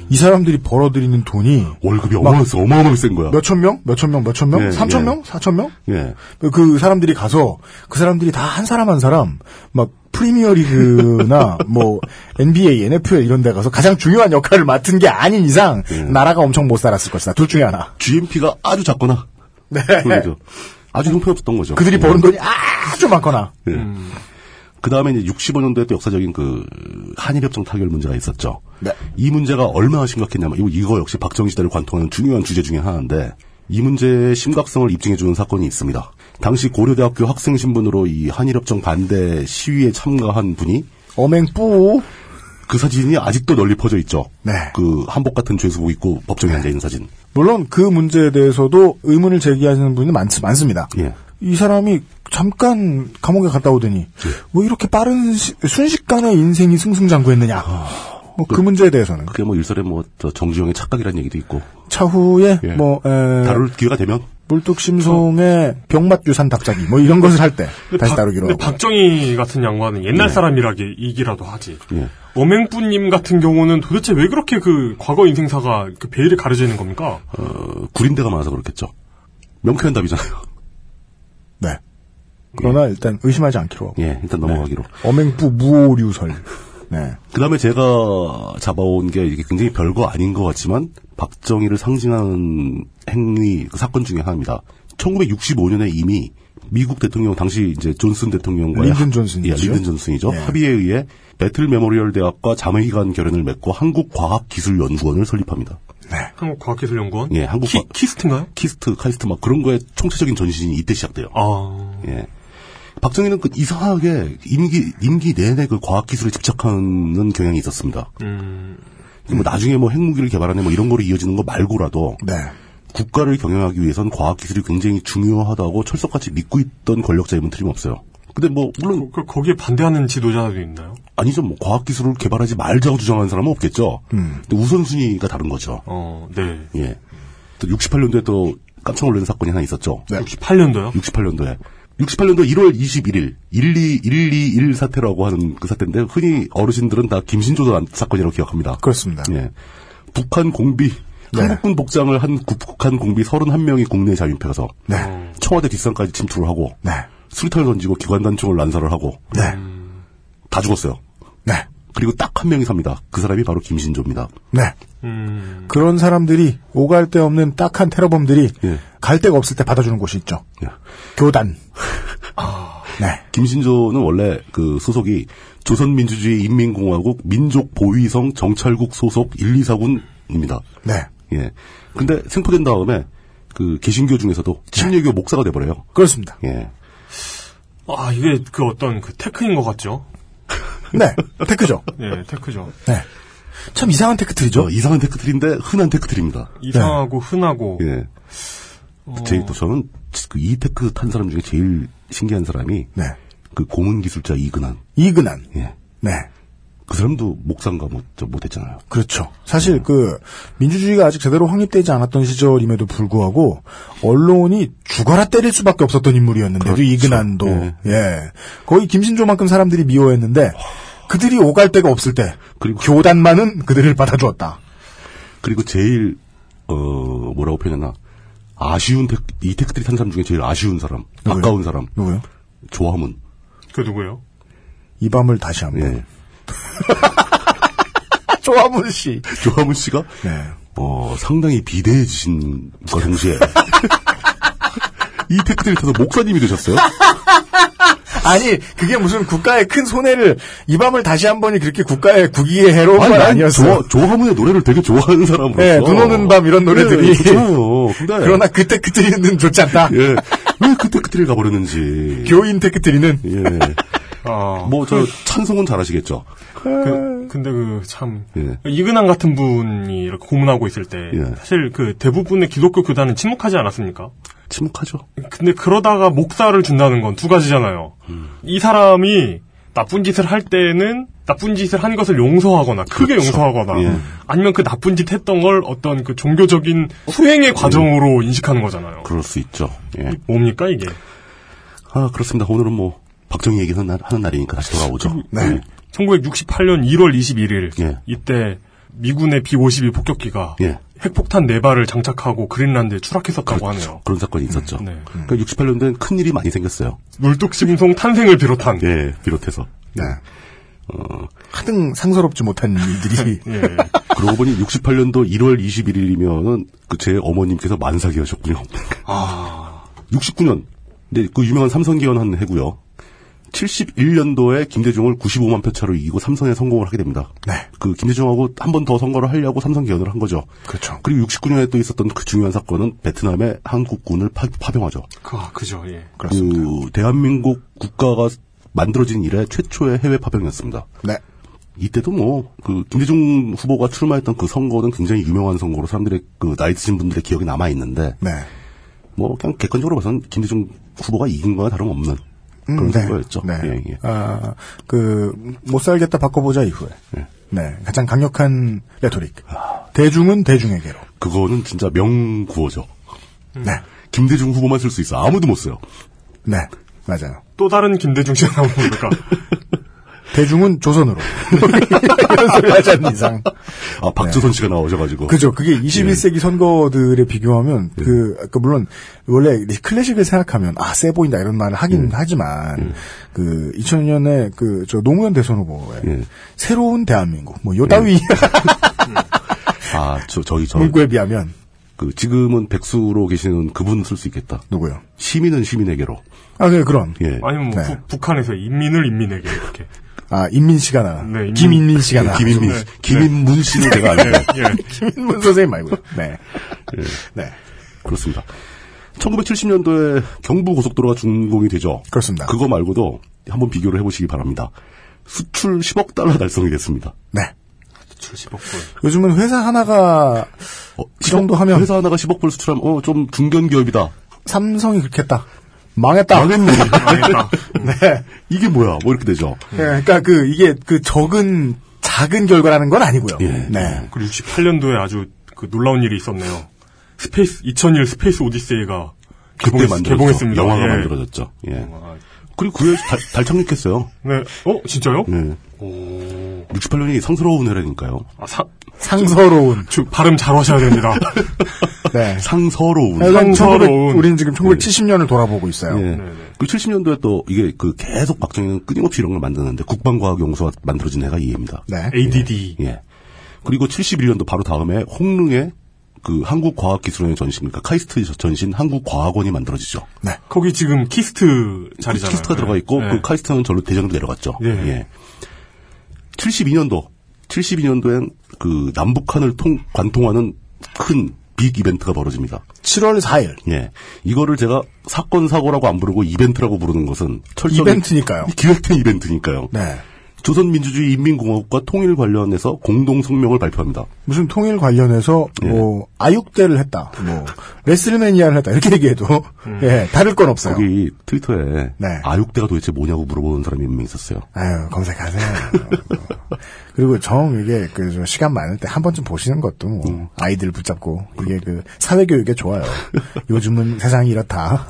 이 사람들이 벌어들이는 돈이 월급이 어마어마해서 어마어마하게 센 거야. 몇천 명? 몇천 명? 몇천 명? 예, 삼천 예. 명? 사천 명? 예. 그 사람들이 가서 그 사람들이 다 한 사람 한 사람 막 프리미어 리그나 뭐 NBA, NFL 이런 데 가서 가장 중요한 역할을 맡은 게 아닌 이상 나라가 엄청 못 살았을 것이다. 둘 중에 하나. GNP가 아주 작거나. 네. 그러죠. 아주 형편없었던 거죠. 그들이 예. 버는 돈이 아주 많거나. 예. 그 다음에 이제 65년도에 또 역사적인 그 한일협정 타결 문제가 있었죠. 이 문제가 얼마나 심각했냐면 이거- 이거 역시 박정희 시대를 관통하는 중요한 주제 중에 하나인데 이 문제의 심각성을 입증해주는 사건이 있습니다. 당시 고려대학교 학생 신분으로 이 한일협정 반대 시위에 참가한 분이 어맹뿌 그 사진이 아직도 널리 퍼져 있죠. 네. 그 한복 같은 죄수복 입고 법정에 앉아 있는 사진. 물론 그 문제에 대해서도 의문을 제기하시는 분이 많, 많습니다. 예. 이 사람이 잠깐 감옥에 갔다 오더니 예. 왜 이렇게 빠른 시- 순식간에 인생이 승승장구했느냐. 아. 뭐 그 문제에 대해서는 그게 뭐 일설에 뭐 저 정주영의 착각이라는 얘기도 있고 차후에 예. 뭐 에, 다룰 기회가 되면 물뚝심송의 병맛유산 답자기 뭐 이런 것을 할 때 다시 다루기로 근데 하고 박정희 같은 양반은 옛날 사람이라기 이기라도 하지. 예. 어맹뿌님 같은 경우는 도대체 왜 그렇게 그 과거 인생사가 그 베일이 가려져 있는 겁니까? 어, 구린대가 많아서 그렇겠죠. 명쾌한 답이잖아요. 네. 그러나 일단 의심하지 않기로 하고 예, 일단 네. 넘어가기로. 엄행부 무오류설 네. 그 다음에 제가 잡아온 게 이게 굉장히 별거 아닌 것 같지만 박정희를 상징하는 행위 그 사건 중에 하나입니다. 1965년에 이미 미국 대통령 당시 이제 존슨 대통령과 린든 존슨이죠. 예, 린든 존슨이죠. 예. 합의에 의해 배틀 메모리얼 대학과 자매기관 결연을 맺고 한국과학기술연구원을 설립합니다. 네. 한국과학기술연구원? 예, 한국 키, 키스트인가요? 키스트, 카이스트 막 그런 거에 총체적인 전신이 이때 시작돼요. 아, 예. 박정희는 그 이상하게 임기 임기 내내 그 과학 기술에 집착하는 경향이 있었습니다. 음. 뭐 나중에 뭐 핵무기를 개발하네 뭐 이런 거로 이어지는 거 말고라도 네. 국가를 경영하기 위해선 과학 기술이 굉장히 중요하다고 철석같이 믿고 있던 권력자임은 틀림없어요. 근데 뭐 물론 그, 거기에 반대하는 지도자도 있나요? 아니죠. 뭐 과학 기술을 개발하지 말자고 주장하는 사람은 없겠죠. 음. 근데 우선순위가 다른 거죠. 어, 네. 예. 또 68년도에 또 깜짝 놀라는 사건이 하나 있었죠. 네. 68년도요? 68년도에. 68년도 1월 21일 121, 121 사태라고 하는 그 사태인데 흔히 어르신들은 다 김신조 사건이라고 기억합니다. 그렇습니다. 네. 예. 북한 공비 한국군 복장을 한 구- 북한 공비 31명이 국내에 잠입해서 네. 청와대 뒷산까지 침투를 하고 수류탄을 던지고 기관단총을 난사를 하고 네. 다 죽었어요. 그리고 딱 한 명이 삽니다. 그 사람이 바로 김신조입니다. 네. 음. 그런 사람들이 오갈 데 없는 딱한 테러범들이 예. 갈 데가 없을 때 받아주는 곳이 있죠. 교단. 아. 네. 김신조는 원래 그 소속이 조선민주주의 인민공화국 민족보위성 정찰국 소속 1, 2사군입니다. 네. 예. 근데 생포된 다음에 그 개신교 중에서도 침례교 목사가 돼버려요. 그렇습니다. 예. 아, 이게 그 어떤 그 테크인 것 같죠? 네, 테크죠. 네. 예, 테크죠. 네. 참 이상한 테크트리죠. 어, 이상한 테크트리인데 흔한 테크트리입니다. 이상하고 흔하고. 예. 제일 또 저는 그 이테크 탄 사람 중에 제일 신기한 사람이 네. 그 고문 기술자 이근한. 이근한. 예. 네. 그 사람도 목상가 못, 저 못했잖아요. 그렇죠. 사실 그 민주주의가 아직 제대로 확립되지 않았던 시절임에도 불구하고 언론이 죽어라 때릴 수밖에 없었던 인물이었는데도 그렇죠. 이근한도 예. 거의 김신조만큼 사람들이 미워했는데 그들이 오갈 데가 없을 때 교단만은 그들을 받아주었다. 그리고 제일 어 뭐라고 표현했나 아쉬운 테- 이 테크트리 탄 사람 중에 제일 아쉬운 사람, 아까운 사람. 누구요? 조화문. 그 누구예요? 이 밤을 다시 한번. 예. 조화문 씨. 조화문 씨가 어 상당히 비대해지신 과 동시에 이 테크트리 타서 목사님이 되셨어요. 아니 그게 무슨 국가의 큰 손해를 이 밤을 다시 한 번이 그렇게 국가의 국위의 해로운 아니, 건 난 아니었어요. 조- 조화문의 노래를 되게 좋아하는 사람으로서. 예, 눈 오는 밤 이런 노래들이. 예, 좋아요. 근데 그러나 그 테크트리는 좋지 않다. 예. 왜 그 테크트리를 가버렸는지. 교인 테크트리는. 예. 아. 뭐 저 찬송은 잘하시겠죠. 그, 근데 그, 참. 예. 이근한 같은 분이 이렇게 고문하고 있을 때. 예. 사실 그 대부분의 기독교 교단은 침묵하지 않았습니까? 침묵하죠. 근데 그러다가 목사를 준다는 건 두 가지잖아요. 음. 이 사람이 나쁜 짓을 할 때는 나쁜 짓을 한 것을 용서하거나 크게 그렇죠. 예. 용서하거나 아니면 그 나쁜 짓 했던 걸 어떤 그 종교적인 후행의 과정으로 인식하는 거잖아요. 그럴 수 있죠. 예. 뭡니까 이게? 아 그렇습니다. 오늘은 뭐 박정희 얘기는 날- 하는 날이니까 다시 돌아오죠. 네. 1968년 1월 21일 예. 이때 미군의 B-52 폭격기가 예. 핵폭탄 네 발을 장착하고 그린란드에 추락했었다고 하네요. 그런 사건이 있었죠. 그러니까 68년도엔 큰 일이 많이 생겼어요. 물뚝심송 탄생을 비롯한. 예, 비롯해서. 네. 하등 상서롭지 못한 일들이. 예. 그러고 보니 68년도 1월 21일이면은 그 제 어머님께서 만삭이셨군요. 아. 69년. 근데 그 유명한 삼성기원 한 해고요. 71년도에 김대중을 95만 표 차로 이기고 삼성에 성공을 하게 됩니다. 네. 그 김대중하고 한 번 더 선거를 하려고 삼성 기원을 한 거죠. 그렇죠. 그리고 69년에 또 있었던 그 중요한 사건은 베트남에 한국군을 파, 파병하죠. 그, 아, 그죠, 예. 그 대한민국 국가가 만들어진 이래 최초의 해외 파병이었습니다. 네. 이때도 뭐 그 김대중 후보가 출마했던 그 선거는 굉장히 유명한 선거로 사람들의 그 나이 드신 분들의 기억이 남아 있는데 네. 뭐 그냥 객관적으로 봐서는 김대중 후보가 이긴 거나 다름없는 음, 그런 네. 선거였죠. 네. 예, 예. 아, 그, 못 살겠다 바꿔보자 이후에. 예. 네. 가장 강력한 레토릭. 대중은 대중에게로. 그거는 진짜 명구호죠. 음. 네. 김대중 후보만 쓸 수 있어. 아무도 못 써요. 네. 맞아요. 또 다른 김대중 씨가 나오는 겁니까? 대중은 조선으로. 이런 소리 하지 않는 이상. 아 박주선 씨가 나오셔가지고. 네. 그죠. 예. 그게 21세기 선거들에 비교하면 그, 아까 물론 원래 이 클래식을 생각하면 아 세 보인다 이런 말을 예. 하긴 하지만 그 2000년에 그 저 노무현 대선 후보의 예. 새로운 대한민국 뭐 요따위 아, 저, 저희, 저, 문구에 비하면 그 지금은 백수로 계시는 그분 쓸 수 있겠다. 누구요? 시민은 시민에게로. 아, 네, 그럼. 예. 아니면 뭐 네. 북- 북한에서 인민을 인민에게 이렇게. 아, 인민 씨가 나. 네, 인민- 김인민 씨가 나. 네, 김인민 씨. 김인문 씨는 제가 알고요. 예. 김인문 선생님 말고요. 네. 예. 그렇습니다. 1970년도에 경부 고속도로가 준공이 되죠. 그렇습니다. 그거 말고도 한번 비교를 해보시기 바랍니다. 수출 10억 달러 달성이 됐습니다. 네. 70억 요즘은 회사 하나가 그 정도 하면 어, 회사 하나가 10억 불 수출하면 어 좀 중견 기업이다. 삼성이 그렇게 했다. 망했다. 망했네. 망했다. 네. 이게 뭐야? 뭐 이렇게 되죠. 예, 그러니까 그 이게 그 적은 작은 결과라는 건 아니고요. 예. 네. 그리고 68년도에 아주 그 놀라운 일이 있었네요. 스페이스 2001 스페이스 오디세이가 그때 개봉했, 만들어졌죠. 개봉했습니다. 영화가 예. 만들어졌죠. 예. 그리고 그 해에 달, 달 착륙했어요. 네. 어, 진짜요? 네. 68년이 상스러운 해라니까요. 아, 사, 상서로운. 주, 발음 잘 하셔야 됩니다. 네. 상서로운. 약간 1900 상서로운. 우리는 지금 1970년을 돌아보고 있어요. 네, 예. 그 70년도에 또 이게 그 계속 박정희는 끊임없이 이런 걸 만드는데 국방과학연구소가 만들어진 해가 이해입니다. 네. ADD. 예. 그리고 71년도 바로 다음에 홍릉에 그 한국과학기술원의 전신, 그러니까 카이스트 전신 한국과학원이 만들어지죠. 네. 거기 지금 키스트 자리잖아요. 키스트가 들어가 있고 네. 그 카이스트는 절로 대장으로 내려갔죠. 예. 72년도 72년도엔 그 남북한을 통 관통하는 큰 빅 이벤트가 벌어집니다. 7월 4일. 예. 이거를 제가 사건 사고라고 안 부르고 이벤트라고 부르는 것은 철저히 이벤트니까요. 기획된 이벤트니까요. 네. 조선민주주의 인민공화국과 통일 관련해서 공동 성명을 발표합니다. 무슨 통일 관련해서 예. 뭐 아육대를 했다. 뭐 레슬매니아를 했다. 이렇게 얘기해도 예, 다를 건 없어요. 음. 거기 트위터에 네. 아육대가 도대체 뭐냐고 물어보는 사람이 몇 명 있었어요. 아유, 검색하세요. 그리고 정 이게 그좀 시간 많을 때 한 번쯤 보시는 것도 뭐 음. 아이들 붙잡고 이게 그 사회 교육에 좋아요. 요즘은 세상이 이렇다.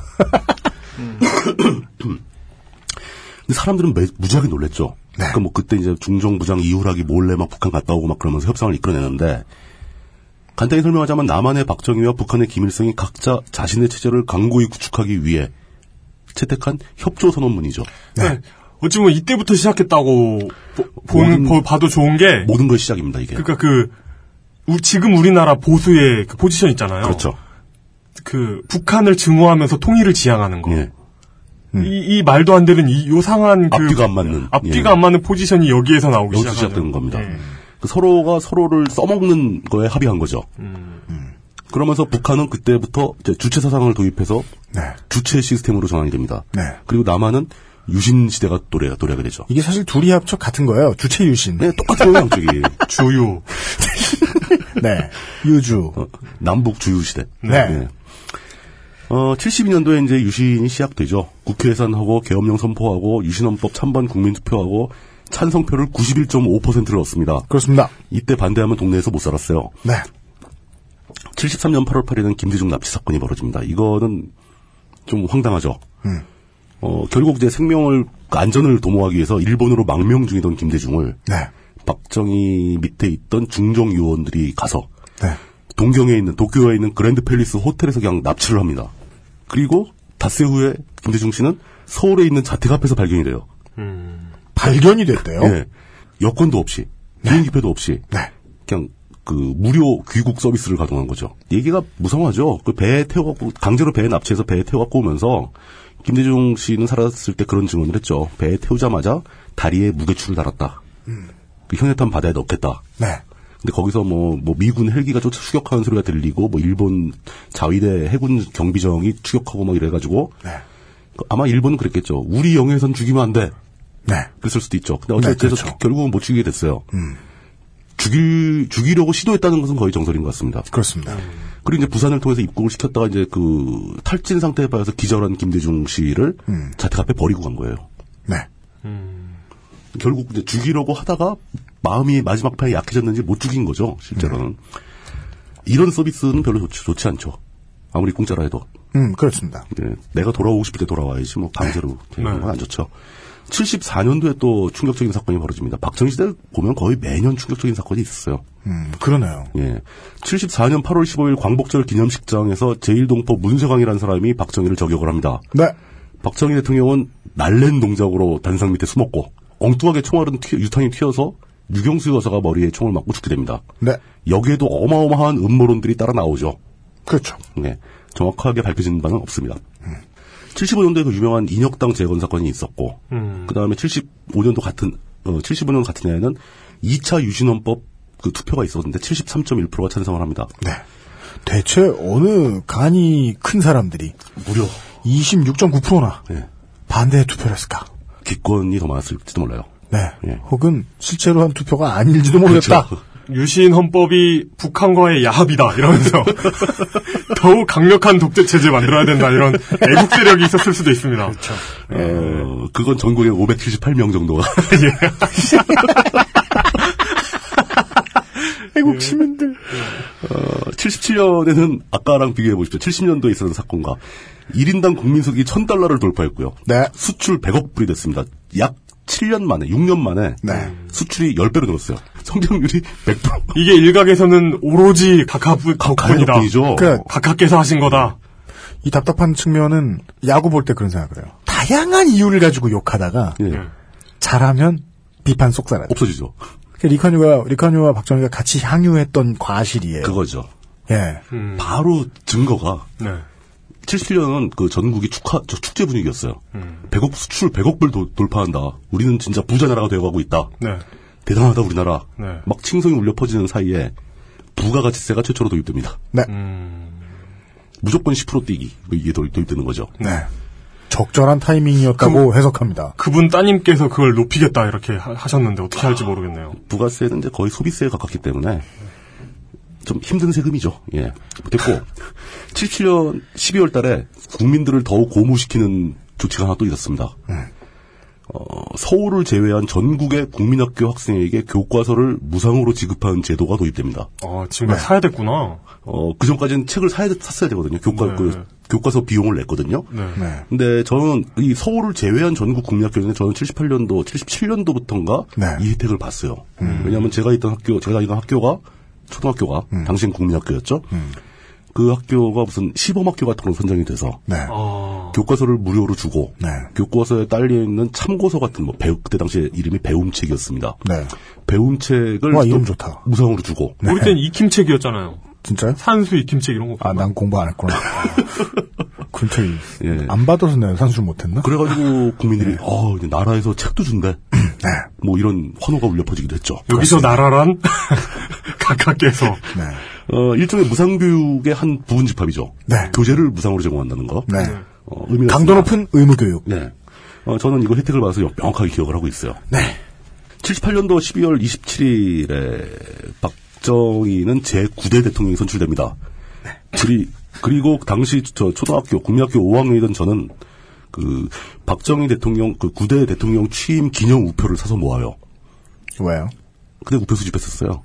근데 사람들은 매- 무지하게 놀랬죠. 네. 그러니까 뭐 그때 이제 중정부장 이후락이 몰래 막 북한 갔다 오고 막 그러면서 협상을 이끌어내는데 간단히 설명하자면 남한의 박정희와 북한의 김일성이 각자 자신의 체제를 강고히 구축하기 위해 채택한 협조 선언문이죠. 네. 어찌 보면 이때부터 시작했다고 보, 보는, 보- 봐도 좋은 게 모든 걸 시작입니다 이게. 그러니까 그 우- 지금 우리나라 보수의 그 포지션 있잖아요. 그렇죠. 그 북한을 증오하면서 통일을 지향하는 거. 예. 이, 이 말도 안 되는 이 요상한 그 음. 앞뒤가 안 맞는. 앞뒤가 예. 안 맞는 예. 포지션이 여기에서 나오기 여기서 시작하죠. 시작된 겁니다. 그 서로가 서로를 써먹는 거에 합의한 거죠. 음. 음. 그러면서 북한은 그때부터 이제 주체 사상을 도입해서 네. 주체 시스템으로 전환이 됩니다. 네. 그리고 남한은 유신 시대가 도래가 도래가 되죠. 이게 사실 둘이 합쳐 같은 거예요. 주체 유신. 네, 똑같은 거예요, 양쪽이. 주유. 네. 유주. 어, 남북 주유 시대. 예. 네. 어, 72년도에 이제 유신이 시작되죠. 국회 해산하고 계엄령 선포하고 유신헌법 찬반 국민투표하고 찬성표를 91.5%를 얻습니다. 그렇습니다. 이때 반대하면 동네에서 못 살았어요. 네. 73년 8월 8일은 김대중 납치 사건이 벌어집니다. 이거는 좀 황당하죠. 음. 어, 결국 이제 생명을 그 안전을 도모하기 위해서 일본으로 망명 중이던 김대중을 박정희 밑에 있던 중정 요원들이 가서 동경에 있는 도쿄에 있는 그랜드 팰리스 호텔에서 그냥 납치를 합니다. 그리고 닷새 후에 김대중 씨는 서울에 있는 자택 앞에서 발견이 돼요. 발견이 됐대요. 예. 여권도 없이 비행기표도 없이 그냥 그 무료 귀국 서비스를 가동한 거죠. 얘기가 무성하죠. 그 배에 태워갖고 강제로 배에 납치해서 배에 태워갖고 오면서 김대중 씨는 살았을 때 그런 증언을 했죠. 배에 태우자마자 다리에 무게추를 달았다. 그 현해탄 바다에 넣겠다. 네. 근데 거기서 뭐, 뭐 미군 헬기가 쫓아 추격하는 소리가 들리고 뭐 일본 자위대 해군 경비정이 추격하고 막 이래가지고 네. 그 아마 일본은 그랬겠죠. 우리 영해선 죽이면 안 돼. 네. 그랬을 수도 있죠. 근데 네, 어쨌든 그래서 그렇죠. 결국은 못 죽이게 됐어요. 음. 죽일 죽이려고 시도했다는 것은 거의 정설인 것 같습니다. 그렇습니다. 음. 그리고 이제 부산을 통해서 입국을 시켰다가 이제 그 탈진 상태에 빠져서 기절한 김대중 씨를 음. 자택 앞에 버리고 간 거예요. 네. 결국 이제 죽이려고 하다가 마음이 마지막 판에 약해졌는지 못 죽인 거죠, 실제로는. 음. 이런 서비스는 별로 좋지, 좋지 않죠. 아무리 공짜라 해도. 음, 그렇습니다. 네, 내가 돌아오고 싶을 때 돌아와야지 뭐 강제로 되는 건 안 좋죠. 74년도에 또 충격적인 사건이 벌어집니다. 박정희 시대 보면 거의 매년 충격적인 사건이 있었어요. 음, 그러네요. 예. 74년 8월 15일 광복절 기념식장에서 제1동포 문세광이라는 사람이 박정희를 저격을 합니다. 네. 박정희 대통령은 날랜 동작으로 단상 밑에 숨었고 엉뚱하게 총알은 튀- 유탄이 튀어서 유경수 여사가 머리에 총을 맞고 죽게 됩니다. 네. 여기에도 어마어마한 음모론들이 따라 나오죠. 그렇죠. 네. 정확하게 밝혀진 바는 없습니다. 75년도에 그 유명한 인혁당 재건 사건이 있었고, 음. 그 다음에 75년도 같은, 어, 75년 같은 해에는 2차 유신헌법 그 투표가 있었는데 73.1%가 찬성을 합니다. 네. 대체 어느 간이 큰 사람들이 무려 26.9%나 반대에 투표를 했을까? 예. 기권이 더 많았을지도 몰라요. 네. 혹은 실제로 한 투표가 아닐지도 모르겠다. 유신 헌법이 북한과의 야합이다 이러면서 더욱 강력한 독재 체제 만들어야 된다 이런 애국 세력이 있었을 수도 있습니다. 그렇죠. 예. 어, 그건 전국에 578명 정도가. 예. 애국 시민들. 어, 77년에는 아까랑 비교해 보십시오. 70년도에 있었던 사건과 1인당 국민소득이 1000달러를 돌파했고요. 네. 수출 100억 불이 됐습니다. 약 7년 만에, 6년 만에 네. 수출이 10배로 늘었어요. 성장률이 100%. 이게 일각에서는 오로지 각하뿐, 각하뿐이다. 각하뿐이죠. 그러니까 각하께서 하신 거다. 이 답답한 측면은 야구 볼 때 그런 생각을 해요. 다양한 이유를 가지고 욕하다가 잘하면 비판 쏙살아 예. 없어지죠. 리카뉴가 리카뉴와 박정희가 같이 향유했던 과실이에요. 그거죠. 음. 예. 바로 증거가 네. 77년은 그 전국이 축하, 저 축제 분위기였어요. 100억 수출 100억 불 도- 돌파한다. 우리는 진짜 부자 나라가 되어가고 있다. 네. 대단하다 우리나라. 네. 막 칭송이 울려 퍼지는 사이에 부가가치세가 최초로 도입됩니다. 네. 무조건 10% 뛰기 뭐 이게 도입, 되는 거죠. 네. 적절한 타이밍이었다고 해석합니다. 그분 따님께서 그걸 높이겠다 이렇게 하- 하셨는데 어떻게 할지 모르겠네요. 부가세는 이제 거의 소비세에 가깝기 때문에 좀 힘든 세금이죠. 예. 됐고 77년 12월 달에 국민들을 더욱 고무시키는 조치가 하나 또 있었습니다. 예. 어, 서울을 제외한 전국의 국민학교 학생에게 교과서를 무상으로 지급하는 제도가 도입됩니다. 아, 지금 사야 됐구나. 어, 그 전까지는 책을 사야, 샀어야 되거든요. 교과, 네, 네. 그, 교과서 비용을 냈거든요. 네. 근데 저는 이 서울을 제외한 전국 국민학교는 저는 78년도, 77년도부터인가 이 혜택을 봤어요. 왜냐하면 제가 있던 학교, 제가 다니던 학교가 초등학교가 당시엔 국민학교였죠. 그 학교가 무슨 시범학교 같은 걸로 선정이 돼서 네. 어. 교과서를 무료로 주고 네, 교과서에 딸려 있는 참고서 같은 뭐 배우 그때 당시에 이름이 배움책이었습니다. 네. 배움책을 와, 이름 또 좋다. 네. 무상으로 주고 어, 우리 땐 익힘책이었잖아요. 진짜요? 산수 익힘책 이런 거. 아, 난 공부 안 했구나. 군책이. 안 받아서 내가 산수 못했나? 예. 그래가지고 국민들이 네. 어 이제 나라에서 책도 준대. 뭐 이런 환호가 울려 퍼지기도 했죠. 여기서 나라란 각하께서 네. 어, 일종의 무상교육의 한 부분집합이죠. 교재를 무상으로 제공한다는 거. 네. 어, 의미가 강도 있습니다. 높은 의무교육. 네. 어, 저는 이거 혜택을 받아서 여- 명확하게 기억을 하고 있어요. 네. 78년도 12월 27일에 박정희는 제9대 대통령이 선출됩니다. 그리, 그리고 당시 저 초등학교, 국민학교 5학년이던 저는 그 박정희 대통령, 그 9대 대통령 취임 기념 우표를 사서 모아요. 왜요? 그때 우표 수집했었어요.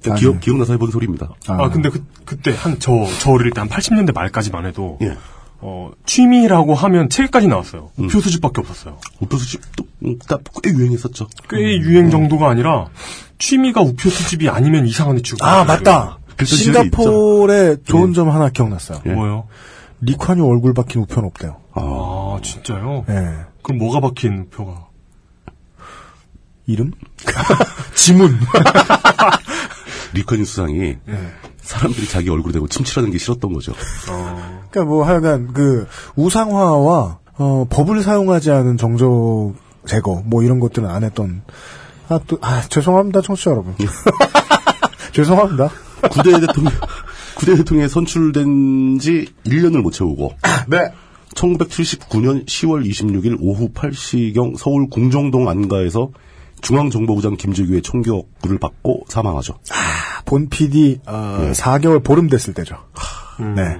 그러니까 아, 기억, 네. 기억나서 해본 소리입니다. 아, 근데 그, 그때 한, 저, 저를 일단 80년대 말까지만 해도, 예. 어, 취미라고 하면 책까지 나왔어요. 우표 수집밖에 없었어요. 우표 수집도, 음, 꽤 유행했었죠. 꽤 유행 정도가 아니라, 취미가 우표 수집이 아니면 이상한 애축. 아, 맞다! 그 싱가포르의 좋은 예. 점 하나 기억났어요. 뭐요? 리콴유 얼굴 박힌 우편 없대요. 아, 진짜요? 예. 그럼 뭐가 박힌 우표가? 이름? 지문. 리커니 수상이 예. 사람들이 자기 얼굴 대고 침칠하는 게 싫었던 거죠. 그러니까 뭐 하여간 그 우상화와 어, 법을 사용하지 않은 정적 제거 뭐 이런 것들은 안 했던 아 또 아 죄송합니다 청취자 여러분 죄송합니다 구대 대통령, 구대 대통령에 선출된 지 1년을 못 채우고. 네. 1979년 10월 26일 오후 8시경 서울 궁정동 안가에서 중앙정보부장 김재규의 총격을 받고 사망하죠. 본 PD 어, 4개월 보름 됐을 때죠 네.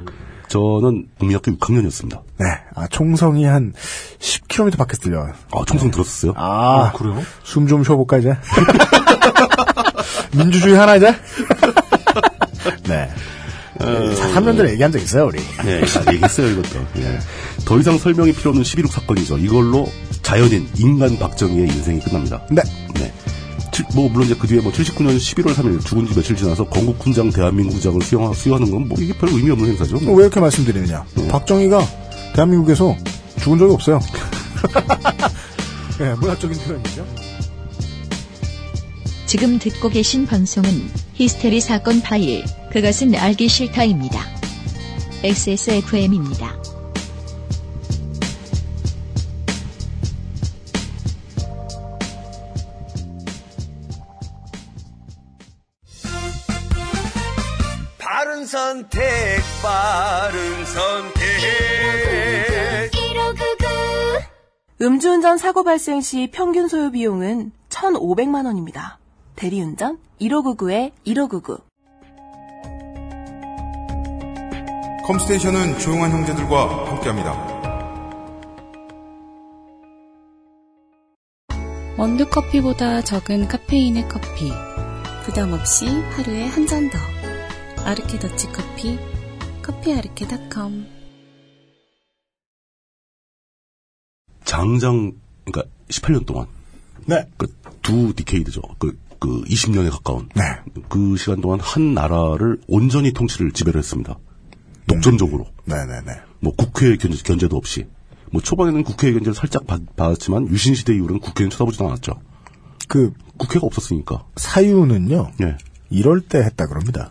저는 국민학교 6학년이었습니다. 네. 아, 총성이 한 10km 밖에서 들려요. 아, 총성 들었었어요? 아, 어, 그래요? 숨 좀 쉬어볼까, 이제? 민주주의 하나, 이제? 네. 3년 전에 얘기한 적 있어요, 우리. 네, 다 얘기했어요, 이것도. 예. 더 이상 설명이 필요 없는 11.6 사건이죠. 이걸로 자연인, 인간 박정희의 인생이 끝납니다. 네. 칠- 뭐, 물론 이제 그 뒤에 뭐 79년 11월 3일 죽은 지 며칠 지나서 건국훈장, 대한민국장을 수여하, 수여하는 건 뭐 이게 별 의미 없는 행사죠. 왜 이렇게 말씀드리느냐. 박정희가 대한민국에서 죽은 적이 없어요. 예, 문화적인 표현이죠. 지금 듣고 계신 방송은 히스테리 사건 파일, 그것은 알기 싫다입니다. XSFM입니다. 바른 선택, 바른 선택. 음주운전 사고 발생 시 평균 소요 비용은 1,500만 원입니다. 대리운전 1599에 1599. 컴스테이션은 조용한 형제들과 함께합니다. 원두 커피보다 적은 카페인의 커피. 부담 없이 하루에 한 잔 더. 아르케 더치 커피. 커피아르케닷컴. 장장 그러니까 18년 동안 네. 그두 디케이드죠. 그, 그 20년에 가까운 네. 그 시간 동안 한 나라를 온전히 통치를 지배를 했습니다. 독점적으로. 네네네. 뭐 국회 견제, 견제도 없이. 뭐 초반에는 국회 견제를 살짝 받, 받았지만 유신 시대 이후로는 국회는 쳐다보지도 않았죠. 그 국회가 없었으니까. 사유는요. 네. 이럴 때 했다 그럽니다.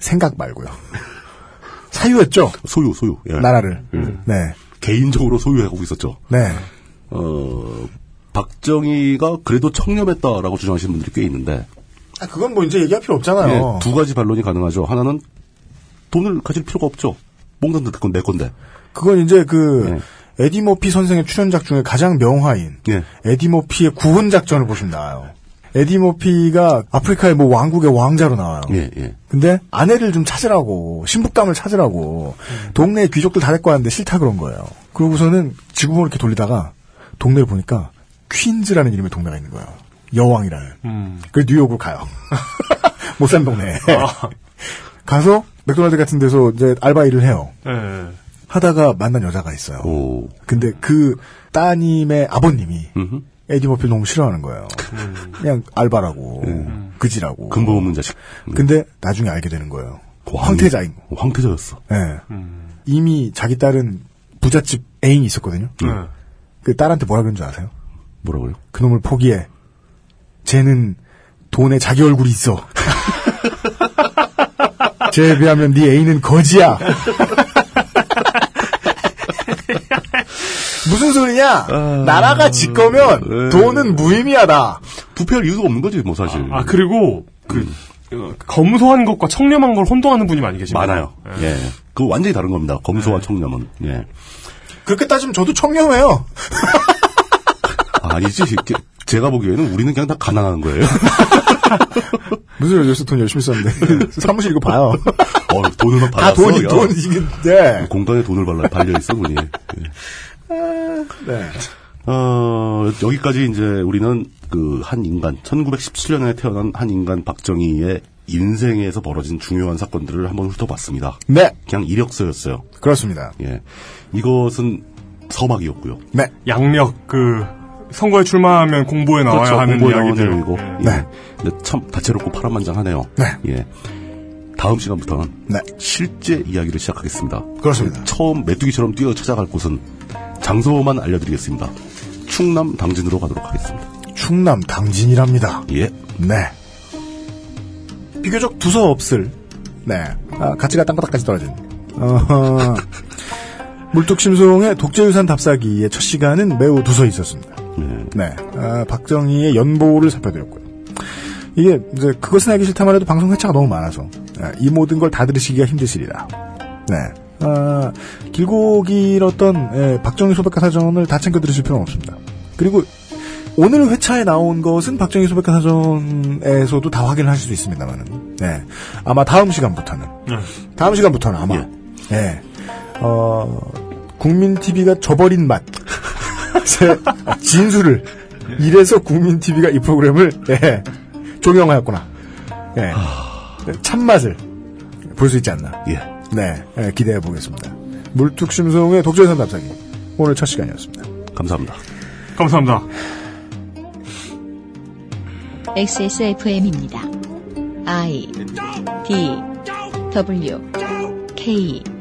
생각 말고요. 사유였죠. 소유 소유. 예. 나라를. 네. 개인적으로 소유하고 있었죠. 네. 어 박정희가 그래도 청렴했다라고 주장하시는 분들이 꽤 있는데 아, 그건 뭐 이제 얘기할 필요 없잖아요. 예, 두 가지 반론이 가능하죠. 하나는 돈을 가질 필요가 없죠. 몽단 듣건 내 건데. 그건 이제 그 에디 머피 선생의 출연작 중에 가장 명화인 예. 에디 머피의 구분 작전을 보시면 나와요. 에디 머피가 아프리카의 뭐 왕국의 왕자로 나와요. 예, 예. 근데 아내를 좀 찾으라고 신부감을 찾으라고 동네 귀족들 다 데리고 왔는데 싫다 그런 거예요. 그러고서는 지구본을 이렇게 돌리다가 동네를 보니까 퀸즈라는 이름의 동네가 있는 거예요. 여왕이라는. 음. 음. 그래서 뉴욕으로 가요. 못 산 동네에. 아. 가서 맥도날드 같은 데서 이제 알바 일을 해요. 예. 하다가 만난 여자가 있어요. 오. 근데 그 따님의 아버님이 음흠. 음. 에디 머피를 너무 싫어하는 거예요. 그냥 알바라고 그지라고 근본 없는 자식. 근데 나중에 알게 되는 거예요. 왕이- 황태자인 거. 황태자였어. 예. 이미 자기 딸은 부잣집 애인이 있었거든요. 그 딸한테 뭐라 그런 줄 아세요? 뭐라고요? 그놈을 포기해. 쟤는 돈에 자기 얼굴이 있어. 쟤에 비하면 네 애인은 거지야. 무슨 소리냐? 나라가 지 거면 돈은 무의미하다. 부패할 이유도 없는 거지 뭐 사실. 아 그리고 그 음. 어, 검소한 것과 청렴한 걸 혼동하는 분이 많이 계십니다. 많아요. 예. 그 완전히 다른 겁니다. 검소와 청렴은. 예. 그렇게 따지면 저도 청렴해요. 아니지. 이렇게 제가 보기에는 우리는 그냥 다 가난한 거예요. 무슨 여기서 돈 열심히 썼는데 사무실 이거 봐요. 어, 돈을 다 받았어. 돈이 야. 돈 이게 네. 공간에 돈을 발라 발려 있어 보니. 네. 어, 여기까지 이제 우리는 그 한 인간, 1917년에 태어난 한 인간 박정희의 인생에서 벌어진 중요한 사건들을 한번 훑어봤습니다. 네. 그냥 이력서였어요. 그렇습니다. 예. 이것은 서막이었고요. 네. 양력 그 선거에 출마하면 공보에 아, 나와야 그렇죠. 하는 공부에 나오는 이야기들. 내용이고. 예. 예. 근데 참 다채롭고 파란만장하네요. 예. 다음 시간부터는 네. 실제 이야기를 시작하겠습니다. 그렇습니다. 처음 메뚜기처럼 뛰어 찾아갈 곳은 장소만 알려드리겠습니다. 충남 당진으로 가도록 하겠습니다. 충남 당진이랍니다. 예. 네. 비교적 두서 없을. 네. 아, 가치가 땅바닥까지 떨어진. 어허. 물뚝심송의 독재유산 답사기의 첫 시간은 매우 두서 있었습니다. 네. 아, 박정희의 연보를 살펴드렸고요. 이게 이제 그것은 알기 싫다만 해도 방송 회차가 너무 많아서 아, 이 모든 걸 다 들으시기가 힘드시리라. 네. 아, 길고 길었던 예, 박정희 소백과 사전을 다 챙겨 들으실 필요는 없습니다. 그리고 오늘 회차에 나온 것은 박정희 소백과 사전에서도 다 확인하실 수 있습니다만은 네. 아마 다음 시간부터는 다음 시간부터는 아마 예. 어, 국민 TV가 저버린 맛. 제 진술을 이래서 국민 TV가 이 프로그램을 예, 종영하였구나. 예. 참맛을 볼 수 있지 않나. 예. 네. 예, 기대해 보겠습니다. 물뚝심송의 독재선 답사기 오늘 첫 시간이었습니다. 감사합니다. 감사합니다. XSFM입니다. I D W K